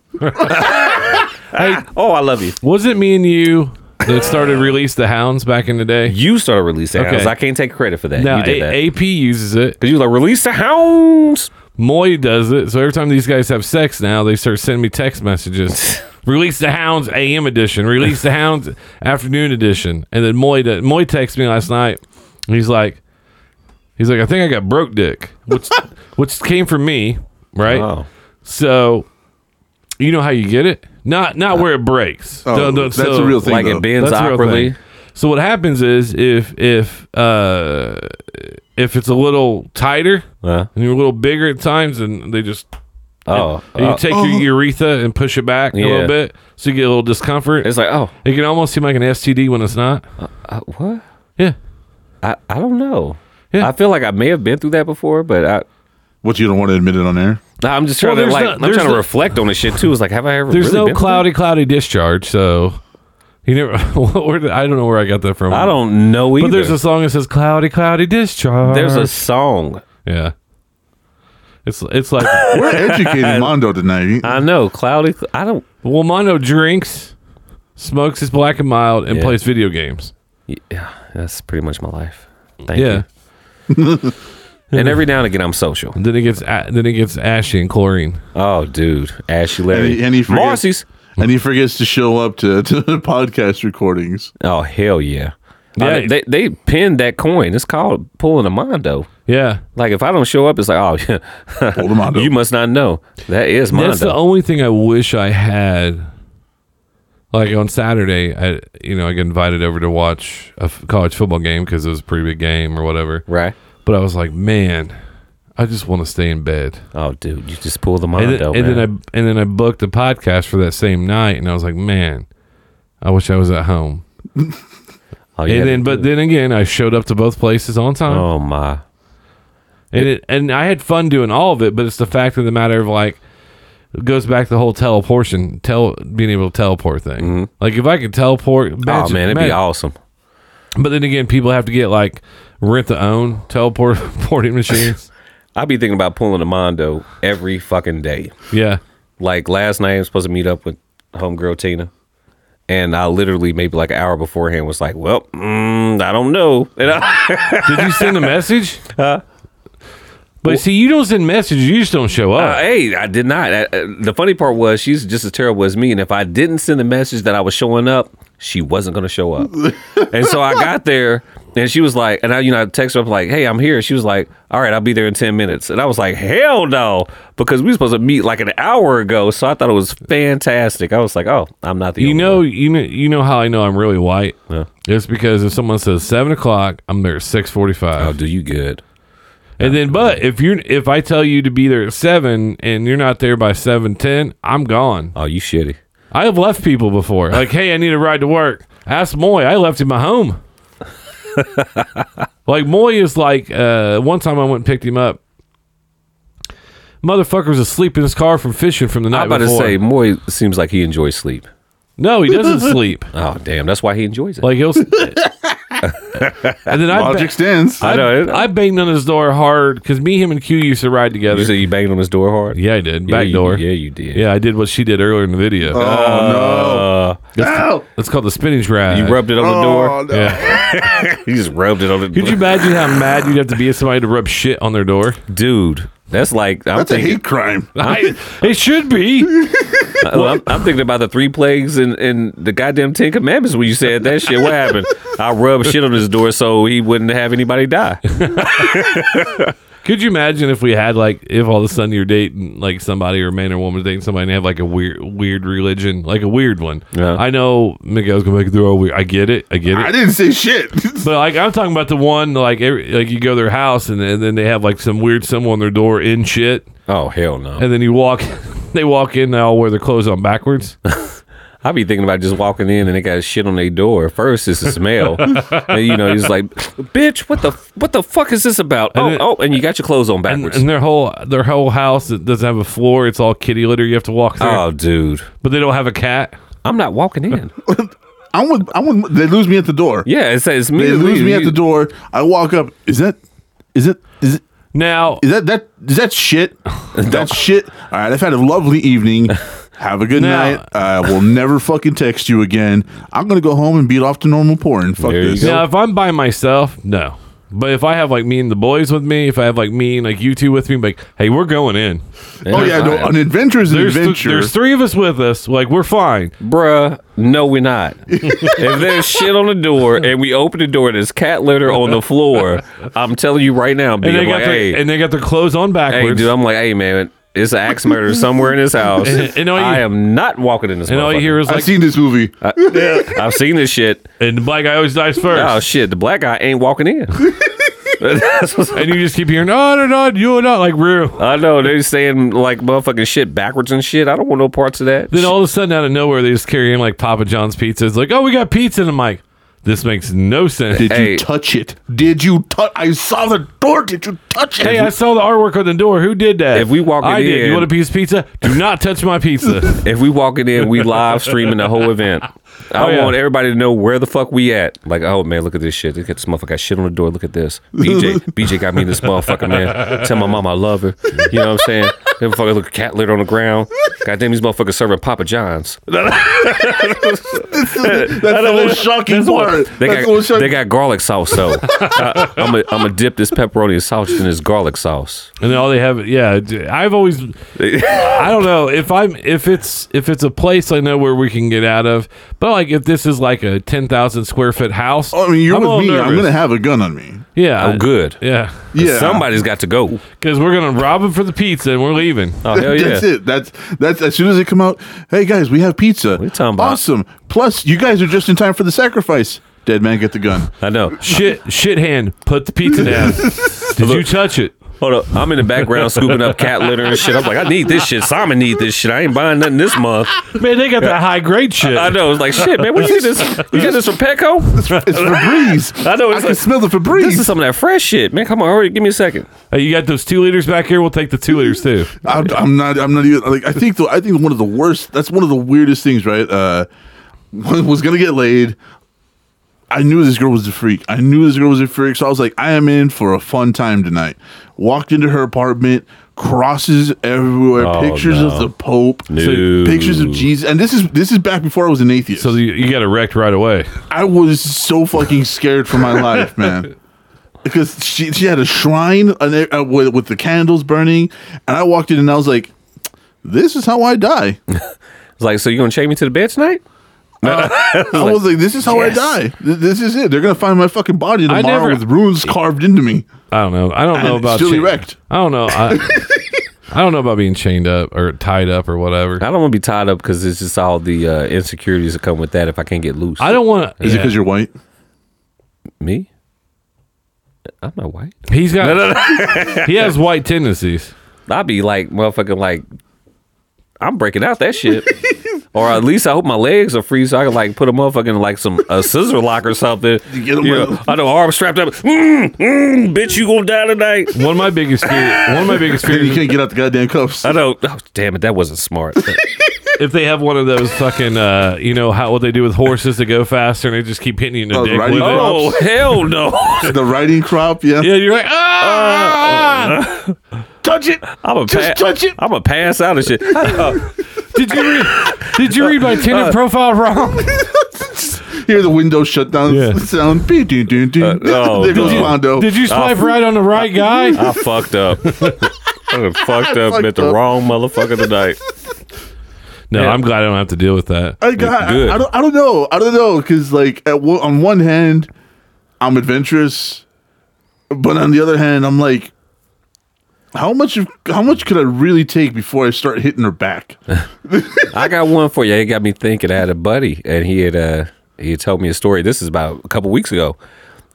Speaker 3: Ah, oh, I love you.
Speaker 1: Was it me and you that started release the hounds back in the day?
Speaker 3: You started releasing
Speaker 1: Okay.
Speaker 3: hounds. I can't take credit for that.
Speaker 1: Now
Speaker 3: you did that.
Speaker 1: A- AP uses it.
Speaker 3: Cause you was like release the hounds.
Speaker 1: Moy does it. So every time these guys have sex now, they start sending me text messages. Release the hounds, AM edition. Release the hounds, afternoon edition. And then Moy does, Moy texted me last night. And he's like, he's like, I think I got broke dick, which which came from me, right?
Speaker 3: Oh.
Speaker 1: So, you know how you get it? Not not where it breaks.
Speaker 2: Oh,
Speaker 1: Don't- don't-
Speaker 2: that's a real thing.
Speaker 3: like
Speaker 2: though.
Speaker 3: it bends
Speaker 1: a real
Speaker 3: awkwardly.
Speaker 1: thing. So what happens is if if uh, if it's a little tighter
Speaker 3: Uh,
Speaker 1: and you're a little bigger at times, and they just
Speaker 3: oh,
Speaker 1: and
Speaker 3: oh.
Speaker 1: you take
Speaker 2: uh-huh.
Speaker 1: your urethra and push it back a
Speaker 3: Yeah.
Speaker 1: little bit, so you get a little discomfort.
Speaker 3: It's like, oh,
Speaker 1: it can almost seem like an STD when it's not.
Speaker 3: uh, what?
Speaker 1: Yeah,
Speaker 3: I, I don't know.
Speaker 1: Yeah.
Speaker 3: I feel like I may have been through that before, but I.
Speaker 2: What you don't want to admit it on air?
Speaker 3: nah, I'm just
Speaker 1: Well,
Speaker 3: trying to
Speaker 1: there's
Speaker 3: like.
Speaker 1: no-
Speaker 3: I'm
Speaker 1: there's
Speaker 3: trying
Speaker 1: no-
Speaker 3: to reflect on this shit too. It's like, have I ever?
Speaker 1: there's
Speaker 3: really
Speaker 1: no
Speaker 3: been through
Speaker 1: cloudy, cloudy discharge. So you never. where did, I don't know where I got that from.
Speaker 3: that? I don't know either.
Speaker 1: But there's a song that says "cloudy, cloudy discharge."
Speaker 3: there's a song.
Speaker 1: yeah. It's it's like
Speaker 2: We're educating Mondo tonight.
Speaker 3: I know cloudy. cl- I don't.
Speaker 1: well, Mondo drinks, smokes his black and mild, and
Speaker 3: Yeah.
Speaker 1: plays video games.
Speaker 3: Yeah, that's pretty much my life. Thank
Speaker 1: Yeah.
Speaker 3: you. And every now and again, I'm social.
Speaker 1: And then it gets a- then it gets ashy and chlorine.
Speaker 3: Oh, dude, Ashley, Larry,
Speaker 2: And he- and he forgets-
Speaker 3: Marcy's.
Speaker 2: and he forgets to show up to, to the podcast recordings.
Speaker 3: Oh hell yeah!
Speaker 1: Yeah.
Speaker 3: I mean, they they pinned that coin. It's called pulling a mondo.
Speaker 1: Yeah.
Speaker 3: Like if I don't show up, it's like oh yeah,
Speaker 2: Hold him on.
Speaker 3: you must not know that is mondo.
Speaker 1: That's the only thing I wish I had. Like on Saturday, I you know I got invited over to watch a f- college football game because it was a pretty big game or whatever.
Speaker 3: right.
Speaker 1: But I was like, man, I just want to stay in bed.
Speaker 3: Oh dude, you just pull the mondo.
Speaker 1: And then, and
Speaker 3: man.
Speaker 1: then I and then I booked a podcast for that same night, and I was like, man, I wish I was at home.
Speaker 3: oh,
Speaker 1: And
Speaker 3: yeah.
Speaker 1: then, uh, but then again, I showed up to both places on time.
Speaker 3: oh my.
Speaker 1: and it and I had fun doing all of it, but it's the fact of the matter of like it goes back to the whole teleportation, tell being able to teleport thing. Like if I could teleport,
Speaker 3: Mm-hmm. Oh
Speaker 1: imagine-
Speaker 3: man, it'd be
Speaker 1: imagine-
Speaker 3: awesome.
Speaker 1: But then again, people have to get like rent the own teleport porting machines.
Speaker 3: I'd be thinking about pulling a mondo every fucking day.
Speaker 1: yeah,
Speaker 3: Like last night, I was supposed to meet up with homegirl Tina, and I literally maybe like an hour beforehand was like, well, mm, I don't know. And I,
Speaker 1: did you send a message? but see, you don't send messages; you just don't show
Speaker 3: Uh,
Speaker 1: up.
Speaker 3: hey, I did not. I, I- the funny part was she's just as terrible as me, and if I didn't send a message that I was showing up, she wasn't going to show up. and so I got there, And she was like, and I, you know, I texted her up like, "Hey, I'm here." She was like, "All right, I'll be there in ten minutes." And I was like, "Hell no," because we were supposed to meet like an hour ago. So I thought it was fantastic. I was like, "Oh, I'm not the
Speaker 1: You
Speaker 3: only
Speaker 1: know, you know, you know how I know I'm really white.
Speaker 3: Yeah.
Speaker 1: It's because if someone says seven o'clock, I'm there at six
Speaker 3: one.
Speaker 1: forty-five,
Speaker 3: do you good?"
Speaker 1: and then but if you are if I tell you to be there at seven and you're not there by seven ten, I'm gone.
Speaker 3: Oh, you shitty.
Speaker 1: I have left people before, like, hey, I need a ride to work. Ask Moy. I left him at home. like Moy is like uh, one time I went and picked him up. Motherfucker was asleep in his car from fishing from the night
Speaker 3: I'm about
Speaker 1: before.
Speaker 3: to say, Moy seems like he enjoys sleep.
Speaker 1: no, he doesn't sleep.
Speaker 3: Oh, damn, that's why he enjoys it.
Speaker 1: Like he'll. and then I ba-
Speaker 2: Logic stands.
Speaker 3: I know. I,
Speaker 1: I banged on his door hard because me, him, and Q used to ride
Speaker 3: you
Speaker 1: together.
Speaker 3: said you banged on his door hard.
Speaker 1: Yeah, I did.
Speaker 3: Yeah,
Speaker 1: Back
Speaker 3: you-
Speaker 1: door.
Speaker 3: Yeah, Uh,
Speaker 1: Yeah,
Speaker 3: you did.
Speaker 1: I did what she did earlier in the video.
Speaker 3: Oh.
Speaker 2: Ow!
Speaker 1: It's called the spinach ride.
Speaker 3: You rubbed it on the
Speaker 2: Oh,
Speaker 3: door.
Speaker 2: no.
Speaker 1: Yeah.
Speaker 3: You just rubbed it on the
Speaker 1: Could you imagine how mad you'd have to be if somebody to rub shit on their door?
Speaker 3: Dude, that's like I'm
Speaker 2: That's a
Speaker 3: thinking. uh,
Speaker 2: hate crime.
Speaker 1: I, it should be.
Speaker 3: well, I'm, I'm thinking about the three plagues and, and the goddamn Ten Commandments when you said that shit. What happened? I rubbed shit on his door so he wouldn't have anybody die.
Speaker 1: Could you imagine if we had like if all of a sudden you're dating like somebody or a man or woman dating somebody and they have like a weird weird religion, like a weird one?
Speaker 3: Yeah.
Speaker 1: I know Miguel's gonna make it through all weird. I get it. I get it.
Speaker 2: I didn't say shit.
Speaker 1: But like I'm talking about the one like every, like you go to their house and, and then they have like some weird someone on their door in shit,
Speaker 3: Oh hell no!
Speaker 1: and then you walk, they walk in, they all wear their clothes on backwards.
Speaker 3: I be thinking about just walking in and they got shit on their door. First it's the smell, and you know he's like, "Bitch, what the what the fuck is this about?" Oh,
Speaker 1: then-
Speaker 3: oh, and you got your clothes on
Speaker 1: And,
Speaker 3: backwards.
Speaker 1: and their whole their whole house that doesn't have a floor. It's all kitty litter. You have to walk through,
Speaker 3: oh, dude,
Speaker 1: but they don't have a cat.
Speaker 3: I'm not walking in.
Speaker 2: I would. I would. They lose me at the door.
Speaker 3: Yeah, it's, it's me.
Speaker 2: They
Speaker 3: and
Speaker 2: lose
Speaker 3: you.
Speaker 2: me at the door. I walk up. Is that? Is it? Is it?
Speaker 1: Now
Speaker 2: Is that that is that shit? That's shit. All right, I've had a lovely evening. Have a good
Speaker 1: Now-
Speaker 2: night. I will never fucking text you again. I'm gonna go home and beat off to normal porn. Fuck
Speaker 3: There you
Speaker 2: this.
Speaker 3: go.
Speaker 1: now if I'm by myself, no. But if I have like me and the boys with me, if I have like me and like you two with me, like hey, we're going in.
Speaker 2: Oh yeah, no, an adventure is an
Speaker 1: There's th-
Speaker 2: adventure.
Speaker 1: there's three of us with us. Like we're fine.
Speaker 3: Bruh, no, we're not. if there's shit on the door and we open the door and there's cat litter on the floor, I'm telling you right now, B,
Speaker 1: And they
Speaker 3: I'm
Speaker 1: got
Speaker 3: like,
Speaker 1: their
Speaker 3: hey,
Speaker 1: and they got their clothes on
Speaker 3: hey,
Speaker 1: backwards.
Speaker 3: dude, I'm like, hey, man, it's an axe murder somewhere in this house.
Speaker 1: And- and all you-
Speaker 3: I am not walking in this.
Speaker 1: and all you hear is
Speaker 2: I've
Speaker 1: like,
Speaker 2: seen this movie.
Speaker 3: Uh, motherfucker. I've seen this shit.
Speaker 1: and the black guy always dies first.
Speaker 3: Oh shit, the black guy ain't walking in. That's what's-
Speaker 1: and you just keep hearing, oh, no, no, you are not like real.
Speaker 3: I know they're saying like motherfucking shit backwards and shit. I don't want no parts of that.
Speaker 1: Then all of a sudden, out of nowhere, they just carry in like Papa John's pizza. It's like, oh, we got pizza. And I'm like, this makes no sense.
Speaker 2: Did
Speaker 3: Hey.
Speaker 2: you touch it? Did you touch? I saw the door. Did you touch it?
Speaker 1: hey, I saw the artwork on the door. Who did that?
Speaker 3: If we walk
Speaker 1: I
Speaker 3: it
Speaker 1: did.
Speaker 3: in-
Speaker 1: You want a piece of pizza? Do not touch my pizza.
Speaker 3: If we walking in, we live streaming the whole event. I
Speaker 1: Oh, yeah.
Speaker 3: want everybody to know where the fuck we at. Like, oh man, look at this shit. Look at this motherfucker. Got shit on the door. Look at this. BJ, BJ got me this motherfucker, man. Tell my mom I love her. You know what I'm saying? That motherfucker look cat litter on the ground. Goddamn, these motherfuckers serving Papa John's.
Speaker 2: That's the most shocking
Speaker 3: They
Speaker 2: part. That's the
Speaker 3: got
Speaker 2: most
Speaker 3: they
Speaker 2: shocking.
Speaker 3: got garlic sauce though. I, I'm gonna I'm gonna dip this pepperoni and sausage in this garlic sauce.
Speaker 1: and then all they have, yeah, d- I've always, I don't know if I'm, if it's, if it's a place I know where we can get out of, but like if this is like a 10,000 square foot house,
Speaker 2: I mean, you're
Speaker 1: I'm all
Speaker 2: with me. I'm
Speaker 1: nervous.
Speaker 2: gonna have a gun on me.
Speaker 1: yeah,
Speaker 3: Oh good.
Speaker 1: yeah.
Speaker 2: Yeah,
Speaker 3: Somebody's got to go.
Speaker 1: Because we're gonna rob him for the pizza and we're leaving.
Speaker 3: Oh hell yeah.
Speaker 2: That's it. That's that's as soon as they come out. Hey guys, we have pizza.
Speaker 3: you talking about?
Speaker 2: Awesome. Plus, you guys are just in time for the sacrifice. Dead man, get the gun.
Speaker 3: I know.
Speaker 1: Shit, shit hand, put the pizza down. Did you touch it?
Speaker 3: Hold up. I'm in the background scooping up cat litter and shit. I'm like, I need this shit. Simon need this shit. I ain't buying nothing this month.
Speaker 1: Man, they got that high grade shit.
Speaker 3: I know. It's like, shit, man, where you get this? You get this from Petco?
Speaker 2: It's Febreze.
Speaker 3: I know,
Speaker 2: I
Speaker 3: it's
Speaker 2: can
Speaker 3: like-
Speaker 2: smell the Febreze.
Speaker 3: This is some of that fresh shit. Man, come on, hurry. Give me a second.
Speaker 1: Hey, you got those two liters back here. We'll take the two liters too.
Speaker 2: I'm, I'm not. I'm not even. Like I think. The, I think one of the worst. That's one of the weirdest things. Right. Uh, was gonna get laid. I knew this girl was a freak. I knew this girl was a freak. So I was like, I am in for a fun time tonight. Walked into her apartment. Crosses everywhere.
Speaker 3: Oh,
Speaker 2: pictures
Speaker 3: no.
Speaker 2: of the Pope.
Speaker 3: No.
Speaker 2: Pictures of Jesus. And this is this is back before I was an atheist.
Speaker 1: So you, you got erect right away.
Speaker 2: I was so fucking scared for my life, man. Because she she had a shrine and there, uh, with, with the candles burning, and I walked in and I was like, "This is how I die."
Speaker 3: It's like, so you gonna chain me to the bed tonight?
Speaker 2: I was like, this is how
Speaker 3: yes.
Speaker 2: I die. Th- This is it. They're gonna find my fucking body
Speaker 1: never-
Speaker 2: tomorrow with runes carved into me.
Speaker 1: I don't know. I don't know
Speaker 2: And
Speaker 1: about
Speaker 2: still
Speaker 1: chain-
Speaker 2: erect.
Speaker 1: I don't know. I, I don't know about being chained up or tied up or whatever.
Speaker 3: I don't want to be tied up because it's just all the uh, insecurities that come with that. If I can't get loose,
Speaker 1: I don't want
Speaker 2: Is it because you're white?
Speaker 3: me. I'm not white.
Speaker 1: He's got. he has white tendencies.
Speaker 3: I'd be like motherfucking like I'm breaking out that shit. or at least I hope my legs are free so I can like put a motherfucking like some a scissor lock or something.
Speaker 2: You get 'em
Speaker 3: You know,
Speaker 2: with-
Speaker 3: I know arms strapped up. Mm, mm, bitch, you gonna die tonight.
Speaker 1: One of my biggest fear. One of my biggest
Speaker 2: And you
Speaker 1: fears.
Speaker 2: can't get out the goddamn cuffs.
Speaker 3: I know. Oh, damn it, that wasn't smart.
Speaker 1: If they have one of those fucking, uh, you know how what they do with horses to go faster, and they just keep hitting you in the
Speaker 2: Oh,
Speaker 1: dick.
Speaker 2: riding
Speaker 1: With it.
Speaker 2: horse.
Speaker 3: oh hell no.
Speaker 2: the riding crop, yeah.
Speaker 1: Yeah, you're like ah.
Speaker 2: Oh.
Speaker 3: touch it. I'm a
Speaker 2: Just touch it.
Speaker 3: I'm a pass out of shit.
Speaker 1: did you read, did you read my
Speaker 2: Uh,
Speaker 1: Tinder profile wrong?
Speaker 2: Hear the window shut down
Speaker 1: Yeah.
Speaker 2: sound. Beep, doo, doo, doo.
Speaker 3: oh,
Speaker 2: there goes
Speaker 3: no.
Speaker 2: Mondo.
Speaker 1: Did you swipe
Speaker 2: Uh,
Speaker 1: right on the right guy?
Speaker 3: I fucked up. I done fucked up
Speaker 2: fucked
Speaker 3: met the
Speaker 2: up.
Speaker 3: wrong motherfucker tonight.
Speaker 1: No, I'm glad I don't have to deal with that.
Speaker 2: I got.
Speaker 3: Good.
Speaker 2: I, I don't. I don't know. I don't know because like at one, on one hand, I'm adventurous, but on the other hand, I'm like, how much? Of, how much could I really take before I start hitting her back?
Speaker 3: I got one for you. It got me thinking. I had a buddy, and he had uh, he had told me a story. This is about a couple weeks ago,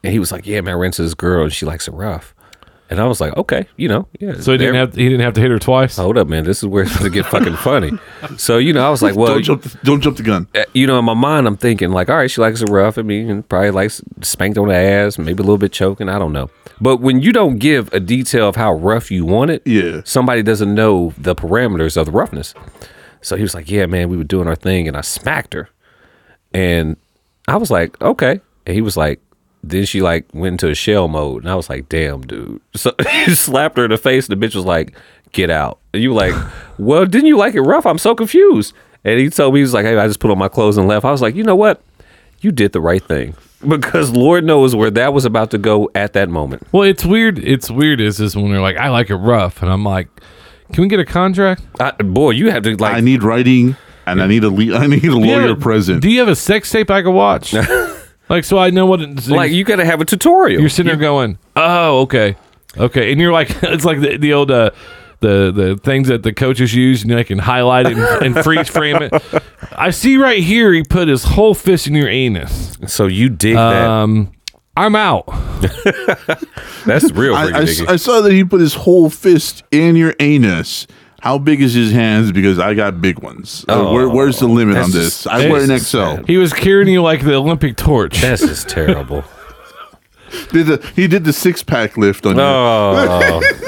Speaker 3: and he was like, "Yeah, man, I ran into this girl, and she likes it rough." And I was like, "Okay, you know, yeah."
Speaker 1: So he didn't
Speaker 3: there- Oh.
Speaker 1: have he didn't have to hit her twice.
Speaker 3: Hold up, man. This is where it's gonna get fucking funny. So you know, I was like, "Well,
Speaker 2: don't jump. The, don't jump the gun.
Speaker 3: uh, you know, in my mind, I'm thinking like, all right, she likes it rough. I mean, and probably likes spanked on the ass, maybe a little bit choking. I don't know. But when you don't give a detail of how rough you want it,
Speaker 2: Yeah.
Speaker 3: somebody doesn't know the parameters of the roughness. So he was like, yeah, man, we were doing our thing, and I smacked her, and I was like, okay. And he was like, then she like went into a shell mode, and I was like, damn, dude. So he slapped her in the face, and the bitch was like, get out. And you were like, well, didn't you like it rough? I'm so confused. And he told me he was like, hey, I just put on my clothes and left. I was like, you know what? You did the right thing because Lord knows where that was about to go at that moment.
Speaker 1: Well, it's weird. It's weird is is when they're like, I like it rough, and I'm like, can we get a contract?
Speaker 3: I, boy, you have to like.
Speaker 2: I need writing, and I need a. Le- I need a
Speaker 1: Do you have
Speaker 2: lawyer
Speaker 1: a-
Speaker 2: present.
Speaker 1: Do you have a sex tape I can watch? like, so I know what. It's,
Speaker 3: like you gotta have a tutorial.
Speaker 1: you're sitting there going, oh, okay, okay, and you're like, it's like the, the old. Uh, the, the things that the coaches use and they can highlight it and, and freeze frame it. I see right here he put his whole fist in your anus.
Speaker 3: so you dig
Speaker 1: Um, I'm out.
Speaker 3: that. That's real.
Speaker 2: I, I
Speaker 3: freaking
Speaker 2: s-
Speaker 3: digging.
Speaker 2: I saw that he put his whole fist in your anus. How big is his hands? Because I got big ones. Uh,
Speaker 3: Oh,
Speaker 2: where, where's the limit on
Speaker 3: that's
Speaker 2: this?
Speaker 3: just-
Speaker 2: I wear an
Speaker 3: that's
Speaker 2: XL.
Speaker 3: sad.
Speaker 1: He was carrying you like the Olympic torch.
Speaker 3: That's just terrible.
Speaker 2: Did the, he did the six pack lift on you.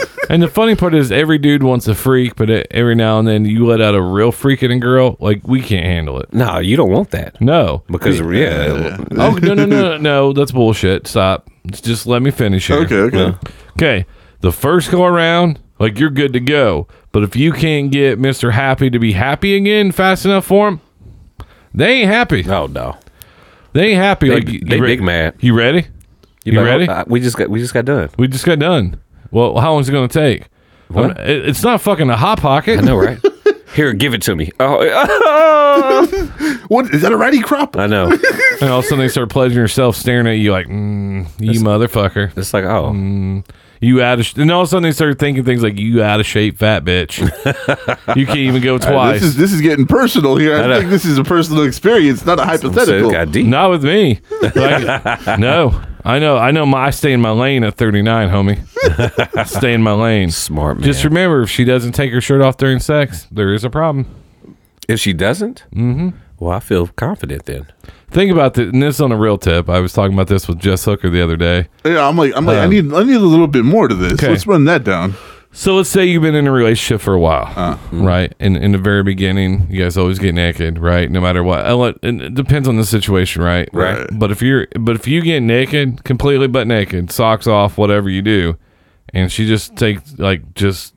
Speaker 3: Oh,
Speaker 1: And the funny part is, every dude wants a freak, but e-, every now and then you let out a real freak in a girl, like we can't handle it.
Speaker 3: no, you don't want that
Speaker 1: No.
Speaker 3: because yeah, it-
Speaker 1: Oh no no no no! That's bullshit. Stop. Just let me finish here.
Speaker 2: Okay, okay.
Speaker 1: Okay. The first go around, like you're good to go. But if you can't get Mister Happy to be happy again fast enough for him, they ain't happy.
Speaker 3: oh no.
Speaker 1: They ain't happy.
Speaker 3: They-
Speaker 1: like you-
Speaker 3: they
Speaker 1: you
Speaker 3: big mad.
Speaker 1: You ready? You,
Speaker 3: know,
Speaker 1: ready?
Speaker 3: uh, we just got we just got done.
Speaker 1: we just got done. Well, how long's it gonna take? Um,
Speaker 3: What?
Speaker 1: it- it's not fucking a hot pocket.
Speaker 3: I know, right? Here, give it to me. Oh,
Speaker 2: What is that a ratty crop?
Speaker 3: I know.
Speaker 1: And all of a sudden they start pledging yourself, staring at you like, mm, you motherfucker.
Speaker 3: It's like oh,
Speaker 1: You out of sh-. And all of a sudden they start thinking things like, you out of shape, fat bitch. you can't even go twice.
Speaker 2: This is this is getting personal here. I,
Speaker 3: know.
Speaker 2: think this is a personal experience, not a
Speaker 3: so
Speaker 2: hypothetical.
Speaker 3: it got deep.
Speaker 1: Not with me. Like, no, I know. I know my, I stay in my lane at 39, homie. stay in my lane.
Speaker 3: Smart man.
Speaker 1: Just remember, if she doesn't take her shirt off during sex, there is a problem.
Speaker 3: if she doesn't, mm-hmm. well, I feel confident then.
Speaker 1: Think about this, and this is on a real tip. I was talking about this with Jess Hooker the other day.
Speaker 2: yeah, I'm like I'm like I need I need a little bit more to this.
Speaker 1: Um, okay.
Speaker 2: Let's run that down.
Speaker 1: So let's say you've been in a relationship for a while, right? And in the very beginning, you guys always get naked, right? No matter what. I let- and It depends on the situation, right?
Speaker 3: Right.
Speaker 1: But if you're, but if you get naked, completely butt naked, socks off, whatever you do, and she just takes like just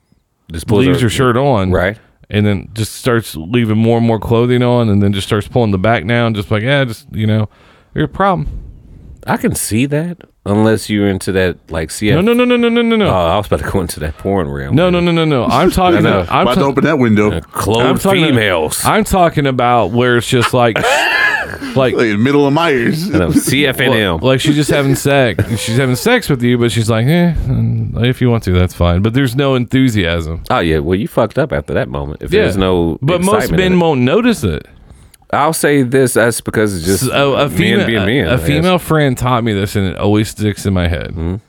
Speaker 3: Just pulls
Speaker 1: leaves
Speaker 3: her-
Speaker 1: her shirt on,
Speaker 3: Right.
Speaker 1: And then just starts leaving more and more clothing on, and then just starts pulling the back down, just like yeah, just you know, you're a problem.
Speaker 3: I can see that unless you're into that like CF.
Speaker 1: No, no, no, no, no, no, no, no,
Speaker 3: Oh, I was about to go into that porn realm.
Speaker 1: no, no, no, no, no. I'm talking.
Speaker 3: No, no.
Speaker 1: I'm
Speaker 2: About
Speaker 1: ta-
Speaker 2: to open that window.
Speaker 3: Clothed females.
Speaker 1: I'm talking about where it's just like Like
Speaker 2: Like in the middle of my ears.
Speaker 3: And I'm CFNM.
Speaker 1: Like she's just having sex. She's having sex with you, but she's like, eh, and if you want to, that's fine. But there's no enthusiasm.
Speaker 3: oh yeah, well you fucked up after that moment. If there's
Speaker 1: Yeah.
Speaker 3: no,
Speaker 1: But most
Speaker 3: excitement in
Speaker 1: men
Speaker 3: it.
Speaker 1: won't notice it.
Speaker 3: I'll say this. That's because it's just
Speaker 1: So, a, a
Speaker 3: men
Speaker 1: female,
Speaker 3: being men,
Speaker 1: a-
Speaker 3: I
Speaker 1: a
Speaker 3: guess.
Speaker 1: female friend taught me this, and it always sticks in my head.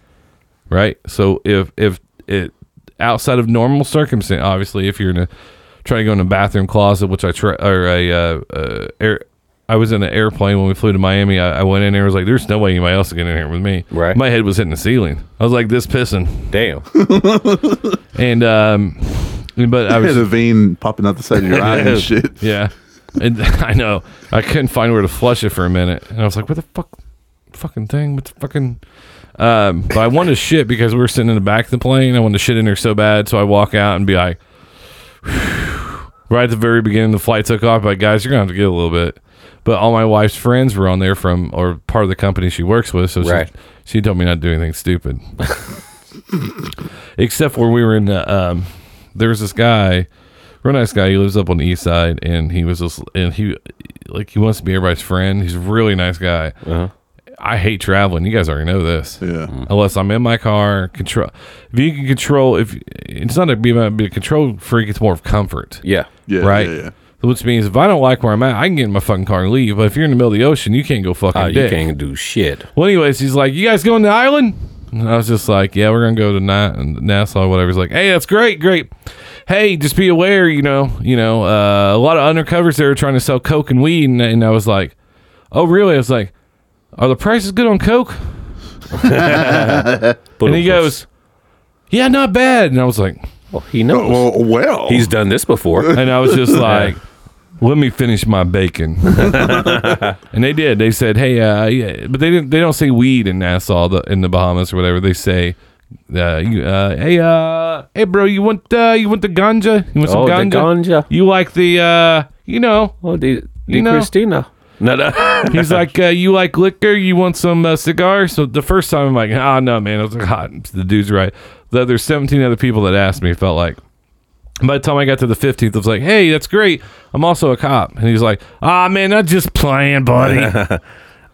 Speaker 1: Right. So if if it outside of normal circumstance, obviously, if you're in a trying to go in a bathroom closet, which I try or a uh, uh, air. I was in an airplane when we flew to Miami. I, I went in there. I was like, "There's no way anybody else is getting in here with me."
Speaker 3: Right.
Speaker 1: My head was hitting the ceiling. I was like, "This pissing."
Speaker 3: Damn.
Speaker 1: And um, but I
Speaker 2: I had
Speaker 1: was
Speaker 2: a vein popping out the side of your eye and shit.
Speaker 1: yeah, and I know I couldn't find where to flush it for a minute, and I was like, "What the fuck, fucking thing? What the fucking?" Um, but I wanted to shit because we were sitting in the back of the plane. I wanted to shit in there so bad, so I walk out and be like, right at the very beginning, the flight took off. Like, guys, you're gonna have to get a little bit. But all my wife's friends were on there from or part of the company she works with, so
Speaker 3: Right.
Speaker 1: she, she told me not to do anything stupid. Except where we were in, the, um, there was this guy, real nice guy. He lives up on the east side, and he was just and he like he wants to be everybody's friend. He's a really nice guy.
Speaker 3: Uh-huh.
Speaker 1: I hate traveling. You guys already know this
Speaker 2: Yeah.
Speaker 1: unless I'm in my car. Control if you can control if it's not a be about being a control freak, it's more of comfort,
Speaker 3: Yeah.
Speaker 2: Yeah.
Speaker 1: right?
Speaker 2: Yeah. yeah.
Speaker 1: Which means if I don't like where I'm at, I can get in my fucking car and leave. But if you're in the middle of the ocean, you can't go fucking
Speaker 2: Ah,
Speaker 3: Oh, you
Speaker 1: dick.
Speaker 3: can't do shit.
Speaker 1: Well, anyways, he's like, "You guys going to the island?" And I was just like, "Yeah, we're gonna go to Na- Nassau, or whatever." He's like, "Hey, that's great, great. Hey, just be aware, you know, you know, uh, a lot of undercovers there are trying to sell coke and weed." And, and I was like, "Oh, really?" I was like, "Are the prices good on coke?"
Speaker 3: But
Speaker 1: And he goes, "Yeah, not bad." And I was like,
Speaker 3: well, he knows.
Speaker 2: Oh, Well, well.
Speaker 3: He's done this before.
Speaker 1: and I was just like, "Let me finish my bacon." and they did. They said, "Hey, uh, yeah," but they didn't. They don't say weed in Nassau, the, in the Bahamas or whatever. They say, uh, you, uh, "Hey, uh, hey, bro, you want uh, you want the ganja? You want some
Speaker 3: Oh, the
Speaker 1: ganja?
Speaker 3: ganja.
Speaker 1: You like the uh, you know?"
Speaker 3: Oh, the,
Speaker 1: You know.
Speaker 3: Christina. No, no.
Speaker 1: He's like, uh, "You like liquor? You want some uh, cigar?" So the first time, I'm like, "Ah, no, man." I was like, "Hot." the dude's right. The other 17 other people that asked me felt like. By the time I got to the 15th, I was like, "Hey, that's great. I'm also a cop." And he's like, "Ah, man, I'm just playing, buddy."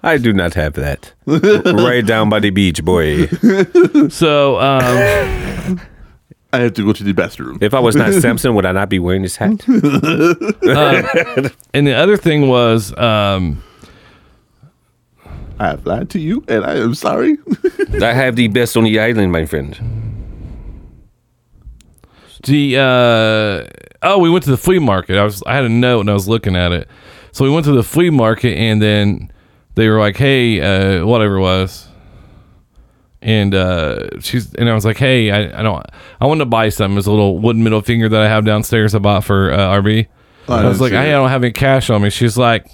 Speaker 3: I do not have that. right down by the beach, boy.
Speaker 1: so, um,
Speaker 2: I have to go to the bathroom.
Speaker 3: If I was not Samson, would I not be wearing this hat?
Speaker 1: and the other thing was, um,
Speaker 2: I have lied to you, and I am sorry.
Speaker 3: I have the best on the island, my friend.
Speaker 1: the uh, oh, we went to the flea market. I was I had a note and I was looking at it. So we went to the flea market and then they were like, "Hey, uh, whatever it was." and uh, she's and I was like, hey, I, I don't, I want to buy some. It's a little wooden middle finger that I have downstairs. I bought for uh, RB.
Speaker 2: Oh,
Speaker 1: I
Speaker 2: I
Speaker 1: was
Speaker 2: didn't
Speaker 1: like,
Speaker 2: see
Speaker 1: hey,
Speaker 2: it.
Speaker 1: I don't have any cash on me. She's like,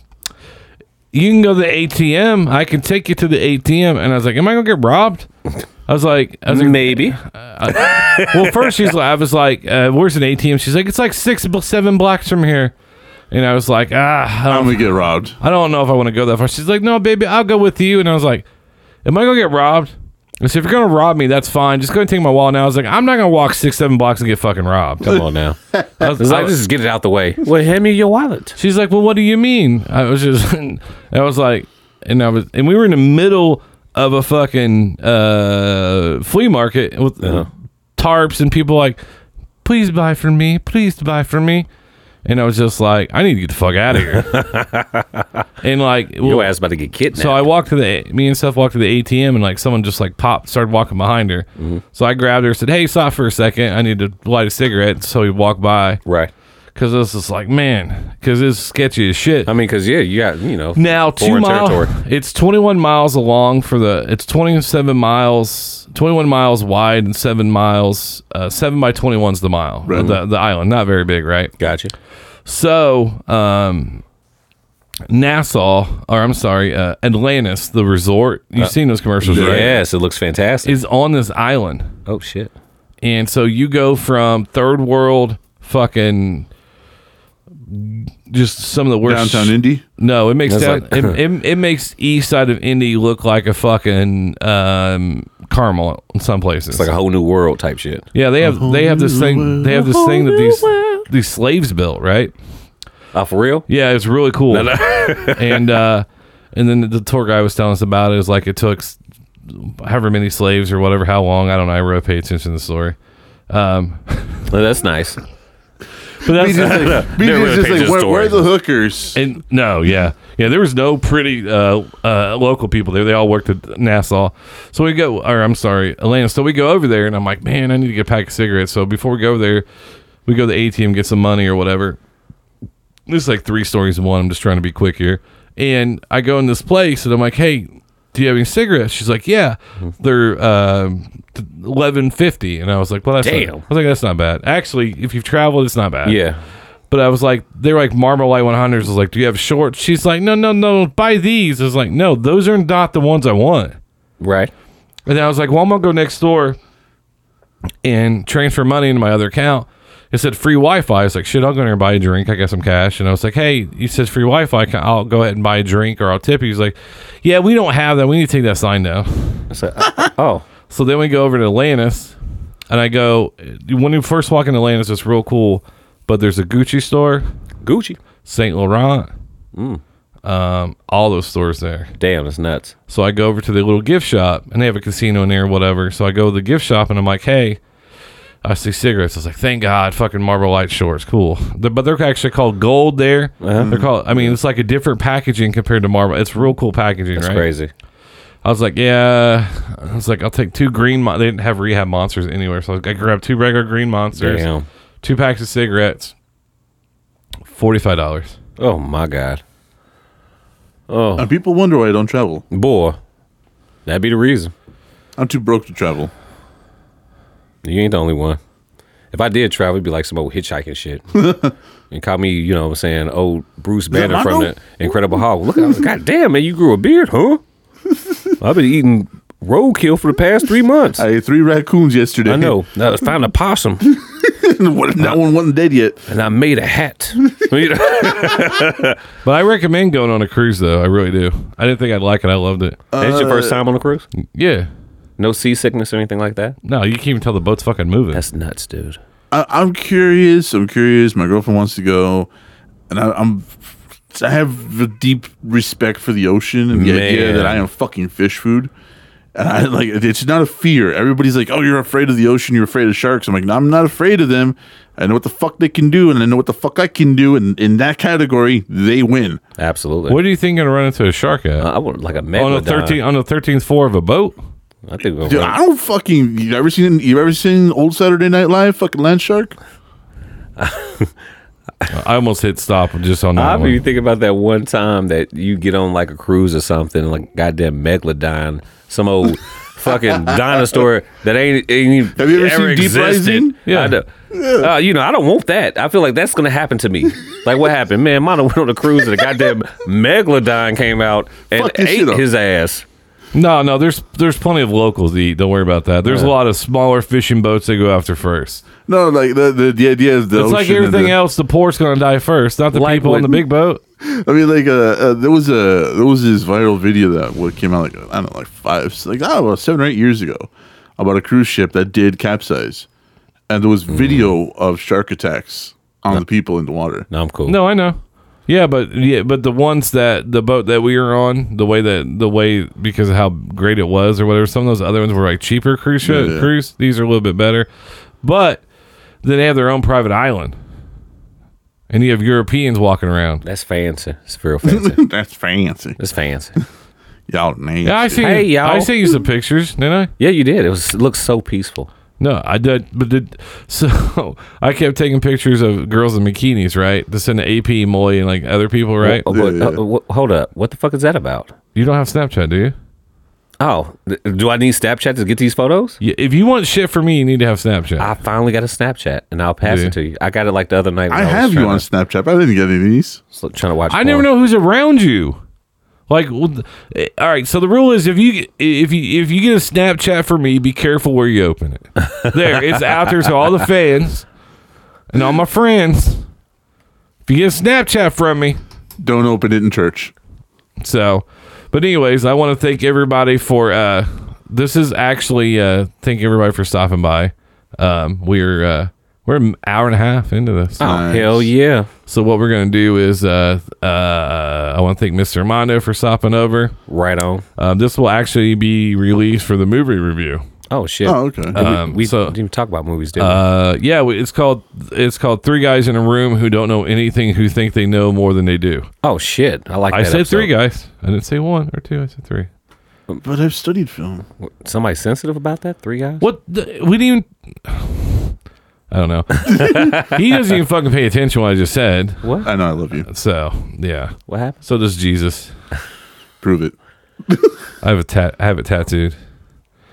Speaker 1: you can go to the ATM. I can take you to the ATM. And I was like, am I gonna get robbed? I was like, I was like
Speaker 3: Maybe.
Speaker 1: well, first she's like, I was like, uh, where's an ATM? She's like, it's like six, bl- seven blocks from here. And I was like, ah, I
Speaker 2: I'm
Speaker 1: don't,
Speaker 2: gonna get robbed.
Speaker 1: I don't know if I want to go that far. She's like, no, baby, I'll go with you. And I was like, am I gonna get robbed? I said, if you're gonna rob me, that's fine. Just go and take my wallet now. I was like, I'm not gonna walk six, seven blocks and get fucking robbed.
Speaker 3: Come on now.
Speaker 1: I was-
Speaker 3: As
Speaker 1: I
Speaker 3: long
Speaker 1: was-
Speaker 3: as just get it out the way. Well, hand me your wallet.
Speaker 1: She's like, "Well, what do you mean?" I was just, I was like, and I was, and we were in the middle of a fucking uh, flea market with tarps and people like, "Please buy from me, please buy from me," and I was just like, "I need to get the fuck out of here," and like,
Speaker 3: Your
Speaker 1: well,
Speaker 3: ass about to get kidnapped.
Speaker 1: so I walked to the me and Seth walked to the ATM and like someone just like popped started walking behind her. So I grabbed her, said, "Hey, stop for a second. I need to light a cigarette." So he walked by
Speaker 3: right.
Speaker 1: because this is like man, because it's sketchy as shit.
Speaker 3: I mean, because, yeah, you got, you know,
Speaker 1: now two
Speaker 3: foreign
Speaker 1: miles.
Speaker 3: territory.
Speaker 1: It's twenty one miles along for the. It's twenty seven miles, twenty one miles wide and seven miles. Uh, seven by twenty one's the mile.
Speaker 2: Right.
Speaker 1: The the island, not very big, right?
Speaker 3: Gotcha.
Speaker 1: So, um, Nassau, or I'm sorry, uh, Atlantis, the resort. You've seen those commercials, right?
Speaker 3: Yes, it looks fantastic.
Speaker 1: Is on this island.
Speaker 3: oh, shit.
Speaker 1: And so you go from third world fucking just some of the worst
Speaker 2: Downtown Indy.
Speaker 1: No, it makes
Speaker 3: That's
Speaker 1: down,
Speaker 3: like-
Speaker 1: it, it, it makes east side of Indy look like a fucking um, Carmel in some places.
Speaker 3: It's like a whole new world type shit.
Speaker 1: yeah, they have they have this thing they have this thing that these these slaves built, right?
Speaker 3: Oh, for real?
Speaker 1: Yeah, it's really cool. and uh, and then the tour guy was telling us about it. Is like it took s- however many slaves or whatever, how long I don't know. I really pay attention to the story. Um,
Speaker 3: Well, that's nice.
Speaker 1: but that's
Speaker 2: BJ's
Speaker 3: really
Speaker 2: just
Speaker 3: paid
Speaker 2: like,
Speaker 3: the
Speaker 2: where, where
Speaker 3: story."
Speaker 2: are the hookers?
Speaker 1: and no, yeah, yeah. There was no pretty uh, uh, local people there. They all worked at Nassau. So we go, or I'm sorry, Atlanta. So we go over there, and I'm like, man, I need to get a pack of cigarettes. So before we go over there, we go to the ATM, get some money or whatever. This is like three stories in one. I'm just trying to be quick here. And I go in this place, and I'm like, hey, do you have any cigarettes? She's like, yeah, they're um, eleven fifty. And I was like, well, that's not-
Speaker 3: Damn.
Speaker 1: I was like, that's not bad. Actually, if you've traveled, it's not bad.
Speaker 3: Yeah.
Speaker 1: But I was like, they were like Marble Light 100s. I was like, do you have shorts? She's like, no, no, no, buy these. I was like, no, those are not the ones I want.
Speaker 3: Right.
Speaker 1: And then I was like, well, I'm going to go next door and transfer money into my other account. It said free Wi Fi. I was like, shit, I'll go in there and buy a drink. I got some cash. And I was like, hey, he says free Wi Fi. I'll go ahead and buy a drink or I'll tip you. He's like, yeah, we don't have that. We need to take that sign down.
Speaker 3: So, uh, oh,
Speaker 1: So then we go over to Atlantis, and I go, when you first walk into Atlantis, it's real cool, but there's a Gucci store.
Speaker 3: Gucci.
Speaker 1: Saint Laurent,
Speaker 3: Mm.
Speaker 1: um, all those stores there.
Speaker 3: Damn, that's nuts.
Speaker 1: So I go over to the little gift shop, and they have a casino in there, or whatever. So I go to the gift shop, and I'm like, hey. I see cigarettes. I was like, "Thank God, fucking Marble Light shorts, cool." The- but they're actually called gold. There,
Speaker 3: Uh-huh.
Speaker 1: they're called. I mean, it's like a different packaging compared to Marble. It's real cool packaging,
Speaker 3: That's
Speaker 1: right?
Speaker 3: crazy.
Speaker 1: I was like, "Yeah." I was like, "I'll take two green." Mon-. They didn't have rehab monsters anywhere, so I, was like, I grabbed two regular green monsters,
Speaker 3: Damn.
Speaker 1: two packs of cigarettes, forty-five dollars.
Speaker 3: Oh my God.
Speaker 1: Oh.
Speaker 2: And people wonder why I don't travel.
Speaker 3: Boy. That'd be the reason.
Speaker 2: I'm too broke to travel.
Speaker 3: You ain't the only one. If I did travel, it'd be like some old hitchhiking shit. and call me, you know what I'm saying, old Bruce Banner from
Speaker 2: Lando?
Speaker 3: the Incredible Hulk. Look, I was, God damn, man, you grew a beard, huh? I've been eating roadkill for the past three months. I,
Speaker 2: I ate three raccoons yesterday.
Speaker 3: know. I found a possum
Speaker 2: What if that one wasn't dead yet.
Speaker 3: and I made a hat. You know?
Speaker 1: But I recommend going on a cruise, though. I really do. I didn't think I'd like it. I loved it.
Speaker 3: That's your first time on a cruise?
Speaker 1: Yeah.
Speaker 3: No seasickness or anything like that?
Speaker 1: No, you can't even tell the boat's fucking moving.
Speaker 3: That's nuts, dude.
Speaker 2: I, I'm curious. I'm curious. My girlfriend wants to go, and I, I'm. I have a deep respect for the ocean and the idea
Speaker 3: Man.
Speaker 2: that I am fucking fish food. And I like it's not a fear. Everybody's like, "Oh, you're afraid of the ocean. You're afraid of sharks." I'm like, "No, I'm not afraid of them. I know what the fuck they can do, and I know what the fuck I can do." And in that category, they win.
Speaker 3: Absolutely. Uh,
Speaker 1: what do you think going to run into a shark at?
Speaker 2: Uh,
Speaker 3: I want like a
Speaker 1: on a
Speaker 3: megalodon.
Speaker 1: 13 on a 13th floor of a boat?
Speaker 3: I think we're
Speaker 2: Dude,
Speaker 3: gonna-
Speaker 2: I don't fucking. You ever seen? You ever seen old Saturday Night Live? Fucking land shark.
Speaker 1: I almost hit stop just on
Speaker 3: I
Speaker 1: that
Speaker 3: mean, you
Speaker 1: one.
Speaker 3: think about that one time that you get on like a cruise or something, like goddamn megalodon, some old fucking dinosaur that ain't, ain't even
Speaker 2: Have you ever seen Deep Rising?
Speaker 1: Yeah.
Speaker 3: Yeah, I don't- uh, you know, I don't want that. I feel like that's gonna happen to me. Like what happened, man? Mono went on a cruise and a goddamn megalodon came out and
Speaker 2: Fuck this shit
Speaker 3: ate
Speaker 2: up.
Speaker 3: his ass.
Speaker 1: No, no, there's there's plenty of locals to eat. Don't worry about that. There's a lot of smaller fishing boats they go after first.
Speaker 2: No, like the the, the idea is the
Speaker 1: It's like
Speaker 2: ocean and
Speaker 1: everything
Speaker 2: the-
Speaker 1: else, the poor's going to die first, not the
Speaker 3: Like
Speaker 1: people on the
Speaker 3: what-
Speaker 1: big boat.
Speaker 2: I mean, like, uh, uh, there was a there was this viral video that what came out like I don't know, like five, like I don't know, seven or eight years ago, about a cruise ship that did capsize, and there was
Speaker 1: Mm.
Speaker 2: video of shark attacks on the people in the water.
Speaker 3: No, I'm cool.
Speaker 1: No, I know. Yeah, but yeah, but the ones that the boat that we were on, the way that the way because of how great it was or whatever, some of those other ones were like cheaper cruise ship,
Speaker 2: Yeah, yeah.
Speaker 1: cruise. These are a little bit better, but then they have their own private island, and you have Europeans walking around.
Speaker 3: That's fancy. It's real fancy.
Speaker 2: That's fancy,
Speaker 3: That's fancy.
Speaker 2: y'all. Nasty.
Speaker 1: Yeah, I see.
Speaker 3: Hey, y'all.
Speaker 1: I see you some pictures, didn't I?
Speaker 3: Yeah, you did. It was it looked so peaceful.
Speaker 1: No, I did, but did, so I kept taking pictures of girls in bikinis, right, to send to AP, Moy, and like other people, right?
Speaker 3: Oh, but- uh, wh- hold up. What the fuck is that about?
Speaker 1: You don't have Snapchat, do you?
Speaker 3: Oh, th- do I need Snapchat to get these photos?
Speaker 1: Yeah, if you want shit for me, you need to have Snapchat.
Speaker 3: I finally got a Snapchat, and I'll pass
Speaker 1: Yeah.
Speaker 3: it to you. I got it like the other night. when
Speaker 2: I
Speaker 3: was
Speaker 2: have you
Speaker 3: trying
Speaker 2: on
Speaker 3: to,
Speaker 2: Snapchat. I didn't get any of these.
Speaker 3: sl- trying to watch.
Speaker 1: I never
Speaker 3: porn.
Speaker 1: know who's around you. Like, well, th- eh, all right. So the rule is, if you if you if you get a Snapchat for me, be careful where you open it. there, it's out there to all the fans and all my friends. If you get a Snapchat from me,
Speaker 2: Don't open it in church.
Speaker 1: so. But anyways, I want to thank everybody for uh, this is actually uh, thank everybody for stopping by. Um, we're uh, We're an hour and a half into this.
Speaker 3: Oh
Speaker 2: Nice.
Speaker 3: hell yeah!
Speaker 1: So what we're gonna do is, uh, uh, I want to thank Mr. Armando for stopping over.
Speaker 3: Right on.
Speaker 1: Um, this will actually be released for the movie review.
Speaker 3: Oh shit.
Speaker 2: Oh, okay.
Speaker 3: Did we-
Speaker 1: Um,
Speaker 3: we
Speaker 1: so-
Speaker 3: didn't even talk about movies, did we?
Speaker 1: Uh, yeah, we- it's called it's called Three Guys in a Room Who Don't Know Anything Who Think They Know More Than They Do.
Speaker 3: oh shit! I like.
Speaker 1: I
Speaker 3: that
Speaker 1: said
Speaker 3: episode.
Speaker 1: three guys. I didn't say one or two. I said three.
Speaker 2: but I've studied film.
Speaker 3: Somebody sensitive about that? Three guys?
Speaker 1: What the, we didn't. Even, I don't know. he doesn't even fucking pay attention to what I just said.
Speaker 3: What?
Speaker 2: I know I love you.
Speaker 1: So yeah.
Speaker 3: What happened?
Speaker 1: So does Jesus.
Speaker 2: Prove it.
Speaker 1: I have a tat. I have it tattooed.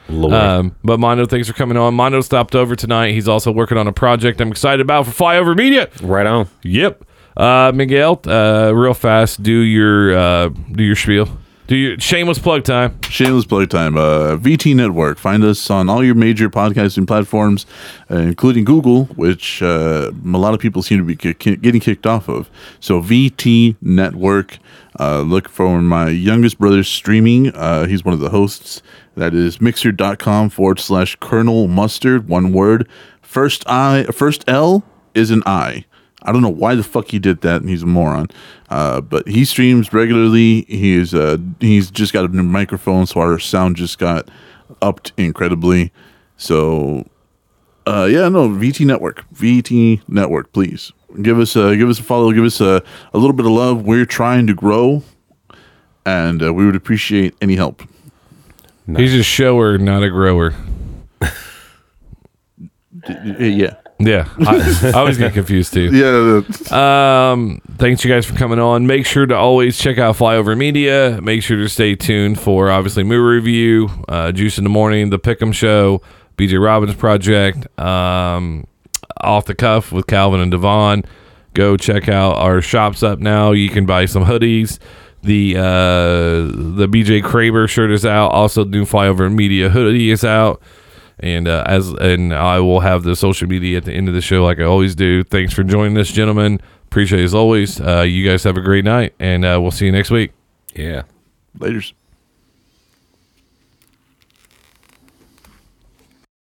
Speaker 3: Lord.
Speaker 1: Um, but Mondo, thanks for coming on. Mondo stopped over tonight. He's also working on a project I'm excited about for Flyover Media.
Speaker 3: right on.
Speaker 1: Yep. Uh, Miguel, uh, real fast, do your uh, do your spiel. Do your shameless plug time.
Speaker 2: Shameless plug time. Uh, VT Network. Find us on all your major podcasting platforms, uh, including Google, which uh, a lot of people seem to be ki- ki- getting kicked off of. So VT Network. Uh, look for my youngest brother streaming. Uh, he's one of the hosts. That is mixer.com forward slash Colonel Mustard. One word. First I. First L is an I. I don't know why the fuck he did that, and he's a moron. Uh, but he streams regularly. He is uh, he's just got a new microphone, so our sound just got upped incredibly. So, uh, yeah, no VT Network, VT Network, please give us a give us a follow, give us a, a little bit of love. We're trying to grow, and uh, we would appreciate any help.
Speaker 1: He's a shower, not a grower.
Speaker 2: Yeah,
Speaker 1: Yeah, I, I always get confused too.
Speaker 2: yeah.
Speaker 1: Um, thanks you guys for coming on. Make sure to always check out Flyover Media. Make sure to stay tuned for obviously movie review, uh, Juice in the Morning, The Pick'em Show, BJ Robbins Project, um, Off the Cuff with Calvin and Devon. Go check out our shops up now. You can buy some hoodies. The uh, the BJ Kraber shirt is out. Also, the new Flyover Media hoodie is out and uh, as and I will have the social media at the end of the show, like I always do. Thanks for joining us, gentlemen. Appreciate it as always. Uh, you guys have a great night, and uh, we'll see you next week.
Speaker 3: Yeah.
Speaker 2: Later's.